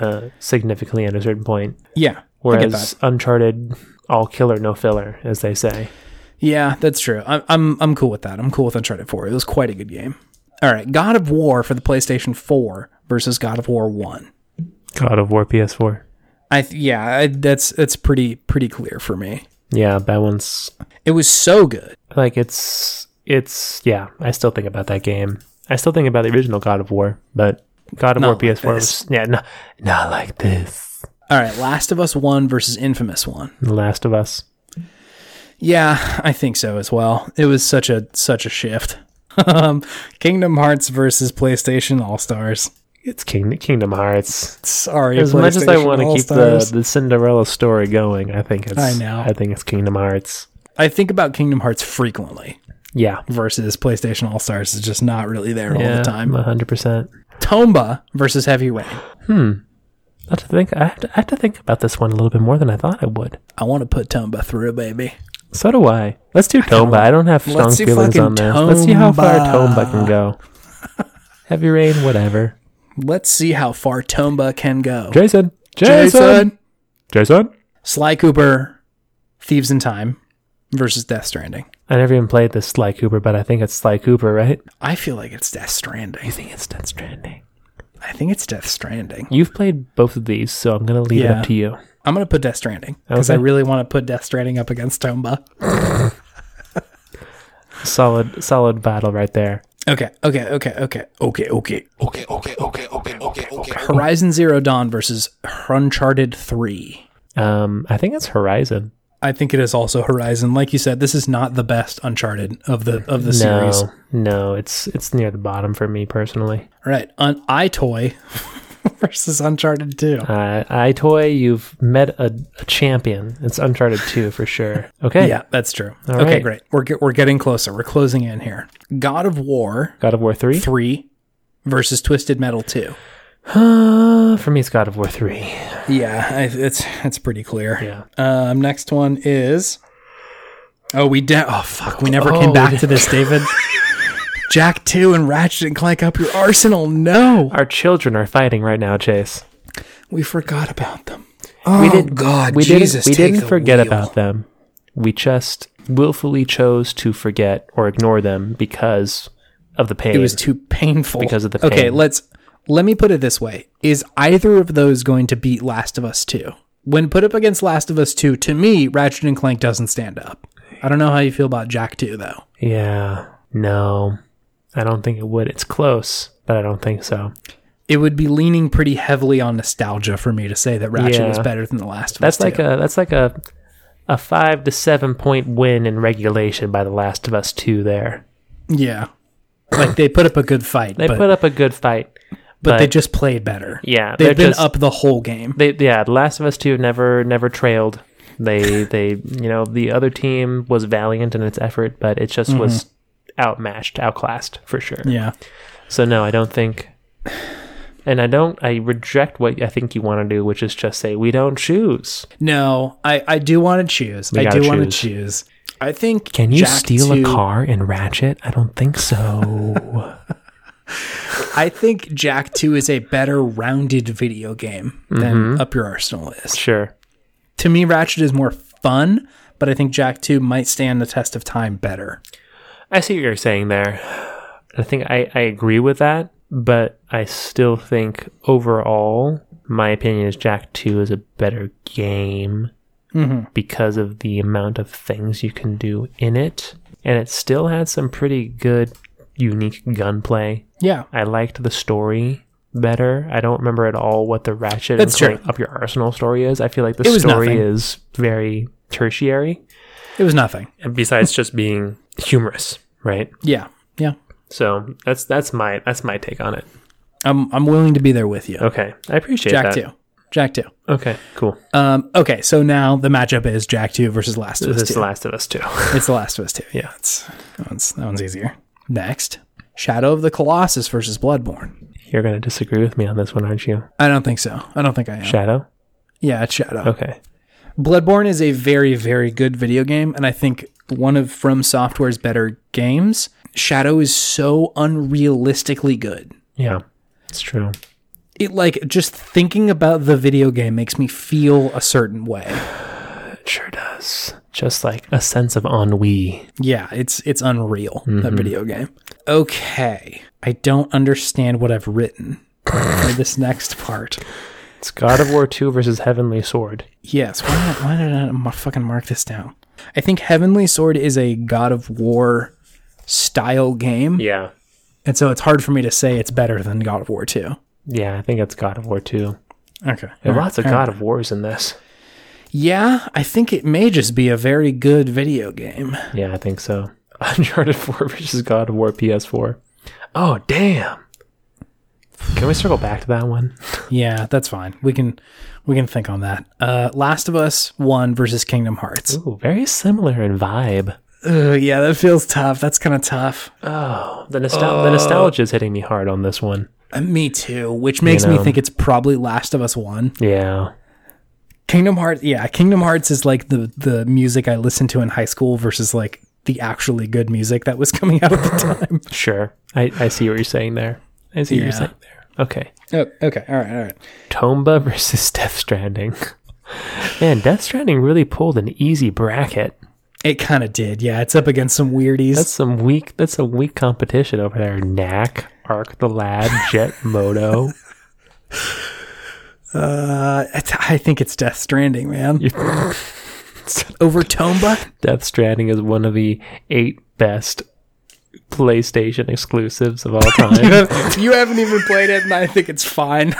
Speaker 1: uh, significantly at a certain point.
Speaker 2: yeah. I get that.
Speaker 1: Whereas Uncharted, all killer, no filler, as they say.
Speaker 2: Yeah, that's true. I'm I'm I'm cool with that. I'm cool with Uncharted 4. It was quite a good game. All right, God of War for the PlayStation 4 versus God of War 1.
Speaker 1: God of War PS4.
Speaker 2: I th- yeah, I, that's that's pretty pretty clear for me.
Speaker 1: Yeah, that one's
Speaker 2: It was so good.
Speaker 1: like it's it's yeah. I still think about that game. I still think about the original God of War, but God of War
Speaker 2: like
Speaker 1: PS4
Speaker 2: this.
Speaker 1: was yeah, no, not like this.
Speaker 2: All right, Last of Us 1 versus Infamous 1.
Speaker 1: The Last of Us.
Speaker 2: Yeah, I think so as well. It was such a such a shift. um, Kingdom Hearts versus PlayStation All Stars.
Speaker 1: It's King, Kingdom Hearts.
Speaker 2: Sorry,
Speaker 1: As much as I
Speaker 2: PlayStation
Speaker 1: want to keep the,
Speaker 2: All-Stars.
Speaker 1: the Cinderella story going, I think it's
Speaker 2: I know.
Speaker 1: I think it's Kingdom Hearts.
Speaker 2: I think about Kingdom Hearts frequently
Speaker 1: Yeah,
Speaker 2: versus PlayStation All Stars is just not really there all the time.
Speaker 1: one hundred percent.
Speaker 2: Tomba versus Heavy Rain.
Speaker 1: I have to think. I have to, I have to think about this one a little bit more than I thought I would.
Speaker 2: I want to put Tomba through, baby.
Speaker 1: So do I. Let's do Tomba. I don't have strong
Speaker 2: Let's do
Speaker 1: feelings
Speaker 2: fucking
Speaker 1: on this. Let's see how far
Speaker 2: Tomba.
Speaker 1: Tomba can go.
Speaker 2: [laughs]
Speaker 1: Heavy rain, whatever.
Speaker 2: Let's see how far Tomba can go.
Speaker 1: Jason. Jason. Jason.
Speaker 2: Sly Cooper, Thieves in Time versus Death Stranding.
Speaker 1: I never even played this Sly Cooper, but I think it's Sly Cooper, right?
Speaker 2: I feel like it's Death Stranding.
Speaker 1: I think it's Death Stranding.
Speaker 2: I think it's Death Stranding.
Speaker 1: You've played both of these, so I'm gonna leave it
Speaker 2: Yeah.
Speaker 1: up to you.
Speaker 2: I'm gonna put Death Stranding because
Speaker 1: Okay.
Speaker 2: I really want to put Death Stranding up against Tomba.
Speaker 1: Solid, solid battle right there.
Speaker 2: Okay, okay, okay, okay, okay, okay.
Speaker 3: okay, okay, okay, okay, okay, okay.
Speaker 2: Horizon Zero Dawn versus Uncharted Three.
Speaker 1: Um, I think it's Horizon.
Speaker 2: I think it is also Horizon. Like you said, this is not the best Uncharted of the of the series.
Speaker 1: No, no, it's it's near the bottom for me personally.
Speaker 2: All right, un- iToy [laughs] versus Uncharted Two.
Speaker 1: Uh, iToy, you've met a, a champion. It's Uncharted Two for sure. [laughs]
Speaker 2: [laughs]
Speaker 1: Okay,
Speaker 2: Yeah, that's true.
Speaker 1: All
Speaker 2: okay,
Speaker 1: right.
Speaker 2: great. We're get, we're getting closer. We're closing in here. God of War
Speaker 1: God of War Three.
Speaker 2: Three versus Twisted Metal Two.
Speaker 1: Uh, [gasps] for me, it's God of War Three.
Speaker 2: Yeah, I, it's it's pretty clear.
Speaker 1: Yeah.
Speaker 2: Um, next one is. Oh, we did. oh fuck, we never
Speaker 1: Oh,
Speaker 2: came
Speaker 1: we
Speaker 2: back to this, [laughs] David. Jack Two and Ratchet and Clank up your arsenal. No,
Speaker 1: Our children are fighting right now, Chase.
Speaker 2: we forgot about them. Oh God,
Speaker 1: we
Speaker 2: Jesus,
Speaker 1: didn't, we
Speaker 2: take
Speaker 1: didn't
Speaker 2: the
Speaker 1: forget
Speaker 2: wheel.
Speaker 1: about them. We just willfully chose to forget or ignore them because of the pain.
Speaker 2: It was too painful
Speaker 1: Because of the
Speaker 2: Okay,
Speaker 1: pain.
Speaker 2: let's let me put it this way: Is either of those going to beat Last of Us Two? When put up against Last of Us Two, to me, Ratchet and Clank doesn't stand up. I don't know how you feel about Jack Two though.
Speaker 1: yeah, no, I don't think it would. It's close, but I don't think so.
Speaker 2: It would be leaning pretty heavily on nostalgia for me to say that Ratchet
Speaker 1: Yeah.
Speaker 2: was better than the Last of
Speaker 1: That's
Speaker 2: Us.
Speaker 1: like a that's like a a five to seven point win in regulation by The Last of Us Two. There,
Speaker 2: a yeah. Like they put up a good fight,
Speaker 1: they
Speaker 2: but,
Speaker 1: put up a good fight,
Speaker 2: but they just played better.
Speaker 1: yeah, they're
Speaker 2: They've been
Speaker 1: just-
Speaker 2: up the whole game.
Speaker 1: They yeah, The Last of Us Two never never trailed. [laughs] They they you know the other team was valiant in its effort, but it just was Mm-hmm. outmatched, outclassed for sure.
Speaker 2: Yeah.
Speaker 1: So no, I don't think, and I don't. I reject what I think you want to do, which is just say we don't choose.
Speaker 2: No, I, I do want to choose. I
Speaker 1: gotta
Speaker 2: do want to
Speaker 1: choose.
Speaker 2: choose. I think
Speaker 1: Can you
Speaker 2: Jack
Speaker 1: steal
Speaker 2: 2
Speaker 1: a car in Ratchet? I don't think so.
Speaker 2: I think
Speaker 1: Mm-hmm.
Speaker 2: Jack 2 is a better rounded video game than Up Your Arsenal is.
Speaker 1: [laughs] sure.
Speaker 2: to me, Ratchet is more fun, but I think Jack 2 might stand the test of time better.
Speaker 1: I see what you're saying there. I think I, I agree with that, but I still think overall, my opinion is Jack 2 is a better game because of the amount of things you can do in it. And it still had some pretty good, unique gunplay.
Speaker 2: Yeah.
Speaker 1: I liked the story better. I don't remember at all what the Ratchet
Speaker 2: That's
Speaker 1: and Clank
Speaker 2: true.
Speaker 1: Up Your Arsenal story is. I feel like the
Speaker 2: It was
Speaker 1: story
Speaker 2: nothing.
Speaker 1: is very tertiary,
Speaker 2: It was nothing.
Speaker 1: and besides just being humorous, right?
Speaker 2: Yeah. Yeah.
Speaker 1: So that's that's my that's my take on it.
Speaker 2: I'm, I'm willing to be there with you.
Speaker 1: Okay, I appreciate
Speaker 2: Jack
Speaker 1: that.
Speaker 2: 2. Jack 2.
Speaker 1: Okay, cool.
Speaker 2: Um, okay, so now the matchup is Jack 2 versus Last of
Speaker 1: this [laughs]
Speaker 2: Us 2.
Speaker 1: is The Last of Us too.
Speaker 2: It's The Last of Us 2. Yeah, it's, that, one's, that one's easier. Next, Shadow of the Colossus versus Bloodborne.
Speaker 1: You're gonna disagree with me on this one, aren't you?
Speaker 2: I don't think so. I don't think I am.
Speaker 1: Shadow.
Speaker 2: yeah, it's Shadow.
Speaker 1: Okay.
Speaker 2: Bloodborne is a very, very good video game, and I think one of From Software's better games. Shadow is so unrealistically good.
Speaker 1: Yeah, it's true.
Speaker 2: It like just thinking about the video game makes me feel a certain way.
Speaker 1: It sure does. Just like a sense of ennui.
Speaker 2: Yeah, it's it's unreal that video game. Okay, I don't understand what I've written for this [laughs] next part.
Speaker 1: It's God of War Two versus Heavenly Sword.
Speaker 2: Yes, why did, why did I m- fucking mark this down? I think Heavenly Sword is a God of War style game.
Speaker 1: Yeah.
Speaker 2: And so it's hard for me to say it's better than God of War 2.
Speaker 1: Yeah, I think it's God of War Two.
Speaker 2: Okay.
Speaker 1: There are lots of God of Wars in this.
Speaker 2: Yeah, I think it may just be a very good video game.
Speaker 1: Yeah, I think so. [laughs] Uncharted 4 versus God of War PS4. Oh, damn. Can we circle back to that one?
Speaker 2: Yeah, that's fine. We can we can think on that. Uh Last of Us 1 versus Kingdom Hearts.
Speaker 1: Ooh, very similar in vibe.
Speaker 2: Ugh, yeah, that feels tough. That's kind of tough.
Speaker 1: Oh, the, nostal- the nostalgia is hitting me hard on this one.
Speaker 2: Uh, me too, which makes
Speaker 1: know.
Speaker 2: me think it's probably Last of Us 1.
Speaker 1: Yeah.
Speaker 2: Kingdom Hearts, yeah, Kingdom Hearts is like the the music I listened to in high school versus like the actually good music that was [laughs] coming out at the time.
Speaker 1: Sure. I, I see what you're saying there. I see what you're
Speaker 2: Yeah.
Speaker 1: saying there. Okay.
Speaker 2: oh, okay. All right, all right.
Speaker 1: Tomba [laughs] versus Death Stranding. [laughs] Man, Death Stranding really pulled an easy bracket.
Speaker 2: It kind of did. Yeah, it's up against some weirdies.
Speaker 1: That's some weak. That's some weak competition over there. Knack, Arc
Speaker 2: [laughs]
Speaker 1: the Lad, Jet Moto.
Speaker 2: Uh, it's- I think it's Death Stranding, man. Over Tomba?
Speaker 1: Death Stranding is one of the eight best PlayStation
Speaker 2: [laughs]
Speaker 1: exclusives of all time.
Speaker 2: [laughs] you haven't even played it, and I think it's fine.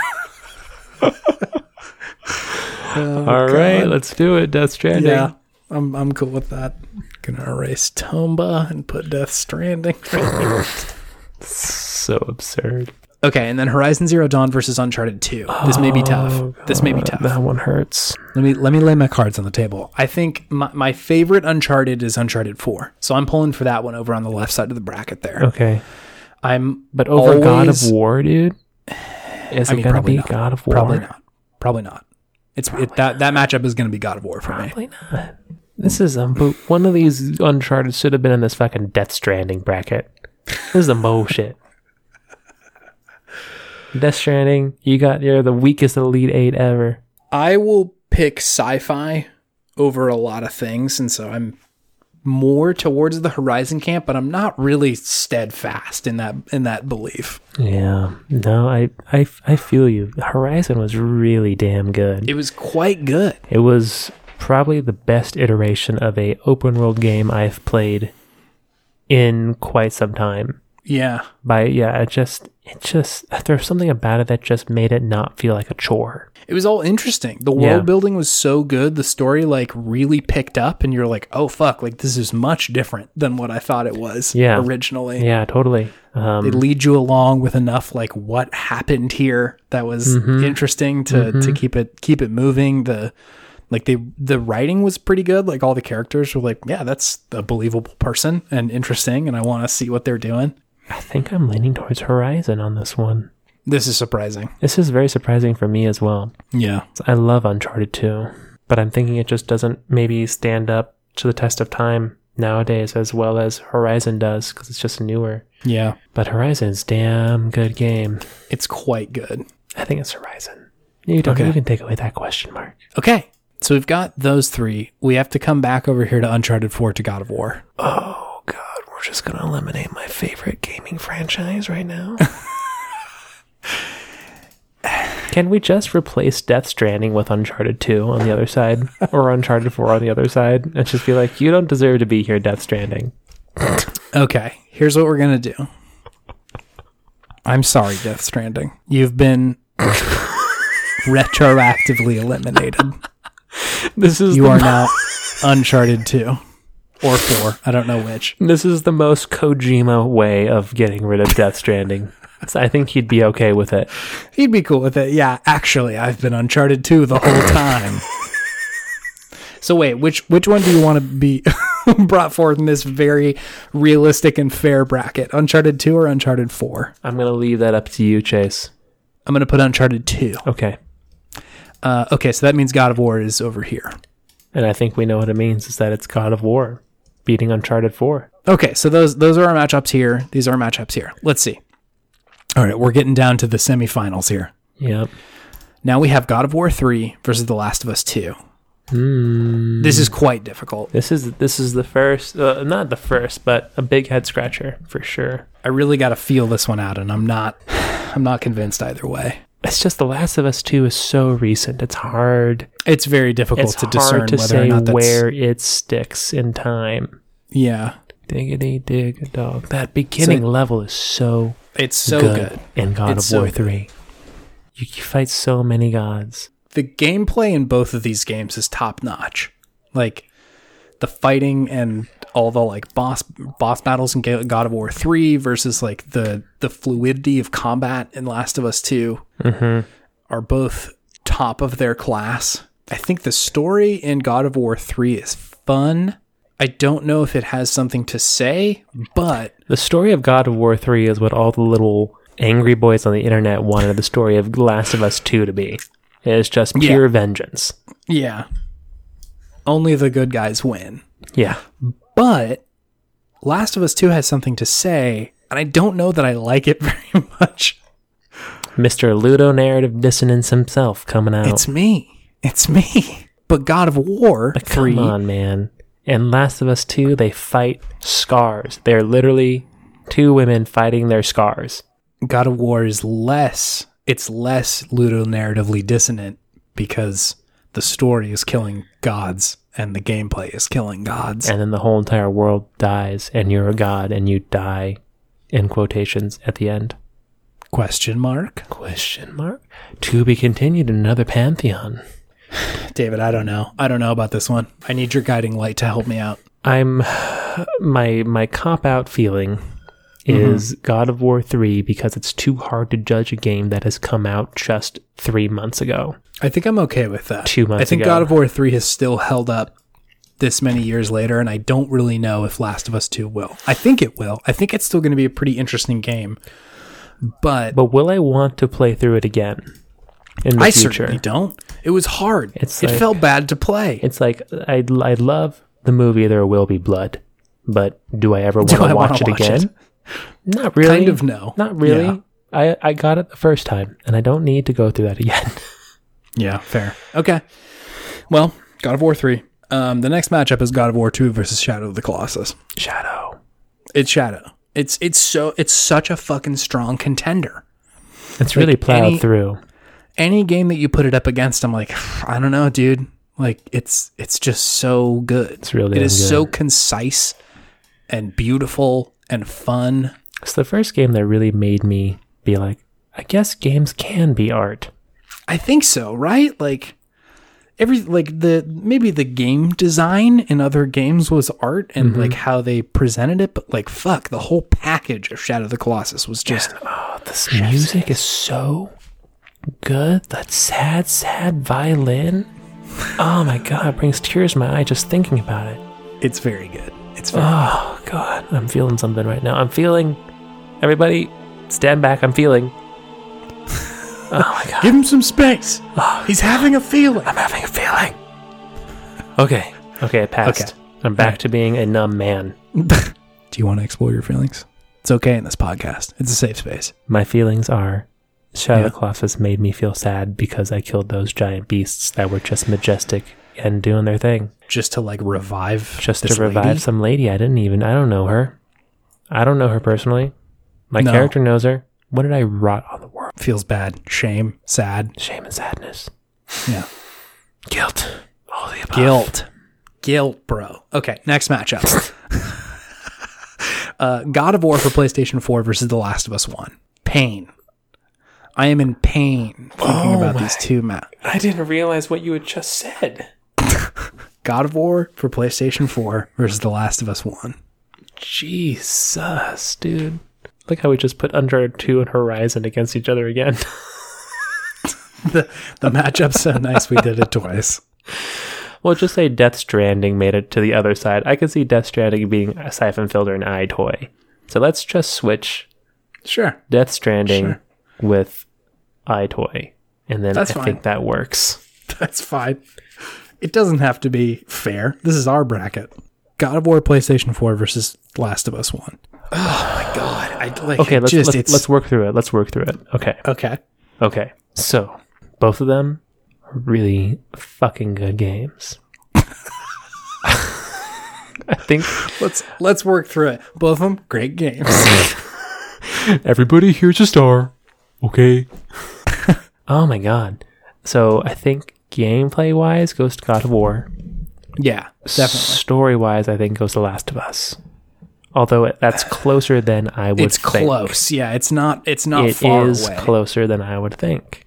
Speaker 1: all right, let's do it. Death
Speaker 2: [laughs]
Speaker 1: Stranding.
Speaker 2: yeah, I'm I'm cool with that. Gonna erase Tomba and put Death Stranding.
Speaker 1: So absurd.
Speaker 2: [laughs] okay, and then Horizon Zero Dawn versus Uncharted Two. This may be tough. This may be tough.
Speaker 1: That one hurts.
Speaker 2: Oh, Let me let me lay my cards on the table. I think my, my favorite Uncharted is Uncharted Four, so I'm pulling for that one over on the left side of the bracket there.
Speaker 1: Okay,
Speaker 2: I'm
Speaker 1: but over God of
Speaker 2: Always-
Speaker 1: War, dude. Is
Speaker 2: I
Speaker 1: it
Speaker 2: mean,
Speaker 1: gonna
Speaker 2: probably
Speaker 1: be
Speaker 2: not.
Speaker 1: God of War?
Speaker 2: Probably not. Probably not. It's it, that that matchup is going to be God of War for me.
Speaker 1: Probably not. This is um, but one of these Uncharted should have been in this fucking Death Stranding bracket. This is some bullshit. [laughs] Death Stranding, you got you're the weakest Elite Eight ever.
Speaker 2: I will pick sci-fi over a lot of things, and so I'm more towards the Horizon camp, but I'm not really steadfast in that in that belief.
Speaker 1: Yeah. No, I, I, I feel you. Horizon was really damn good.
Speaker 2: It was quite good.
Speaker 1: It was probably the best iteration of a open world game I've played in quite some time.
Speaker 2: Yeah,
Speaker 1: By yeah, it just it just there's something about it that just made it not feel like a chore.
Speaker 2: it was all interesting. The world
Speaker 1: Yeah.
Speaker 2: building was so good. The story like really picked up, and you're like, oh fuck, like this is much different than what I thought it was
Speaker 1: Yeah.
Speaker 2: originally.
Speaker 1: Yeah, totally. Um,
Speaker 2: They lead you along with enough like what happened here that was interesting to to keep it keep it moving. The like they the writing was pretty good. Like all the characters were like, yeah, that's a believable person and interesting, and I want to see what they're doing.
Speaker 1: I think I'm leaning towards Horizon on this one.
Speaker 2: This is surprising.
Speaker 1: This is very surprising for me as well.
Speaker 2: Yeah,
Speaker 1: I love Uncharted 2, but I'm thinking it just doesn't maybe stand up to the test of time nowadays as well as Horizon does because it's just newer.
Speaker 2: yeah,
Speaker 1: But Horizon's damn good game.
Speaker 2: it's quite good.
Speaker 1: I think it's Horizon. You don't
Speaker 2: Okay.
Speaker 1: even take away that question mark.
Speaker 2: Okay, So we've got those three. We have to come back over here to Uncharted 4 to God of War.
Speaker 1: Oh God, we're just gonna eliminate my favorite gaming franchise right now. [laughs] Can we just replace Death Stranding with Uncharted 2 on the other side, or Uncharted 4 on the other side, and just be like, you don't deserve to be here, Death Stranding?
Speaker 2: Okay, here's what we're going to do. I'm sorry, Death Stranding. You've been retroactively eliminated.
Speaker 1: This is
Speaker 2: You
Speaker 1: the,
Speaker 2: are now Uncharted 2 or 4. I don't know which.
Speaker 1: this is the most Kojima way of getting rid of Death Stranding. So I think he'd be okay with it.
Speaker 2: He'd be cool with it. Yeah, actually, I've been Uncharted 2 the whole time. so wait, which which one do you want to be [laughs] brought forward in this very realistic and fair bracket? Uncharted 2 or Uncharted 4?
Speaker 1: I'm gonna leave that up to you, Chase.
Speaker 2: I'm going to put Uncharted 2.
Speaker 1: Okay.
Speaker 2: Uh, okay, so that means God of War is over here.
Speaker 1: And I think we know what it means is that it's God of War beating Uncharted 4.
Speaker 2: Okay, so those those are our matchups here. These are our matchups here. Let's see. All right, we're getting down to the semifinals here.
Speaker 1: Yep.
Speaker 2: Now we have God of War 3 versus The Last of Us 2.
Speaker 1: Hmm.
Speaker 2: This is quite difficult.
Speaker 1: This is this is the first, uh, not the first, but a big head scratcher for sure.
Speaker 2: I really got to feel this one out, and I'm not, [sighs] I'm not convinced either way.
Speaker 1: It's just The Last of Us 2 is so recent. It's hard.
Speaker 2: It's very difficult
Speaker 1: It's
Speaker 2: to discern
Speaker 1: hard to
Speaker 2: whether
Speaker 1: say
Speaker 2: or not that's
Speaker 1: where it sticks in time.
Speaker 2: yeah.
Speaker 1: Diggity dig dog. That beginning level is so
Speaker 2: It's so
Speaker 1: good,
Speaker 2: good.
Speaker 1: in God
Speaker 2: It's
Speaker 1: of
Speaker 2: so
Speaker 1: War
Speaker 2: good.
Speaker 1: 3. You, you fight so many gods.
Speaker 2: The gameplay in both of these games is top notch. Like the fighting and all the like boss boss battles in Ga- God of War three versus like the the fluidity of combat in Last of Us 2 are both top of their class. I think the story in God of War three is fun. I don't know if it has something to say, but
Speaker 1: The story of God of War 3 is what all the little angry boys on the internet wanted the story of Last of Us 2 to be. It's just pure vengeance.
Speaker 2: Yeah. Only the good guys win.
Speaker 1: Yeah.
Speaker 2: But Last of Us 2 has something to say, and I don't know that I like it [laughs] very much.
Speaker 1: Mr. Ludo narrative dissonance himself coming out.
Speaker 2: It's me. It's me. But God of War
Speaker 1: Come
Speaker 2: 3
Speaker 1: on, man. In Last of Us 2, they fight scars. They're literally two women fighting their scars.
Speaker 2: God of War is less it's less ludonarratively dissonant because the story is killing gods and the gameplay is killing gods.
Speaker 1: And then the whole entire world dies, and you're a god, and you die, in quotations, at the end.
Speaker 2: Question mark?
Speaker 1: Question mark? To be continued in another pantheon.
Speaker 2: David, I don't know. I don't know about this one. I need your guiding light to help me out.
Speaker 1: I'm [sighs] my my cop out feeling is God of War 3 because it's too hard to judge a game that has come out just 3 months ago.
Speaker 2: I think I'm okay with that.
Speaker 1: Two months
Speaker 2: I think
Speaker 1: ago.
Speaker 2: God of War three has still held up this many years later, and I don't really know if Last of Us two will. I think it will. I think it's still going to be a pretty interesting game, but,
Speaker 1: But will I want to play through it again in the
Speaker 2: I
Speaker 1: future?
Speaker 2: certainly don't. It was hard.
Speaker 1: It's
Speaker 2: it
Speaker 1: like-
Speaker 2: felt bad to play.
Speaker 1: It's like I I love the movie There Will Be Blood, but do I ever
Speaker 2: [laughs]
Speaker 1: want
Speaker 2: Do
Speaker 1: to
Speaker 2: I wanna
Speaker 1: watch it
Speaker 2: watch
Speaker 1: again?
Speaker 2: it? [laughs]
Speaker 1: Not really.
Speaker 2: Kind of no.
Speaker 1: Not really.
Speaker 2: Yeah.
Speaker 1: I I got it the first time and I don't need to go through that again. [laughs]
Speaker 2: Yeah, fair. Okay. Well, God of War three. Um, the next matchup is God of War two versus Shadow of the Colossus.
Speaker 1: Shadow.
Speaker 2: It's Shadow. It's it's so it's such a fucking strong contender.
Speaker 1: It's really plowed
Speaker 2: any-
Speaker 1: through.
Speaker 2: any game that you put it up against, I'm like, [sighs] I don't know, dude. Like it's it's just so good. It's
Speaker 1: real damn
Speaker 2: It is
Speaker 1: good.
Speaker 2: so concise and beautiful and fun.
Speaker 1: It's the first game that really made me be like, I guess games can be art.
Speaker 2: I think so, right? Like every like the maybe the game design in other games was art and
Speaker 1: Mm-hmm.
Speaker 2: like how they presented it, but like fuck, the whole package of Shadow of the Colossus was just
Speaker 1: This music is so good. That sad, sad violin. Oh my god, it brings tears to my eye just thinking about it.
Speaker 2: it's very good. It's very
Speaker 1: Oh god, I'm feeling something right now. I'm feeling. Everybody, stand back. I'm feeling. Oh my god, Oh,
Speaker 2: Give him some space. He's having a feeling.
Speaker 1: I'm having a feeling. Okay, okay, I passed.
Speaker 2: Okay.
Speaker 1: I'm back to being a numb man.
Speaker 2: Do you want to explore your feelings? It's okay in this podcast. It's a safe space.
Speaker 1: My feelings are Shadow
Speaker 2: Yeah.
Speaker 1: of the Colossus made me feel sad because I killed those giant beasts that were just majestic and doing their thing
Speaker 2: just to like revive,
Speaker 1: just
Speaker 2: this
Speaker 1: to revive
Speaker 2: lady?
Speaker 1: some lady I didn't even I don't know her. I don't know her personally. My
Speaker 2: No.
Speaker 1: character knows her. What did I rot on the world?
Speaker 2: Feels bad, shame,
Speaker 1: [sighs]
Speaker 2: sad,
Speaker 1: Shame and sadness.
Speaker 2: yeah,
Speaker 1: Ah. Guilt. All the above.
Speaker 2: guilt, guilt, bro. Okay, next
Speaker 1: [laughs]
Speaker 2: matchup. uh, God of War for PlayStation Four versus The Last of Us One. Pain. I am in pain thinking about
Speaker 1: Oh
Speaker 2: these two maps.
Speaker 1: I didn't realize what you had just said.
Speaker 2: God of War for PlayStation 4 versus The Last of Us 1.
Speaker 1: Jesus, dude. Look how we just put Uncharted 2 and Horizon against each other again.
Speaker 2: [laughs]
Speaker 1: [laughs]
Speaker 2: The, the matchup's so nice we did it twice.
Speaker 1: well, just say Death Stranding made it to the other side. I could see Death Stranding being a siphon filter and eye toy. So let's just switch
Speaker 2: Sure.
Speaker 1: Death Stranding with eye toy. And then
Speaker 2: That's
Speaker 1: I
Speaker 2: fine.
Speaker 1: think that works.
Speaker 2: That's fine. It doesn't have to be fair. This is our bracket. God of War PlayStation 4 versus Last of Us 1. Oh my god. I like
Speaker 1: Okay,
Speaker 2: it
Speaker 1: let's
Speaker 2: just
Speaker 1: let's,
Speaker 2: it's
Speaker 1: let's work through it. Let's work through it. Okay.
Speaker 2: Okay.
Speaker 1: Okay. So, both of them are really fucking good games. [laughs] I think
Speaker 2: Let's let's work through it. Both of them great
Speaker 1: [laughs]
Speaker 2: games.
Speaker 4: Everybody here's a star. Okay.
Speaker 1: [laughs] Oh my god. So I think gameplay wise goes to God of War.
Speaker 2: yeah, definitely.
Speaker 1: Story wise, I think goes to Last of Us. Although it- that's closer than I would
Speaker 2: It's
Speaker 1: think.
Speaker 2: close. Yeah, it's not it's not
Speaker 1: It
Speaker 2: far
Speaker 1: is
Speaker 2: away.
Speaker 1: closer than I would think.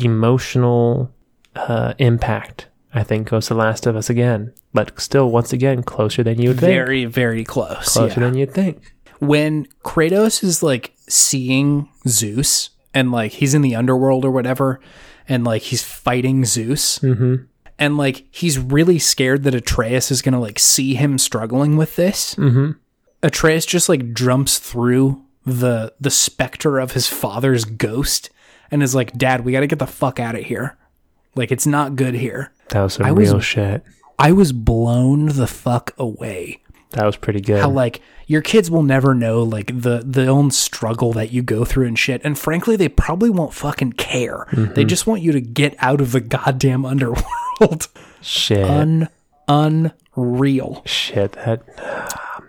Speaker 1: Emotional uh, impact, I think, goes to Last of Us again, but still, once again, closer than you would think.
Speaker 2: Very very close.
Speaker 1: closer
Speaker 2: yeah.
Speaker 1: than you'd think.
Speaker 2: when Kratos is like seeing Zeus and like he's in the underworld or whatever and like he's fighting Zeus and like he's really scared that Atreus is going to like see him struggling with this.
Speaker 1: Mhm.
Speaker 2: Atreus just like jumps through the the specter of his father's ghost and is like dad, we got to get the fuck out of here. Like it's not good here.
Speaker 1: That was some
Speaker 2: was-
Speaker 1: real shit.
Speaker 2: I was blown the fuck away
Speaker 1: That was pretty good.
Speaker 2: how like your kids will never know like the the own struggle that you go through and shit and frankly they probably won't fucking care
Speaker 1: Mm-hmm.
Speaker 2: they just want you to get out of the goddamn underworld [laughs]
Speaker 1: shit.
Speaker 2: Un- unreal
Speaker 1: Shit, that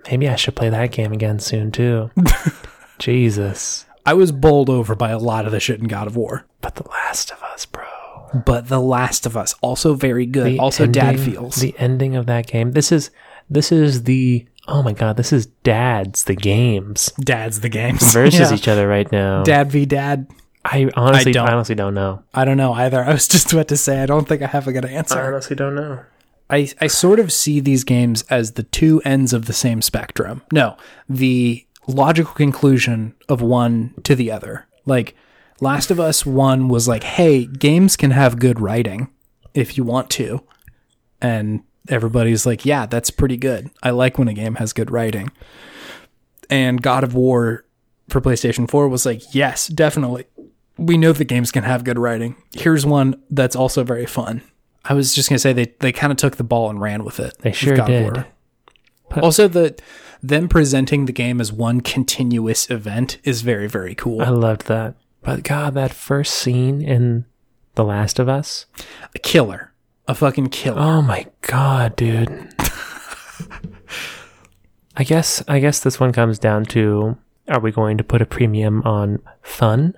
Speaker 1: [sighs] maybe I should play that game again
Speaker 2: [laughs]
Speaker 1: soon too. Jesus.
Speaker 2: i was bowled over by a lot of the shit in god of war
Speaker 1: But The Last of Us, bro.
Speaker 2: but the last of us also very good
Speaker 1: The
Speaker 2: also dad
Speaker 1: ending-
Speaker 2: feels
Speaker 1: The ending of that game. This is this is the oh my god, this is dad's the games
Speaker 2: dad's the games
Speaker 1: versus
Speaker 2: [laughs] Yeah.
Speaker 1: each other right now.
Speaker 2: dad v dad
Speaker 1: I honestly
Speaker 2: I don't-
Speaker 1: honestly don't know.
Speaker 2: i don't know either i was just about to say i don't think i have a good answer
Speaker 1: honestly don't know.
Speaker 2: I, I sort of see these games as the two ends of the same spectrum. No, the logical conclusion of one to the other. Like Last of Us 1 was like, hey, games can have good writing if you want to. And everybody's like, yeah, that's pretty good. I like when a game has good writing. And God of War for PlayStation 4 was like, yes, definitely. We know the games can have good writing. Here's one that's also very fun. I was just gonna say they, they kind of took the ball and ran with it.
Speaker 1: They
Speaker 2: with
Speaker 1: sure
Speaker 2: God of
Speaker 1: did.
Speaker 2: War. Also, the them presenting the game as one continuous event is very very cool.
Speaker 1: I loved that. But god, that first scene in The Last of Us.
Speaker 2: a killer, a fucking killer.
Speaker 1: Oh my god, dude. I guess I guess this one comes down to are we going to put a premium on fun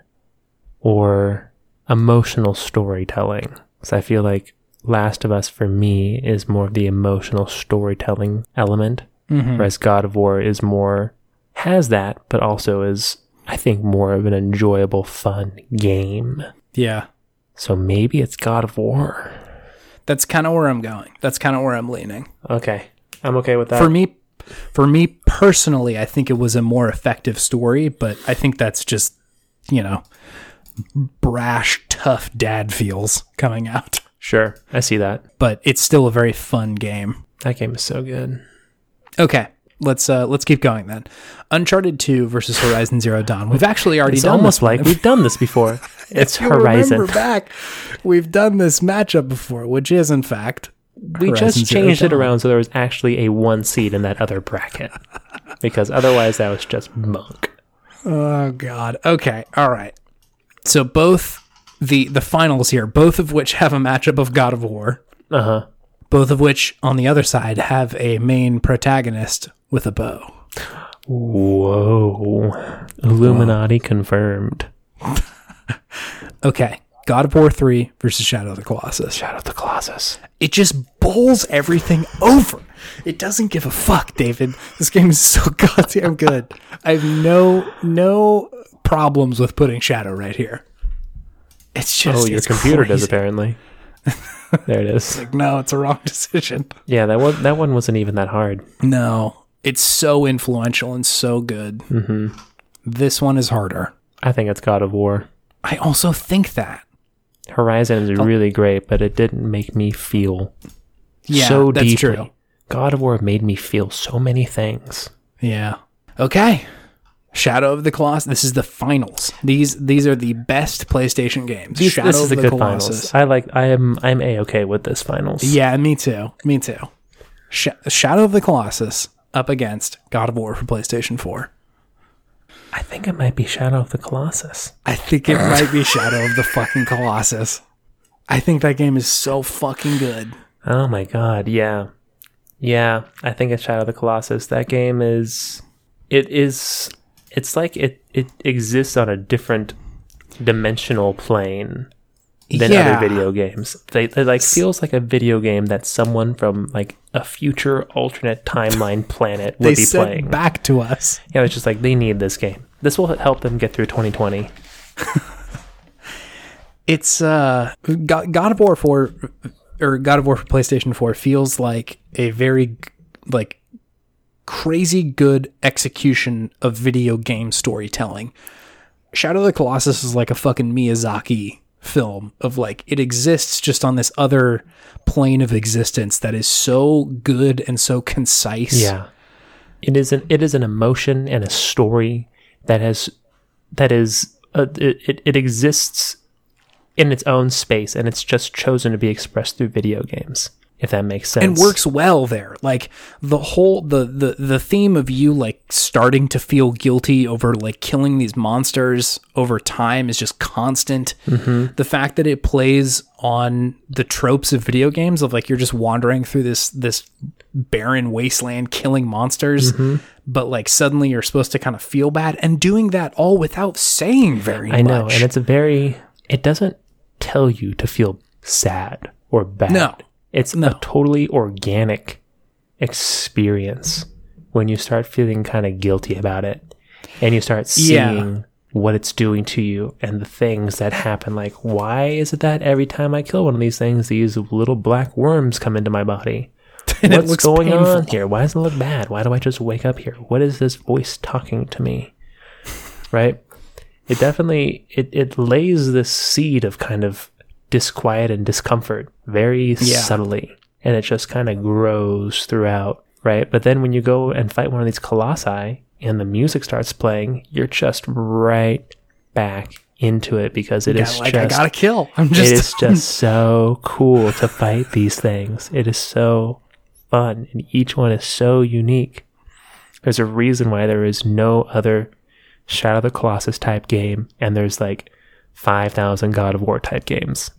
Speaker 1: or emotional storytelling? Cuz I feel like Last of Us for me is more of the emotional storytelling element, whereas God of War is more has that but also is I think more of an enjoyable fun game.
Speaker 2: Yeah,
Speaker 1: So maybe it's God of War.
Speaker 2: that's kind of where I'm going. That's kind of where I'm leaning.
Speaker 1: Okay. I'm okay with that.
Speaker 2: for me, for me personally, I think it was a more effective story, but I think that's just you know brash, tough dad feels coming out.
Speaker 1: Sure, I see that.
Speaker 2: But it's still a very fun game.
Speaker 1: That game is so good.
Speaker 2: Okay. Let's uh let's keep going then. Uncharted 2 versus Horizon Zero Dawn. We've actually already
Speaker 1: It's
Speaker 2: done
Speaker 1: almost
Speaker 2: this one.
Speaker 1: like we've done this [laughs] before. it's
Speaker 2: If you
Speaker 1: Horizon.
Speaker 2: remember back, we've done this matchup before, which is in fact
Speaker 1: We
Speaker 2: Horizon
Speaker 1: just
Speaker 2: Zero
Speaker 1: changed it
Speaker 2: Dawn.
Speaker 1: around so there was actually a one seed in that other [laughs] bracket because otherwise that was just monk.
Speaker 2: Oh god. Okay. All right. So both the the finals here, both of which have a matchup of God of War.
Speaker 1: Uh huh.
Speaker 2: both of which on the other side have a main protagonist with a bow.
Speaker 1: Whoa. Illuminati confirmed.
Speaker 2: Okay, God of War 3 versus Shadow of the Colossus.
Speaker 1: Out of the Colossus.
Speaker 2: It just bowls everything over. It doesn't give a fuck, David. This game is so [laughs] goddamn good. I have no no problems with putting Shadow right here. It's just
Speaker 1: Oh, your
Speaker 2: it's
Speaker 1: computer does
Speaker 2: crazy.
Speaker 1: apparently. [laughs] there it is.
Speaker 2: No, it's a wrong [laughs] decision.
Speaker 1: Yeah, that one that one wasn't even that hard.
Speaker 2: No, it's so influential and so good. Mm-hmm. This one is harder.
Speaker 1: I think it's God of War.
Speaker 2: I also think that.
Speaker 1: Horizon is really great, but it didn't make me feel
Speaker 2: Yeah,
Speaker 1: so
Speaker 2: that's
Speaker 1: deeply.
Speaker 2: true.
Speaker 1: God of War made me feel so many things.
Speaker 2: Yeah. Okay. Shadow of the Colossus. This is the finals. These these are the best PlayStation games.
Speaker 1: This-
Speaker 2: Shadow
Speaker 1: this
Speaker 2: of
Speaker 1: is a
Speaker 2: the
Speaker 1: good
Speaker 2: Colossus.
Speaker 1: finals. I like. I am. I'm a okay with this finals.
Speaker 2: Yeah, me too. Me too. Sh- Shadow of the Colossus up against God of War for PlayStation 4.
Speaker 1: I think it might be Shadow of the Colossus.
Speaker 2: I think it might
Speaker 1: [laughs]
Speaker 2: be Shadow of the fucking Colossus. I think that game is so fucking good.
Speaker 1: Oh my god, yeah. Yeah, I think it's Shadow of the Colossus. That game is it is it's like it it exists on a different dimensional plane than
Speaker 2: Yeah.
Speaker 1: other video games. They, they like feels like a video game that someone from like a future alternate timeline planet would
Speaker 2: They
Speaker 1: be
Speaker 2: sent
Speaker 1: playing.
Speaker 2: back to us.
Speaker 1: yeah, it's just like they need this game. This will help them get through 2020.
Speaker 2: it's uh God, God of War 4 or God of War for PlayStation 4 feels like a very like crazy good execution of video game storytelling. Shadow of the Colossus is like a fucking Miyazaki film of like it exists just on this other plane of existence that is so good and so concise.
Speaker 1: Yeah. It is an it is an emotion and a story that has that is uh, it, it- it exists in its own space and it's just chosen to be expressed through video games. If that makes sense.
Speaker 2: and works well there. Like the whole the the the theme of you like starting to feel guilty over like killing these monsters over time is just constant.
Speaker 1: Mm-hmm.
Speaker 2: The fact that it plays on the tropes of video games of like you're just wandering through this this barren wasteland killing monsters.
Speaker 1: Mm-hmm.
Speaker 2: But like suddenly you're supposed to kind of feel bad and doing that all without saying very
Speaker 1: I
Speaker 2: much.
Speaker 1: know, and it's a very it doesn't tell you to feel sad or bad.
Speaker 2: No.
Speaker 1: It's a totally organic experience when you start feeling kind of guilty about it and you start
Speaker 2: Yeah.
Speaker 1: seeing what it's doing to you and the things that happen. Like, why is it that every time I kill one of these things, these little black worms come into my body?
Speaker 2: [laughs] And it
Speaker 1: What's
Speaker 2: looks
Speaker 1: going
Speaker 2: painful.
Speaker 1: on here? Why does it look bad? Why do I just wake up here? What is this voice talking to me? Right? It definitely it, it lays this seed of kind of disquiet and discomfort very subtly. And it just kind of grows throughout, right? But then when you go and fight one of these colossi and the music starts playing, you're just right back into it because it
Speaker 2: Yeah,
Speaker 1: is
Speaker 2: like I
Speaker 1: just
Speaker 2: gotta kill. I'm just [laughs]
Speaker 1: it is just so cool to fight these things. It is so fun, and each one is so unique. There's a reason why there is no other Shadow of the Colossus type game, and there's like 5,000 God of War type
Speaker 2: [laughs]
Speaker 1: games.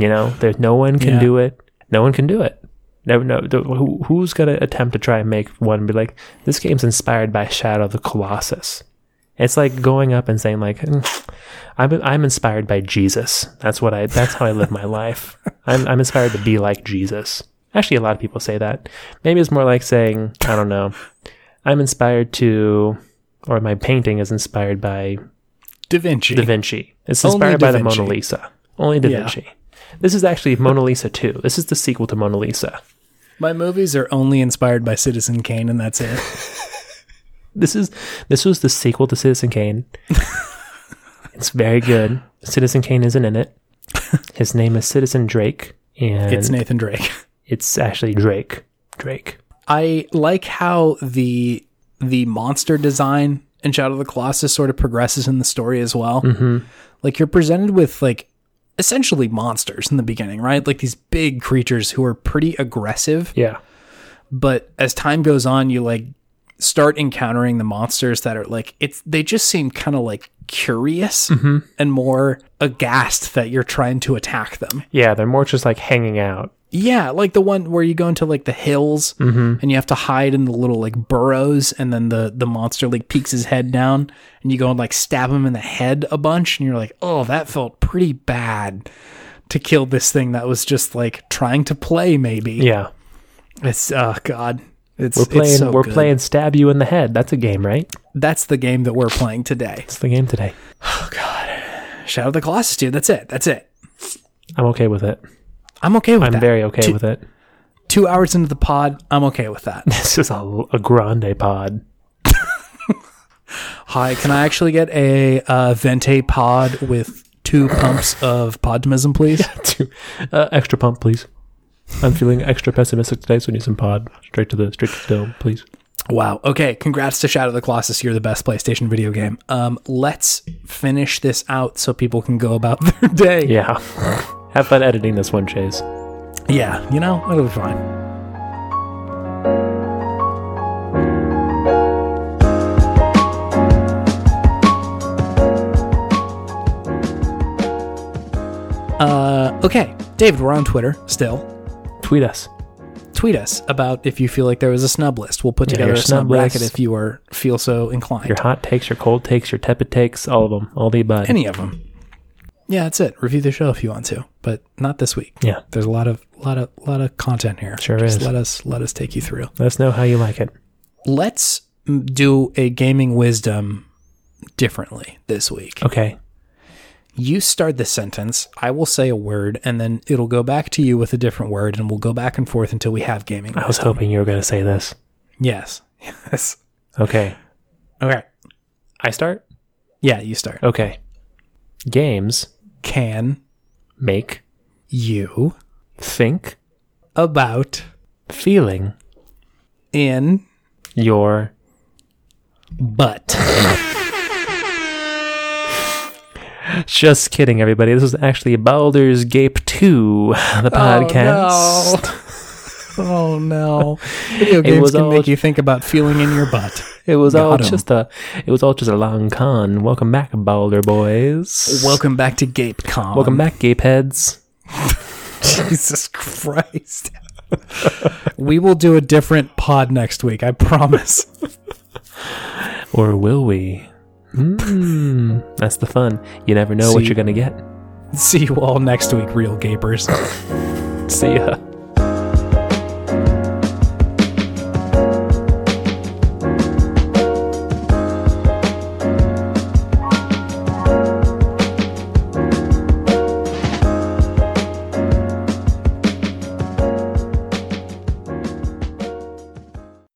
Speaker 1: you know, there's no one can
Speaker 2: Yeah.
Speaker 1: do it. No one can do it. No, no. th- Who, who's gonna attempt to try and make one and be like, this game's inspired by Shadow of the Colossus? It's like going up and saying like, "Mm, I'm I'm inspired by Jesus. That's what I. That's how I live my life. I'm I'm inspired to be like Jesus. Actually, a lot of people say that. Maybe it's more like saying I don't know. I'm inspired to, or my painting is inspired by
Speaker 2: Da Vinci.
Speaker 1: Da Vinci. It's
Speaker 2: Only
Speaker 1: inspired
Speaker 2: Da
Speaker 1: by the
Speaker 2: Vinci.
Speaker 1: Mona Lisa. Only Da
Speaker 2: Yeah.
Speaker 1: Vinci. This is actually Mona Lisa 2. This is the sequel to Mona Lisa.
Speaker 2: My movies are only inspired by Citizen Kane, and that's it.
Speaker 1: This is this was the sequel to Citizen Kane. it's very good. Citizen Kane isn't in it. His name is Citizen Drake, and
Speaker 2: It's Nathan Drake. [laughs]
Speaker 1: it's actually Drake. Drake.
Speaker 2: I like how the the monster design in Shadow of the Colossus sort of progresses in the story as well. Like you're presented with like essentially monsters in the beginning, right? Like these big creatures who are pretty aggressive,
Speaker 1: Yeah.
Speaker 2: but as time goes on, you like start encountering the monsters that are like it's they just seem kind of like curious and more aghast that you're trying to attack them.
Speaker 1: Yeah, they're more just like hanging out.
Speaker 2: Yeah, like the one where you go into like the hills
Speaker 1: Mm-hmm.
Speaker 2: and you have to hide in the little like burrows, and then the the monster like peeks his head down, and you go and like stab him in the head a bunch, and you're like, oh, that felt pretty bad to kill this thing that was just like trying to play. Maybe
Speaker 1: Yeah,
Speaker 2: it's oh god, it's
Speaker 1: we're playing.
Speaker 2: It's so
Speaker 1: we're
Speaker 2: good.
Speaker 1: playing stab you in the head. That's a game, right?
Speaker 2: That's the game that we're playing today.
Speaker 1: It's the game today.
Speaker 2: Shadow of the Colossus, dude. That's it. That's it.
Speaker 1: I'm okay with it.
Speaker 2: I'm okay with
Speaker 1: I'm
Speaker 2: that.
Speaker 1: very okay
Speaker 2: two,
Speaker 1: with it.
Speaker 2: Two hours into the pod, I'm okay with that.
Speaker 1: [laughs] This is a, a grande pod. [laughs]
Speaker 2: Hi, can I actually get a uh, Vente pod with two pumps of podtimism, please?
Speaker 1: Two- uh, extra pump, please. I'm feeling extra pessimistic today, so I need some pod straight to the straight to the dome, please.
Speaker 2: [laughs] Wow. Okay. Congrats to Shadow of the Colossus. You're the best PlayStation video game. Um, let's finish this out so people can go about [laughs] their day.
Speaker 1: Yeah. [laughs] Have fun editing this one, Chase.
Speaker 2: Yeah. You know, it'll be fine. Uh, okay, David, we're on Twitter still.
Speaker 1: Tweet us.
Speaker 2: tweet us about if you feel like there was a snub list. We'll put
Speaker 1: Yeah,
Speaker 2: together
Speaker 1: your
Speaker 2: a snub
Speaker 1: snub
Speaker 2: bracket
Speaker 1: list.
Speaker 2: if you are feel so inclined.
Speaker 1: Your hot takes, your cold takes, your tepid takes, all of them, all the above.
Speaker 2: Any of them. Yeah, that's it. Review the show if you want to, but not this week.
Speaker 1: yeah.
Speaker 2: There's a lot of lot of lot of content here.
Speaker 1: Sure
Speaker 2: Just
Speaker 1: is.
Speaker 2: Let us let us take you through.
Speaker 1: Let us know how you like it.
Speaker 2: Let's mm, do a gaming wisdom differently this week.
Speaker 1: Okay.
Speaker 2: You start the sentence. I will say a word, and then it'll go back to you with a different word, and we'll go back and forth until we have gaming.
Speaker 1: I was hoping you were going to say this.
Speaker 2: Yes. [laughs] Yes.
Speaker 1: Okay.
Speaker 2: Okay.
Speaker 1: I start?
Speaker 2: Yeah, you start.
Speaker 1: Okay. Games
Speaker 2: Can
Speaker 1: make
Speaker 2: you
Speaker 1: think
Speaker 2: about
Speaker 1: feeling
Speaker 2: in
Speaker 1: your
Speaker 2: but
Speaker 1: Just kidding, everybody. This was actually Baldur's Gape 2, the podcast.
Speaker 2: oh [laughs] no video games
Speaker 1: was
Speaker 2: can
Speaker 1: all-
Speaker 2: make you think about feeling in your [laughs] butt
Speaker 1: It was all
Speaker 2: Got 'em.
Speaker 1: just a it was all just a long con. Welcome back, Baldur boys.
Speaker 2: welcome back to gapecon
Speaker 1: Welcome back, Gape heads.
Speaker 2: [laughs] jesus christ [laughs] we will do a different pod next week i promise [laughs]
Speaker 1: Or will we? Mm, that's the fun. You never know what
Speaker 2: See-
Speaker 1: you're gonna get.
Speaker 2: see you all next week real gapers
Speaker 1: [laughs] See ya.